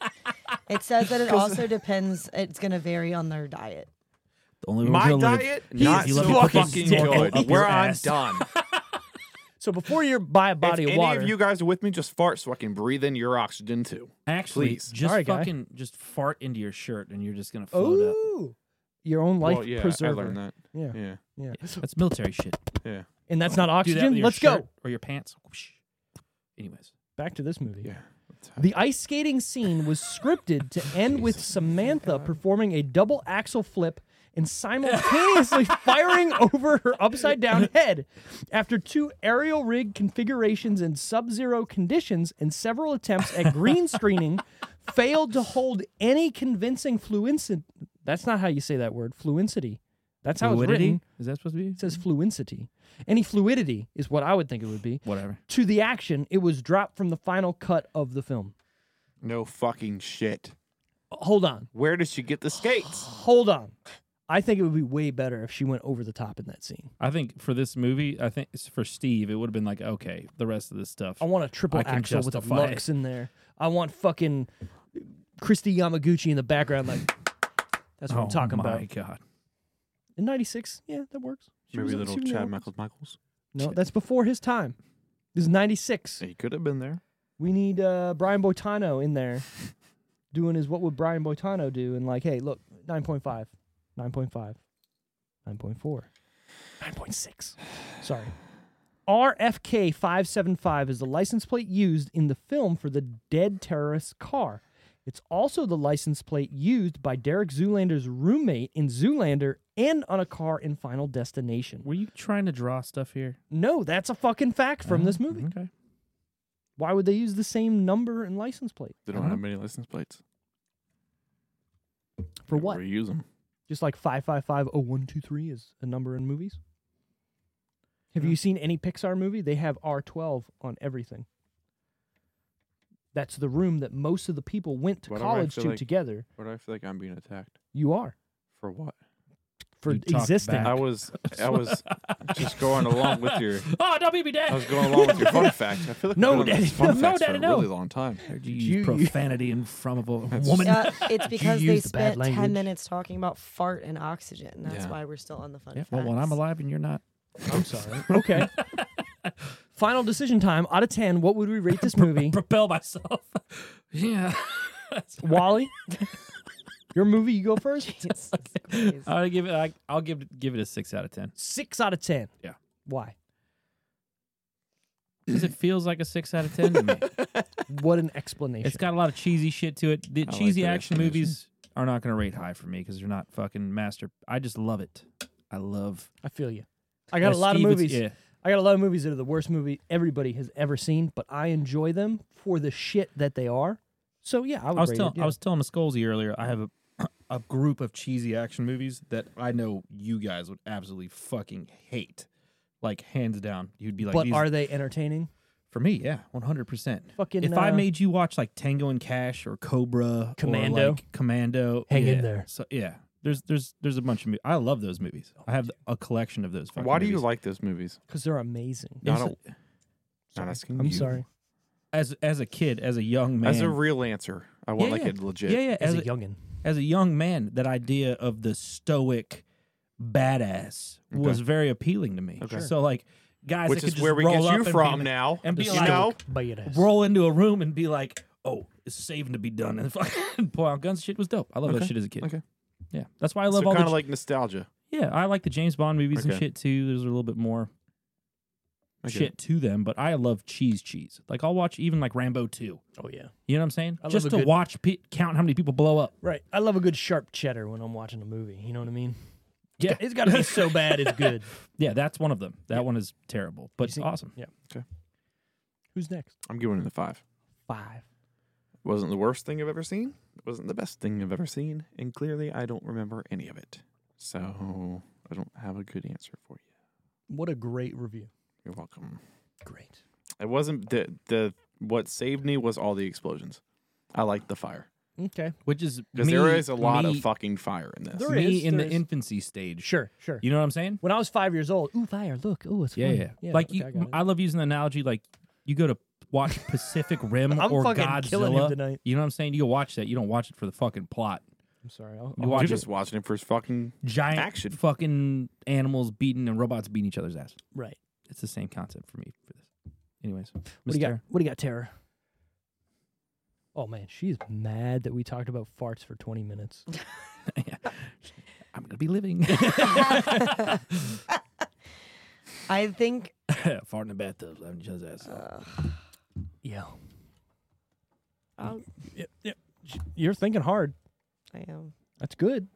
It says that it also depends. It's going to vary on their diet.
The only
My
real
diet,
He-
not
he
so
let me
fucking,
fucking stick and eat
good. We're
your
on
ass.
done.
So before you buy a body
if
of
any
water,
of you guys are with me, just fart so I can breathe in your oxygen too.
Actually,
Please.
just
Sorry, guy.
fucking just fart into your shirt, and you're just gonna float up.
ooh, your own life
well, yeah,
preserver.
I learned that.
Yeah,
Yeah,
yeah.
That's military shit.
yeah,
And that's
Do
not
that with
oxygen.
your
Let's
shirt
go
Or your pants. Whoosh. Anyways,
back to this movie.
yeah.
The ice skating scene was scripted to end with Samantha performing a double axle flip and simultaneously firing over her upside down head. After two aerial rig configurations in sub zero conditions and several attempts at green screening, failed to hold any convincing fluency. That's not how you say that word, fluency. That's how it's
fluidity
written.
is that supposed to be?
It says fluency. Any fluidity is what I would think it would be.
Whatever.
To the action, it was dropped from the final cut of the film.
No fucking shit.
Hold on.
Where did she get the skates?
hold on. I think it would be way better if she went over the top in that scene.
I think for this movie, I think it's for Steve, it would have been like, okay, the rest of this stuff.
I want a triple
I can
axel with the
justify it.
Lux in there. I want fucking Christy Yamaguchi in the background. Like, that's what
oh
I'm talking
my
about.
god.
In '96, yeah, that works. She was
Maybe
in-
little
she was in
Chad
the-
Michaels Michaels.
No, that's before his time. This is '96.
He could have been there.
We need uh, Brian Boitano in there doing his what would Brian Boitano do? And like, hey, look, 9.5, 9.5, 9.4, 9.6. Sorry. RFK 575 is the license plate used in the film for the dead terrorist's car. It's also the license plate used by Derek Zoolander's roommate in Zoolander and on a car in Final Destination.
Were you trying to draw stuff here?
No, that's a fucking fact from this movie.
Mm-hmm. Okay.
Why would they use the same number and license plate?
They don't
Uh-huh.
have many license plates.
For what?
Reuse them.
Just like 555023 is a number in movies. Have
Hmm.
you seen any Pixar movie? They have R12 on everything. That's the room that most of the people went to
Why do I
college
feel
to
like-
together.
What do I feel like I'm being attacked
You are
for? What?
for
You talk
existing.
back.
I was I was just going along with your
Oh, don't beat me, Dad.
I was going along with your fun fact. I feel like
No,
we've been on these
Daddy,
fun
no,
facts
Daddy,
for
no.
a really long time.
Did you use
You-
profanity in front of a woman?
Yeah, it's because they
use the bad
spent
language?
ten minutes talking about fart and oxygen. That's
Yeah.
why we're still on the fun.
Yeah, well, when I'm
facts.
alive and you're not,
I'm sorry. Okay. Final decision time. Out of 10, what would we rate this movie?
propel myself. yeah.
Wally? Your movie, you go first?
Jesus Christ.
I'll give it. I, I'll give it- give it a six out of ten.
Six out of 10.
Yeah.
Why?
Because it feels like a six out of ten to me.
What an explanation.
It's got a lot of cheesy shit to it. The
like
cheesy
that
action
explanation.
movies are not going to rate high for me because they're not fucking master. I just love it. I love.
I feel you. I got
Yeah,
a lot
Steve,
of
it's-
movies.
yeah.
I got a lot of movies that are the worst movie everybody has ever seen, but I enjoy them for the shit that they are. So yeah, I would
I was
rate
telling
it, yeah.
I was telling Miscolzi earlier. I have a a group of cheesy action movies that I know you guys would absolutely fucking hate, like hands down. You'd be like,
but
these,
are they entertaining?
for me, yeah, one hundred percent.
Fucking,
if I
uh,
made you watch like Tango and Cash or Cobra,
Commando.
or like Commando,
Hang in
yeah.
there.
So yeah, there's there's there's a bunch of. Mo- I love those movies. I have a collection of those. fucking
Why do you
movies.
like those movies?
Because they're amazing.
Not,
It's-
a, not asking
I'm
you.
sorry.
as as a kid, as a young man,
As a real answer, I want
Yeah,
like
yeah.
a legit.
yeah, yeah,
As,
as,
a youngin,
as a young man, that idea of the stoic badass was very appealing to me.
Okay.
So like guys,
Which
that could
is
just
where we
roll
get
up
you
and be
from
like-
now.
and be
you
like-
know,
badass.
roll into a room and be like, "Oh, it's saving to be done," and fucking pull out guns. Shit was dope. I love that shit as a kid.
Okay.
Yeah, that's why I
so
love all
kind
the
of like nostalgia.
yeah. I like the James Bond movies and
Okay.
shit too. There's a little bit more
Okay.
shit to them, but I love cheese cheese. Like I'll watch even like Rambo two.
oh yeah,
You know what I'm saying?
I love
Just
a
to
good-
watch pe- count how many people blow up.
right. I love a good sharp cheddar when I'm watching a movie. You know what I mean?
Yeah.
it's got to be so bad it's good.
Yeah, that's one of them. That one is terrible, but it's
see-
awesome.
Yeah.
Okay.
Who's next?
I'm giving it a five.
Five.
Wasn't the worst thing I've ever seen. Wasn't the best thing I've ever seen, and clearly I don't remember any of it. So I don't have a good answer for you.
What a great review.
You're welcome.
Great.
It wasn't the the what saved me was all the explosions. I liked the fire
Okay.
Which is
because
me-
there is a lot
me-
of fucking fire in this.
There
me
is,
in
there
the
is.
infancy stage.
Sure. Sure.
You know what I'm saying?
when I was five years old, ooh fire! Look, ooh it's
Yeah,
fun.
yeah. Like
Hmm. okay, I got
you,
it.
I, love using the analogy. Like you go to watch Pacific Rim
I'm
or
fucking killing him
Godzilla.
tonight.
You know what I'm saying? You go watch that. You don't watch it for the fucking plot.
I'm sorry. I'll,
You
I'll-
watch
You're
it.
just watching it for his fucking
giant
Oh, action.
fucking animals beating and robots beating each other's ass.
right.
It's the same concept for me for this. Anyways,
What do you got?
Mr.
What do you got, Tara? Oh man, she's mad that we talked about farts for 20 minutes.
I'm gonna be living.
I think
Fart in the bathtub, laughing each other's ass. off.
Yeah.
I'll,
You're thinking hard.
I am.
That's good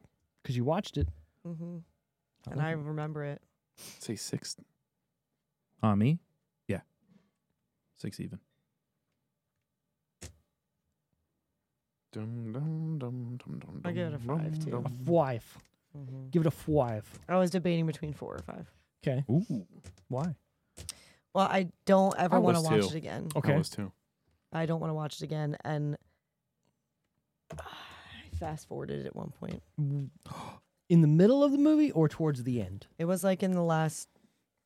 because you watched it.
hmm
I
And
love
I
it.
remember it.
Say six.
On me? Yeah. Six even.
Dum, dum, dum, dum, dum,
I give it a
dum,
five,
dum,
too.
a
dum.
five.
hmm
Give it a five.
I was debating between four or five.
Okay.
Ooh.
Why?
Well, I don't ever
I
want to
was
watch
too.
it again.
I
Okay.
was too.
I don't want to watch it again. And I fast forwarded at one point.
In the middle of the movie or towards the end?
It was like in the last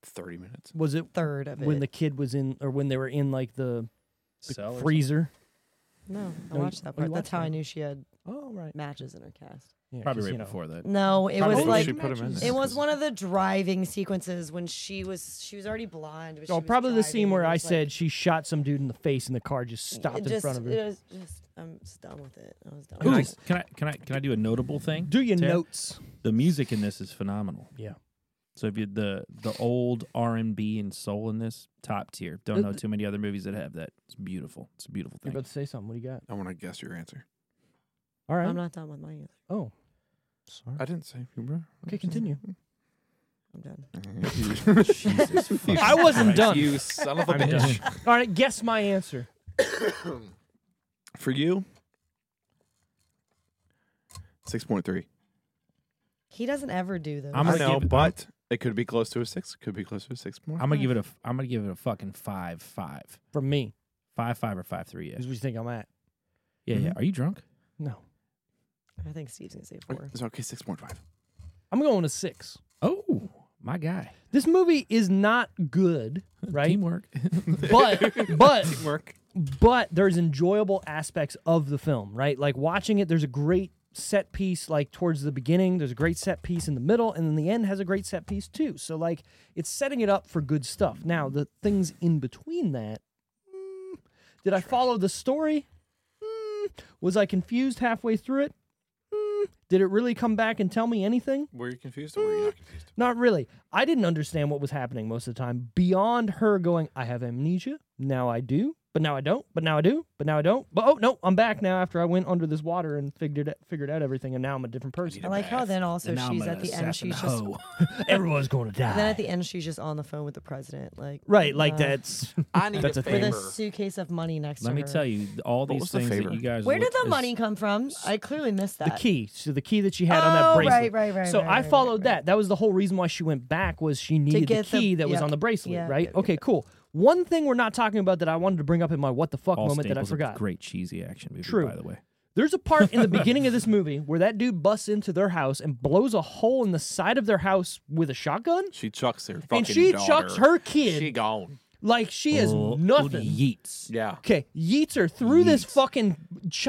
30 minutes.
Was it
third of
when
it.
the kid was in or when they were in like the, the
Cell or
freezer?
no, I
No, you-
watched that
oh, you
part. That's
watched
how I
that.
knew she had
Oh right.
matches in her cast.
Yeah,
Probably
'cause,
right
you know,
before that.
No, it
Probably
was
she
like
should put 'em in
it
there.
was one of the driving sequences when she was she was already blonde. But she
Oh,
was
probably the
driving,
scene where
and it
I
was like-
said she shot some dude in the face and the car just stopped
It
in
just-
front of
It
her.
was just I'm just done with it. I was done.
Can I,
With it.
can I can I can I do a notable thing?
Do your
Tara?
notes.
The music in this is phenomenal.
Yeah.
So if you the the old R and B and soul in this top tier. Don't know too many other movies that have that. It's beautiful. It's a beautiful
You're
thing.
about to say something. What do you got?
I want to guess your answer.
All right.
I'm not done with mine either.
oh. Sorry.
I didn't say humor.
Okay, continue.
I'm done.
Jesus fucking
I wasn't
Christ.
done.
You son of a
I'm
bitch.
done. All right, guess my answer.
For you, 6.3.
He doesn't ever do those.
I'm
I
gonna
know,
give it-
but it could be close to a six. Could be close to a six more.
I'm gonna give it a I'm gonna give it a fucking five five.
From me.
Five five or five three, yeah.
Is what you think I'm at.
Yeah, yeah. Are you drunk?
No.
I think Steve's gonna say four.
It's okay, six point five.
I'm going to six.
Oh, my guy.
This movie is not good, right?
Teamwork.
but but
Work.
but there's enjoyable aspects of the film, right? Like watching it, there's a great set piece like towards the beginning, there's a great set piece in the middle, and then the end has a great set piece too. So like it's setting it up for good stuff. Now the things in between that, mm, did I follow the story? Mm, was I confused halfway through it? Mm, did it really come back and tell me anything?
Were you confused or were you not confused?
Not really. I didn't understand what was happening most of the time beyond her going, I have amnesia. Now I do, but now I don't, but now I do, but now I don't. But oh no, I'm back now after I went under this water and figured it, figured out everything and now I'm a different person.
I like how then also she's at the end. She's just
Everyone's going to die.
and then at the end she's just on the phone with the president, like
right, like
uh,
that's
I need
That's a
a
thing.
with
favor.
a suitcase of money next
Let
to
me
her.
tell you, th- all
What
these
was the
things that
favor?
you guys.
Where did
looked
the
as-
money come from? I clearly missed that.
the key. So the key that she had on that
Oh,
bracelet.
right, right, right,
So
right,
I
right,
followed
right,
that. That was the whole reason why she went back was she needed the
get the-
key that was
yep,
on the bracelet,
yep,
right?
yep,
okay,
yep.
cool. One thing we're not talking about that I wanted to bring up in my what the fuck
All
moment that I
Staples, a
forgot.
Great cheesy action movie,
True.
by the way.
There's a part in the beginning of this movie where that dude busts into their house and blows a hole in the side of their house with a shotgun,
She chucks her fucking
and she
daughter.
chucks her kid
She gone.
like she is
Old- old
nothing.
Yeats.
Yeah.
Okay, yeets her through this
Yeets.
fucking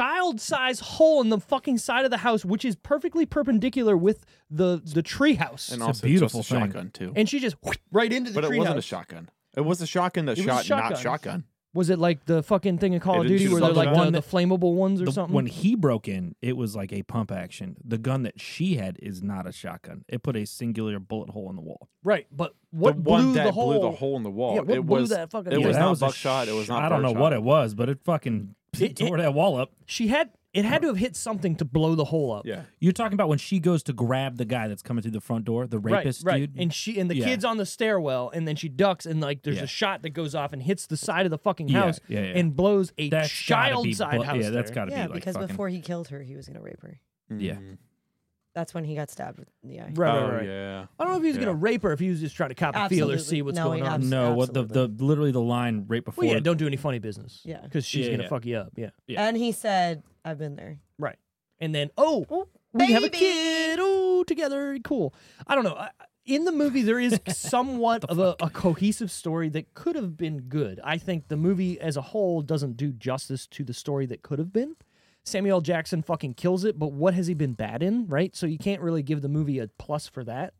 child-sized hole in the fucking side of the house, which is perfectly perpendicular with the the tree house,
And
and,
a
also
beautiful
just a
thing.
shotgun too.
she just whoosh, right into the
but it
tree
wasn't a
house.
shotgun. It was a shotgun that
It was a
shot,
shotgun.
not shotgun.
was it like the fucking thing in Call
Yeah,
of
didn't
Duty
you
where
just
they're like
love the
the,
one
the flammable ones or
The-
something?
when he broke in, it was like a pump action. The gun that she had is not a shotgun. It put a singular bullet hole in the wall.
right, but what
the
blew
one that
the hole?
blew the hole in the wall.
Yeah, what
it
blew
was,
that fucking
It
Yeah,
was
that
not
a
buckshot. It was
sh-
not.
I don't know
birdshot.
what it was, but it fucking
It-
tore that wall up.
She had it had to have hit something to blow the hole up.
Yeah.
You're talking about when she goes to grab the guy that's coming through the front door, the rapist
right,
dude.
right. And she and the
Yeah.
kids on the stairwell, and then she ducks, and like there's
Yeah.
a shot that goes off and hits the side of the fucking
Yeah,
house
yeah, yeah.
and blows a
that's gotta
child
be
side
blo-
house.
Yeah, that's
there.
got to
Yeah,
be like
because
fucking,
before he killed her, he was gonna rape her.
Yeah.
That's when he got stabbed with- in the eye.
right, right,
Oh,
right.
yeah.
I don't know if he was
Yeah.
gonna rape her, if he was just trying to cop a feel or
Absolutely.
see what's
No,
going
he
on.
abs-
No, what the the
Absolutely.
literally the line right before
Well, yeah, don't do any funny business.
Yeah.
because she's
Yeah,
gonna
yeah.
fuck you up. Yeah,
Yeah.
And he said, "I've been there."
right. And then oh, we have a kid. Oh, together, cool. I don't know. I, in the movie, there is somewhat of a, a cohesive story that could have been good. I think the movie as a whole doesn't do justice to the story that could have been. Samuel L. Jackson fucking kills it, but what has he been bad in, right? So you can't really give the movie a plus for that.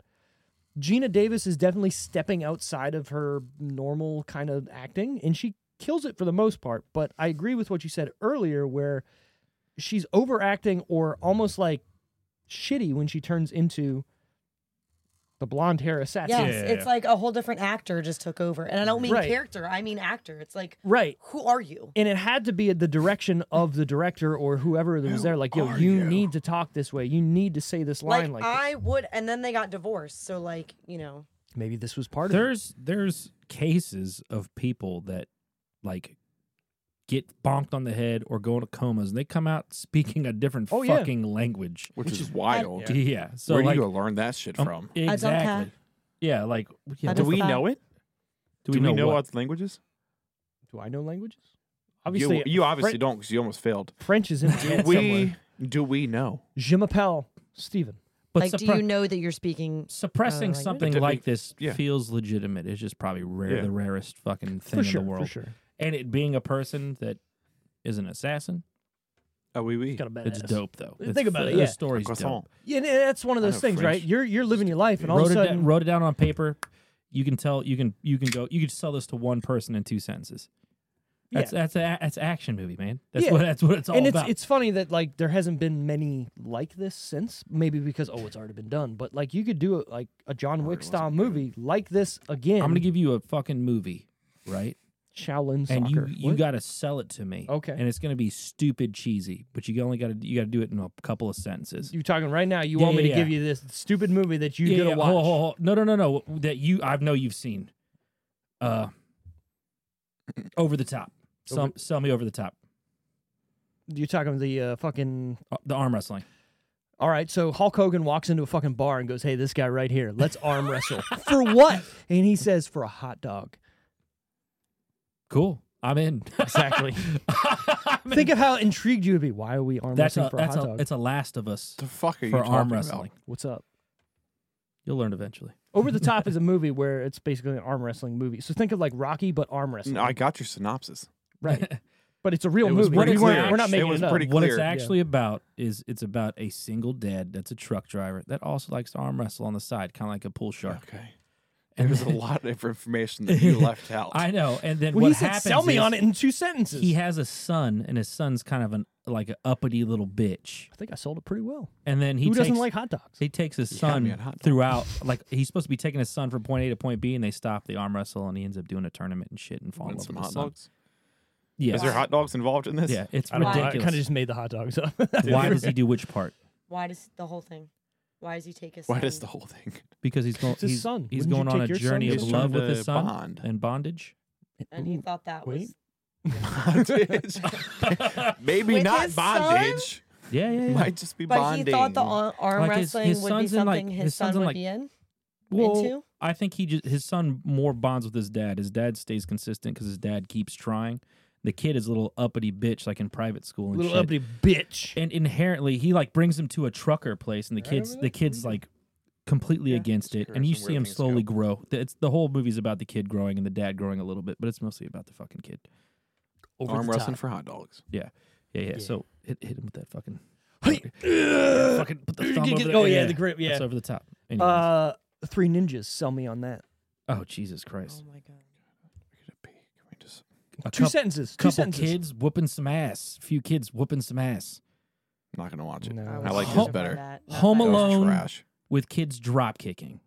Gina Davis is definitely stepping outside of her normal kind of acting, and she kills it for the most part. But I agree with what you said earlier, where she's overacting or almost like shitty when she turns into the blonde hair assassin.
Yes,
Yeah.
it's like a whole different actor just took over, and I don't mean
Right.
character, I mean actor. It's like,
Right.
who are you?
And it had to be at the direction of the director or whoever that was there. Like, yo,
are
you,
you?
need to talk this way. You need to say this
Like,
line like, this.
I would, and then they got divorced, so like you know,
Maybe this was part of it.
There's there's cases of people that like get bonked on the head or go into comas and they come out speaking a different
Oh, yeah.
fucking language.
which, is wild.
Yeah. So
Where
like,
do you learn that shit
um,
from?
don't
exactly.
care.
Yeah, like yeah,
I
do,
don't
we,
care.
it?
do we know, what?
the language is?
Do I know languages?
Obviously,
Obviously,
you, you obviously
Fre-
don't because you almost failed.
French is in my head somewhere.
We do we know?
Je m'appelle Steven.
But
like, do
suppre-
you know that you're speaking?
suppressing
Uh, like-
something
Different-
like this
yeah.
feels legitimate. It's just probably rare,
Yeah.
the rarest fucking thing
For sure,
in the world.
for sure.
And it being a person that is an assassin,
Oh, we we.
Got a badass.
it's dope though.
Think
It's
about
fu-
it,
The
yeah.
story's dope.
Yeah, and that's one of
I
those
know
things,
French.
right? You're you're living your life, and all
Wrote
of a
it,
sudden,
down, wrote it down on paper. You can tell you can you can go you could sell this to one person in two sentences. That's that's a, that's an action movie, man. That's
Yeah.
what that's what it's all
and it's
about.
it's funny that like there hasn't been many like this since. Maybe because oh, it's already been done. But like you could do a, like a John Wick style movie like this again.
I'm gonna give you a fucking movie, right?
Shaolin
And
Soccer.
you you
What?
got to sell it to me.
Okay.
And it's gonna be stupid cheesy, but you only got to you got to do it in a couple of sentences.
you talking right now? You
Yeah,
want me
yeah,
to give
yeah.
you this stupid movie that you
yeah,
gonna
yeah,
watch?
hold- hold- hold. No, no, no, no. That you I know you've seen. Uh, over the top. Some sell me over the top.
You're talking the uh, fucking.
Uh, The arm wrestling.
All right, so Hulk Hogan walks into a fucking bar and goes, "Hey, this guy right here, let's arm wrestle for what?" And he says, "For a hot dog."
Cool. I'm in.
Exactly. Think of how intrigued you would be. Why are we arm
that's
wrestling
a,
for a
that's
hot
a,
dog?
it's a Last of Us
the fuck are you
for
talking
arm
about?
wrestling.
What's up?
You'll learn eventually.
Over the Top is a movie where it's basically an arm wrestling movie. So think of like Rocky, but arm wrestling.
No, I got your synopsis.
right. But it's a real
It was
movie.
pretty
We weren't-
clear.
we're not
It
making it,
was
up.
pretty-
What it's
clear.
actually about is it's about a single dad that's a truck driver that also likes to arm wrestle on the side, kind of like a pool shark.
Okay. There's a lot of information that you left out.
I know. And then
Well,
what
he said,
happens?
sell me
is
on it in two sentences.
He has a son, and his son's kind of an like an uppity little bitch.
I think I sold it pretty well.
And then he
Who
takes,
doesn't like hot dogs?
He takes his
got me
son
at hot dogs.
throughout. Like he's supposed to be taking his son from point A to point B, and they stop the arm wrestle, and he ends up doing a tournament and shit, and falling in love
Want some
with his
hot
son.
dogs?
Yeah,
Is there hot dogs involved in this?
yeah, it's
I don't know. I
ridiculous.
kind of just made the hot dogs up.
Why does he do which part?
Why does the whole thing? Why does he take his?
Why
son?
does the whole thing?
Because he's going.
It's his
he's,
son.
He's
Wouldn't you
going on
take
a
your son?
journey of
He's
trying
love with
to
his son
bond.
and bondage.
And he
Ooh.
thought that
wait.
was
Bondage. Maybe
With
not
his son?
bondage.
Yeah, yeah, yeah.
Might just be
But
bonding.
he thought the ar- arm
Like, his-
wrestling
his
would be
son's in, like-
something his,
his son's
son
in,
would
like-
be in.
well,
into?
I think he just his son more bonds with his dad. His dad stays consistent because his dad keeps trying. The kid is a little uppity bitch, like in private school and
Little
shit.
uppity bitch.
and inherently he like brings him to a trucker place and the kids the
Mm-hmm.
kids like completely against it and you
encouraging
see
where
him
things
slowly
go.
grow Th- it's the whole movie's about the kid growing and the dad growing a little bit but it's mostly about the fucking kid
Over
arm
the
wrestling
top.
for hot dogs.
yeah yeah yeah, so hit, hit him with that fucking
Hey.
fucking put the thumb
Get-
over
get-
the-
oh, yeah, the grip, yeah.
it's over the top Anyways.
Uh, Three Ninjas, sell me on that.
oh jesus christ
my god.
Can we just-
a
Two
coup-
sentences. Two
couple
sentences.
kids whooping some ass a few kids whooping some ass
I'm not gonna watch it.
No.
I like
Ho-
his better.
Home
That was
Alone.
Trash.
with kids drop kicking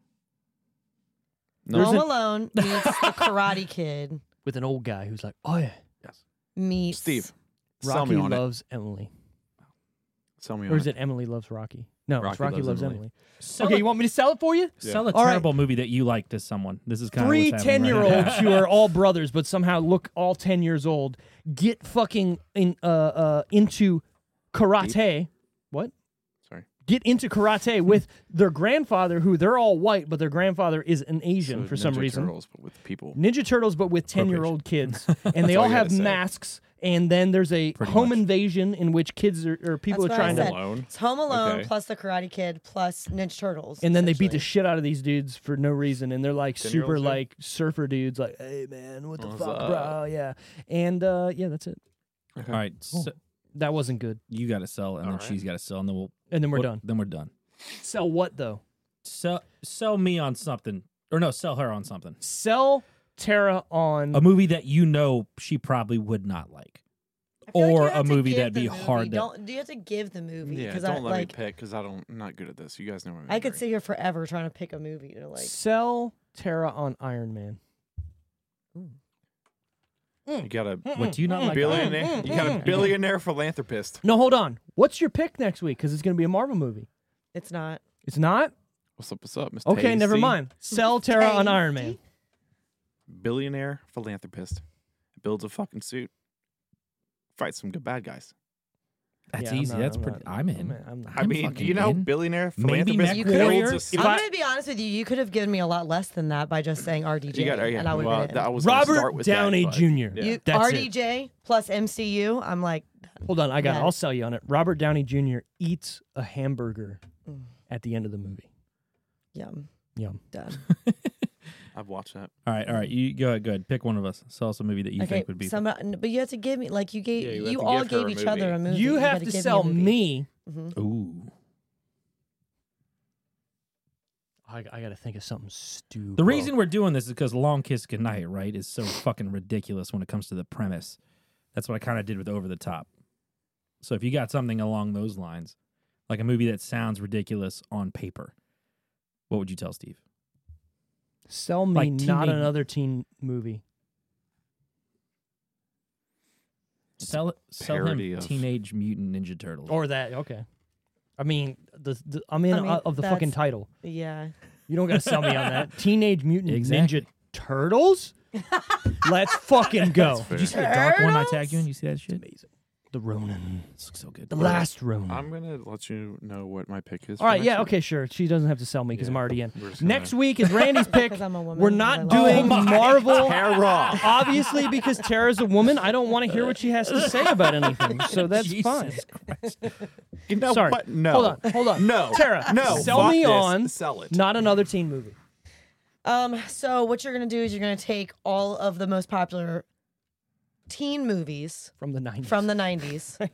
No,
Home Alone meets the Karate Kid
With an old guy who's like, oh yeah,
meets
Steve, sell
Rocky
me on
loves Emily.
it. Sell me
Or
on
is it Emily loves Rocky? No, it's Rocky
Rocky Loves
loves,
Emily.
Emily.
sell
okay,
a,
you want me to sell it for you?
sell a
All right.
terrible movie that you like to someone this is kind
Three
of
10 year olds who are all brothers but somehow look all 10 years old get fucking in, uh, uh, into karate. What?
Sorry.
Get into karate with their grandfather, who they're all white, but their grandfather is an Asian
So
for some
Ninja
reason.
Turtles, but with people.
Ninja Turtles, but with 10 year old kids. And they
all
all
you
have
gotta say.
masks. And then there's a home
much.
invasion in which kids are, or people are
That's what
trying
I
to.
said.
Alone?
It's Home Alone
Okay.
plus the Karate Kid plus Ninja Turtles.
And then they beat the
essentially.
shit out of these dudes for no reason, and they're like super
too?
like surfer dudes, like, "Hey man, what the fuck, bro?" Yeah, and uh, yeah, that's it.
all right so,
That wasn't good.
you got to sell, and then she's got to sell, and then we'll
And then we're
what-
done.
Then we're done.
Sell what though?
Sell sell me on something, or no, sell her on something.
Sell Tara on
A movie that you know she probably would not like.
I feel like you
Or
have
a
to
movie
give
that'd
the
be hard to-
Don't, do you have to give the movie?
Yeah,
'Cause
don't
I,
let
like,
me pick because I don't I'm not good at this. You guys know. What
I could sit here forever trying to pick a movie to like.
Sell Terra on Iron Man.
You got a
Hmm.
What do you not like?
billionaire.
Mm,
mm,
you got a billionaire philanthropist.
No, hold on. What's your pick next week? Because it's going to be a Marvel movie.
It's not.
It's not?
What's up? What's up, Mr.
Okay, never
Hasty?
mind. Sell Terra on Iron Man.
Billionaire philanthropist builds a fucking suit, fights some good bad guys.
That's
Yeah, I'm
easy.
not-
That's
I'm
pretty.
not-
I'm in.
I'm not.
I
I'm
mean,
fucking
you know,
in.
billionaire
Maybe
philanthropist
Mac
builds
Warrior?
a
If
suit.
I'm gonna be honest with you. You could have given me a lot less than that by just saying RDJ,
You got, oh, yeah.
and I would
well,
have been.
that- I was gonna start
Robert
with
Downey
that, but-
Jr.
Yeah.
You-
That's it.
RDJ plus MCU. I'm like,
Hold on, I got. it.
Yeah.
I'll sell you on it. Robert Downey Jr. eats a hamburger at the end of the movie.
yum,
Yum.
done.
I've watched that.
All right, all right. You go ahead. Go ahead. Pick one of us. Sell us a movie that you
okay,
think would be.
some, but you have to give me like you gave.
Yeah, you
you
have to
all
give her
gave
a
each other a movie.
You have
gotta
to
give me a
sell
movie. Mm-hmm.
me.
Ooh,
I, I got to think of something stupid.
the reason we're doing this is because Long Kiss Goodnight, right, is so fucking ridiculous when it comes to the premise. That's what I kind of did with Over the Top. So if you got something along those lines, like a movie that sounds ridiculous on paper, what would you tell Steve?
sell me
like
not
teenage-
another teen movie.
Sell it. Sell
parody
him
of-
Teenage Mutant Ninja Turtles.
Or that. Okay. I mean, the, the I'm in
I mean,
uh, of the fucking
that's-
title.
Yeah,
You don't got to sell me on that. Teenage Mutant Ninja
Exactly.
Turtles. Let's fucking go.
Did you see the dark one I tagged you in? You see that shit?
Amazing. The Ronin.
This looks so good.
The last Ronin.
Hmm.
I'm gonna let you know what my pick is.
All
for
right,
next
yeah,
week.
okay, sure. She doesn't have to sell me because
Yeah.
I'm already in.
We're just gonna-
Next week is Randy's pick.
because I'm a woman. Oh
We're
'cause I
not
love
doing
women.
Marvel,
Tara.
obviously, because Tara's a woman. I don't want to hear what she has to say about anything, so that's fine.
You know
Sorry.
what? No.
Hold on, hold on.
No.
Tara,
No.
sell
Fuck
me
this.
on
Sell it.
not another teen movie.
Um, so what you're gonna do is you're gonna take all of the most popular teen movies
From the 90s.
from the '90s.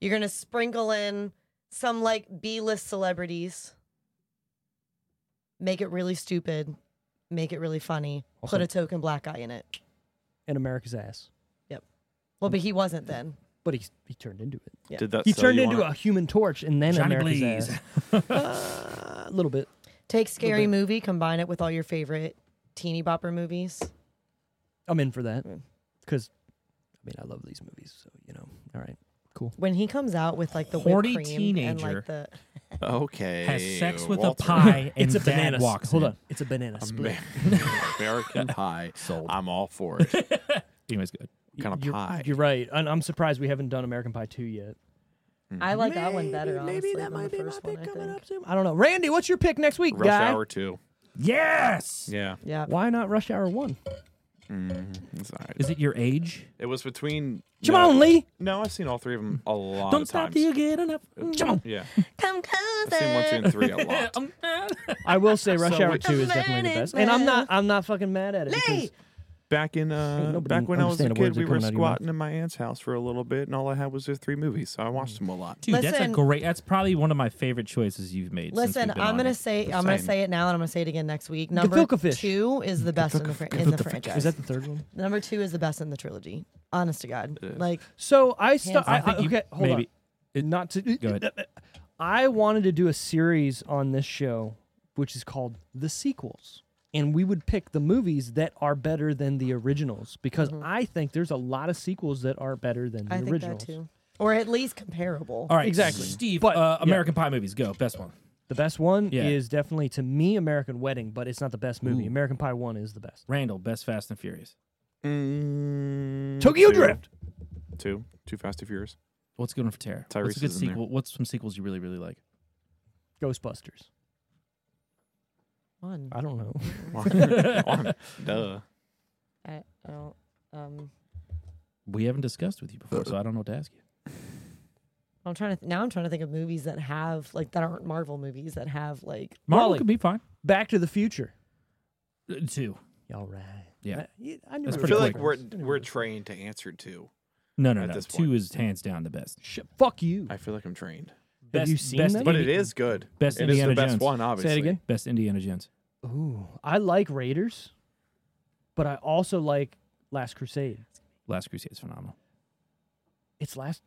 you're gonna sprinkle in some like B-list celebrities. Make it really stupid. Make it really funny. Put a token black guy in it.
In America's Ass.
Well, but he wasn't then.
But he, he turned into it.
Yeah.
Did that
He
sell
turned
you
into
on
a human torch and then
Johnny
America's
Blaze.
Ass. Uh, a little bit.
Take scary movie, combine it with all your favorite teeny bopper movies.
I'm in for that.
Mm.
Because, I mean, I love these movies, so, you know, all right.
When he comes out with like the
Horny
whipped cream and
teenager.
like the
Okay.
Has sex with
Walter.
a pie and
it's a
dad
banana. s-
walks
Hold
in.
on. It's a banana split.
Amer- American pie.
Sold.
I'm all for it. What
Anyways, good.
kind of
you're,
pie?
You're right. And I'm surprised we haven't done American Pie 2 yet.
I like that one better. Honestly,
Maybe that
than
might
the
be my
first
pick
one, I
coming
think.
up soon. I don't know. Randy, what's your pick next week,
Rush
guy?
Hour Two.
Yes.
Yeah.
Yeah.
Why not Rush Hour 1?
It's all right.
Is it your age?
It was between.
Come
no,
on, Lee.
No, I've seen all three of them a lot.
Don't
of
stop
times.
till you get enough. Come on.
Yeah,
Come
I've seen one, two,
closer.
and three a lot.
Um, I will say Rush
So
Hour
which-
2 is definitely the best. And I'm not I'm not fucking mad at it. because
Lee!
Back in uh,
nobody
back when I was a
understand the words
kid,
that
we were
come out of your mouth.
squatting in my aunt's house for a little bit, and all I had was their three movies, so I watched them a lot.
Dude, that's a
Listen.
great. That's probably one of my favorite choices you've made. since
Listen,
we've been
I'm
on
gonna
it.
say I'm gonna
Same.
say it now, and I'm gonna say it again next week. Number
Gefilte-fish.
two is the best in the, fr- in the
Is
franchise.
that the third one?
Number two is the best in the trilogy. Honest to God, like
So I start.
I think you-
okay, hold
maybe-
on. Not to
Go ahead.
I wanted to do a series on this show, which is called The Sequels. And we would pick the movies that are better than the originals because I think there's a lot of sequels that are better than the
Mm-hmm. I think
originals.
that too, or at least comparable.
All right,
Exactly.
Steve.
But-
uh,
yeah.
American Pie movies. Go best one.
The best one
Yeah.
is definitely to me American Wedding, but it's not the best movie. American Pie One is the best.
Randall, best Fast and Furious.
Mm,
Tokyo
two.
Drift.
two, Too Fast, Too Furious.
What's good one for Tara? What's
Tyrese
a good
is in there.
sequel? What's some sequels you really really like?
Ghostbusters.
One.
I don't know.
One. Duh.
I, I don't. Um,
We haven't discussed with you
Uh,
before, so I don't know what to ask you.
I'm trying to th- now. I'm trying to think of movies that have like that aren't Marvel movies that have like
Marvel
Wally.
could be fine.
Back to the Future.
Uh, Two.
All right.
Yeah.
I, I knew
That's
it
I
was
pretty
feel
quick.
like
close.
we're
I knew it
we're
was-
trained to answer two.
No, no,
At
no.
this
Two
point.
is hands down the best.
Sh- fuck you.
I feel like I'm trained,
Best-
you seen
best
that?
but
Indi-
it is good.
Best
It is
Indiana
the best
Jones.
one, obviously.
Say it again.
Best Indiana Jones.
Ooh, I like Raiders, but I also like Last Crusade.
Last Crusade is phenomenal.
It's last.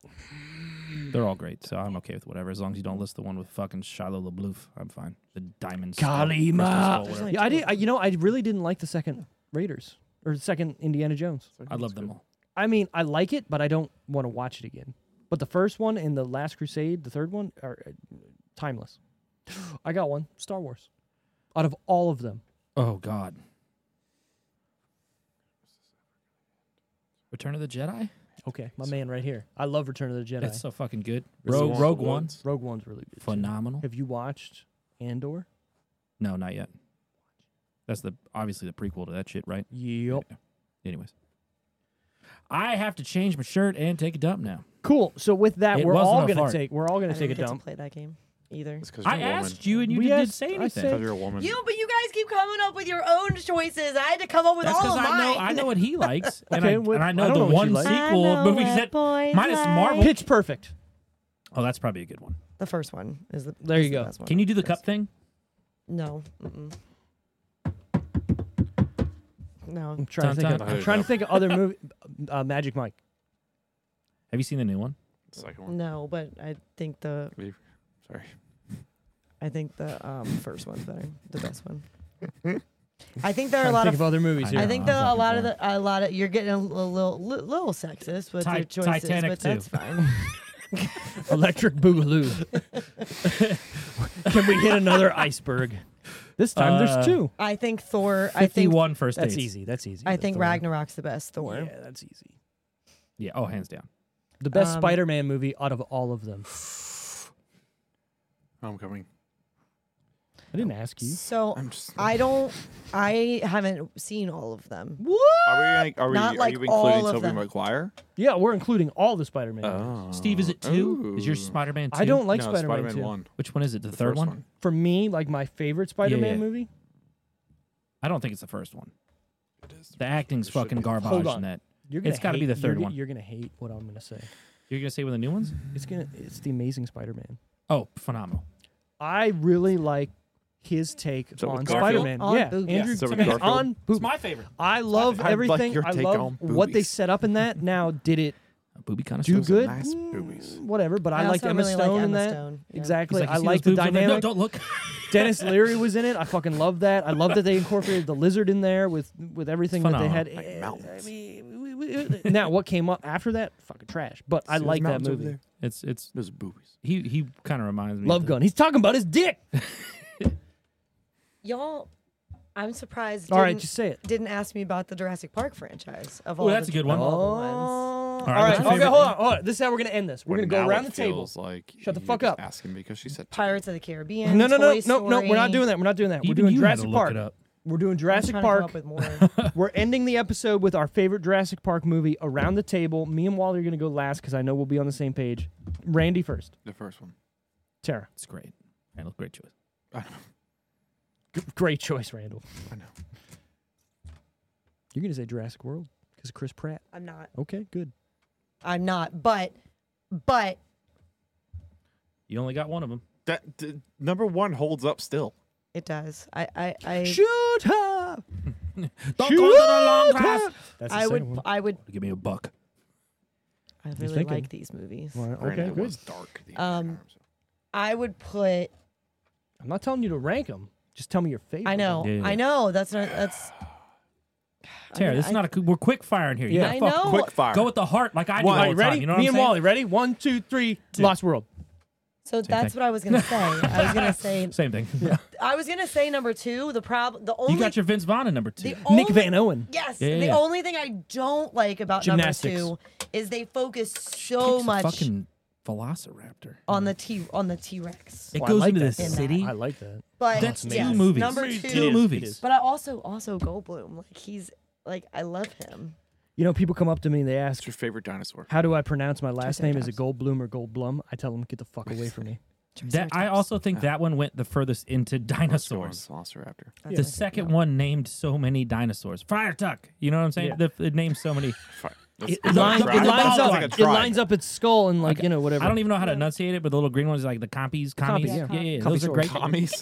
They're all great, so I'm okay with whatever. As long as you don't list the one with fucking Shiloh LaBeouf, I'm fine. The Diamond Skull,
Golly,
Crystal
ma.
Skull, whatever.
Yeah, I did. I, you know, I really didn't like the second Raiders or the second Indiana Jones.
I love them all.
I mean, I like it, but I don't want to watch it again. But the first one and the Last Crusade, the third one, are uh, timeless. I got one Star Wars. Out of all of them,
Oh God. Return of the Jedi?
okay, my man right here. I love Return of the Jedi.
That's so fucking good.
Is it
Rogue
one of
Rogue
the
One.
ones?
Rogue One's really good. too.
Phenomenal.
Have you watched Andor?
No, not yet. That's the obviously the prequel to that shit, right?
Yep.
Anyways. I have to change my shirt and take a dump now.
Cool. So with that,
It
we're
wasn't
all
a
gonna
fart.
take we're all
I
gonna
didn't
take a
get to
dump.
play that game either.
It's because you're
I
a woman.
asked you and you
We
didn't
asked-
say
I
anything.
said-
Because you're a woman.
You, but you guys keep coming up with your own choices. I had to come up with
That's
all
because
of
I know
mine.
I know what he likes, and,
Okay,
I,
what-
and I
I
know
don't
the
know what
one
you like.
I
sequel
know
movie
what
that.
boys
minus Marvel.
like.
Pitch Perfect.
Oh, that's probably a good one.
The first one is the.
There
is
you
the
go.
best one.
Can you do the cup thing?
No. Mm-mm. No.
I'm trying to think. Of,
Dun,
dun.
I'm trying to think of other movie. Uh, Magic Mike.
Have you seen the new one?
Second one.
No, but I think the
Sorry.
I think the um, first one's better, the best one. I think there are
Trying
a
to
lot
think
of.
other movies.
I
Here.
I
Yeah,
think
I'm
that a
fucking
lot of the a lot of you're getting a little little, little sexist with
Ti-
your choices,
Titanic
but
too.
that's fine.
Electric Boogaloo. Can we hit another iceberg? This time
Uh,
there's two.
I think Thor. I think
Fifty-one first
That's
dates.
easy. That's easy.
I
That's
think
the one.
Ragnarok's the best Thor.
Yeah, that's easy.
Yeah. Oh, hands down.
The best
Um,
Spider-Man movie out of all of them.
Homecoming.
I didn't ask you.
So
I'm just.
Uh,
I don't. I haven't seen all of them.
Are we? Like, are we?
Not
are
like
you
all
including
of
Tobey
them.
Maguire?
Yeah, we're including all the Spider-Man. movies.
Oh.
Steve, is it two? Is your Spider-Man? Two?
I don't like
no,
Spider-Man, 2.
one.
Which one is it? The,
The
third
first
one?
For me, like my favorite Spider-Man
yeah.
movie.
I don't think it's the first one.
It is.
The acting's
It should
fucking
be.
garbage
Hold on.
in that.
You're gonna
It's gotta be
hate-
the
you're
third
gonna-
one.
You're gonna hate what I'm gonna say.
You're gonna say with the new ones?
It's gonna. It's the Amazing Spider-Man.
Oh, phenomenal.
I really like his take
So with
on
Garfield?
Spider-Man.
On
yeah,
boobies.
Andrew
Yeah, so with
Garfield.
Garfield.
on boobies.
favorite.
I love
I like
everything.
your
I
take
love
on
what they
boobies.
set up in that. Now, did it
A booby kind of
do good?
nice
Mm,
boobies.
Whatever, but I,
also
liked Emma
really
Stone
like
in
Emma
that.
Stone, yeah.
Exactly. I like the
No,
dynamic.
don't look.
Dennis Leary was in it. I fucking love that. I love that they incorporated the lizard in there with with everything that they had.
Like
Eh,
mountains.
I mean, we- we- we- now what came up after that? Fucking trash. But I like that movie.
It's it's
Those boobies.
he he kind of reminds me.
Love
of the-
Gun. He's talking about his dick.
Y'all, I'm surprised.
All right,
didn't-
just say it.
didn't ask me about the Jurassic Park franchise of
Ooh,
all.
that's
the,
a good one.
Of all the ones.
All
All right,
right.
what's your
Okay,
favorite
hold on, hold on. This is how we're gonna end this. We're gonna go around the table.
Like
Shut the
you're
fuck
just
up.
Asking because she said
Pirates of the Caribbean.
No, no, no,
Toy
no, no. We're not
Story.
doing that. We're not doing that. We're
Even
doing
you had to
Jurassic
look
Park.
it up.
We're doing
I'm
Jurassic
trying to come
Park.
up with more.
We're ending the episode with our favorite Jurassic Park movie around the table. Me and Wally are going to go last because I know we'll be on the same page. Randy first.
the first one.
Tara.
It's great. Randall, great choice.
I know.
G- great choice, Randall.
I know.
You're going to say Jurassic World because Chris Pratt.
I'm not.
Okay, good.
I'm not. But, but
You only got one of them.
That d- number one holds up still.
it does. I, I, I,
Shoot her!
Don't
Shoot
go to the long
her!
class.
That's the
I would,
second one.
I would.
Give me a buck.
I really
thinking.
like these movies.
Well,
Granted,
okay,
it
good.
was dark. The
Um,
entire time, so.
I would put.
I'm not telling you to rank them. Just tell me your favorite.
I know.
Yeah.
I know. That's not. That's. I
Tara,
mean,
this is
I-
not a. We're quick firing here. You
Yeah.
gotta
I
fuck-
know.
Quick fire.
Go with the heart, like I do.
One.
all
All
the
right,
time,
ready?
You know what
me
I'm
and
saying?
Wally, ready? One, two, three. Lost World.
So that's what I was gonna say. I was gonna say.
Same thing.
I was gonna say number two. The problem. The only.
You got your Vince Vaughn in number two.
the only,
Nick Van Owen.
Yes.
Yeah, yeah,
the
yeah.
only thing I don't like about
Gymnastics.
number two is they focus
Takes
so
a
much
fucking Velociraptor.
on the T on the T Rex.
It
Oh, I
goes
like
into the
that.
city.
I like that.
But
That's two
yes,
movies.
Number
Two
two.
movies.
It is.
But I also also Goldblum. Like he's like I love him.
You know, people come up to me and they ask,
What's your favorite dinosaur?
How do I pronounce my last name? Is it Goldblum or Goldblum? I tell them, get the fuck away from me.
That I also think that one went the furthest into dinosaurs.
Velociraptor.
The second one named so many dinosaurs. Friar Tuck. You know what I'm saying?
Yeah.
The, it named so many.
Fire. That's-
It,
is that a
lines,
tribe?
it, lines
Sounds
up,
like a
it
tribe.
lines up its skull and like you know whatever.
I don't even know how to enunciate it, but the little green ones like the compies, commies.
yeah.
yeah, yeah,
Compisaurus.
Those are great.
Commies.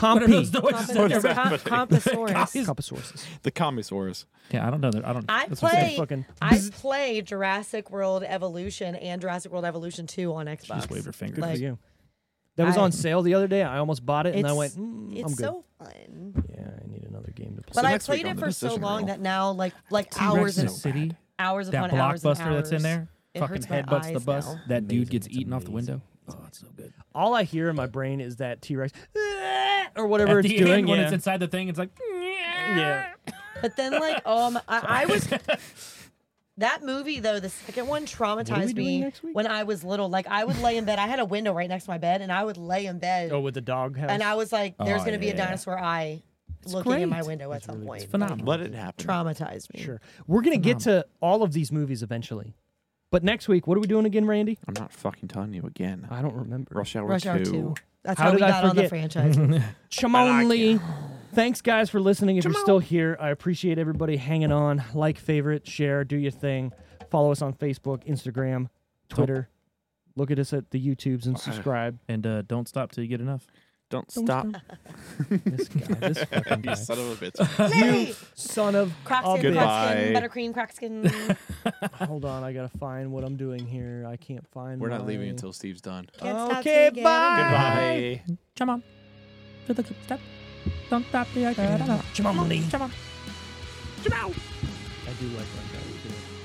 What are those
compy.
noises?
What is
Com-
happening?
Composaurus.
Compasauruses.
The Commisaurus.
Yeah, I don't know. that- I don't.
I
that's what I'm saying.
play.
fucking-
I play Jurassic World Evolution and Jurassic World Evolution Two on Xbox.
She just waved her finger.
Like,
you. That was
I-
on sale the other day. I almost bought it and I
It's-
went. Mm,
it's
I'm good.
so fun.
yeah, I need another game to play.
But I
next week
played
on
it
the
for so
decision
long
reel.
that now, like, like
T-Rex
hours
in
and
the city.
hours
That
upon hours and
blockbuster that's in
hours.
there.
It
fucking
hurts my
headbutts the
eyes
bus.
now.
That dude
Amazing,
gets
it's
eaten off the
amazing.
window. Oh, it's so good.
all I hear in my brain is that T Rex or whatever
At
it's
the
doing.
end, when
yeah.
it's inside the thing, it's like.
yeah.
But then, like, um, I, I was that movie though. The second one
doing
traumatized me
next week?
when I was little. Like, I would lay in bed. I had a window right next to my bed, and I would lay in bed,
Oh, with the dog house.
and I was like, "There's
Oh,
gonna be a
yeah.
dinosaur eye looking in my
great.
window at some point."
phenomenal.
Let it happen.
Traumatized me.
sure. We're gonna get to all of these movies eventually. But next week, what are we doing again, Randy?
I'm not fucking telling you again.
I don't remember.
Rush Hour
Rush
2.
Hour Two. That's
How
how, we
did I
got on the
forget?
franchise.
Chamonley. Thanks, guys, for listening. If you're still here, I appreciate everybody hanging on. Like, favorite, share, do your thing. Follow us on Facebook, Instagram, Twitter. Look at us at the YouTubes and subscribe.
And uh, don't stop till you get enough.
Don't stop.
this guy, this fucking
You
guy.
son of a bitch.
Hey,
Son of a
Crocskin,
bitch.
Crocskin,
Goodbye.
buttercream, Crocskin.
Hold on, I gotta find what I'm doing here. I can't find.
We're not leaving
my-
until Steve's done.
Can't stop
Okay,
singing.
bye.
Goodbye.
Come on. To the good step. Don't stop till you get enough.
Chamonley.
Come on.
I do like my guy.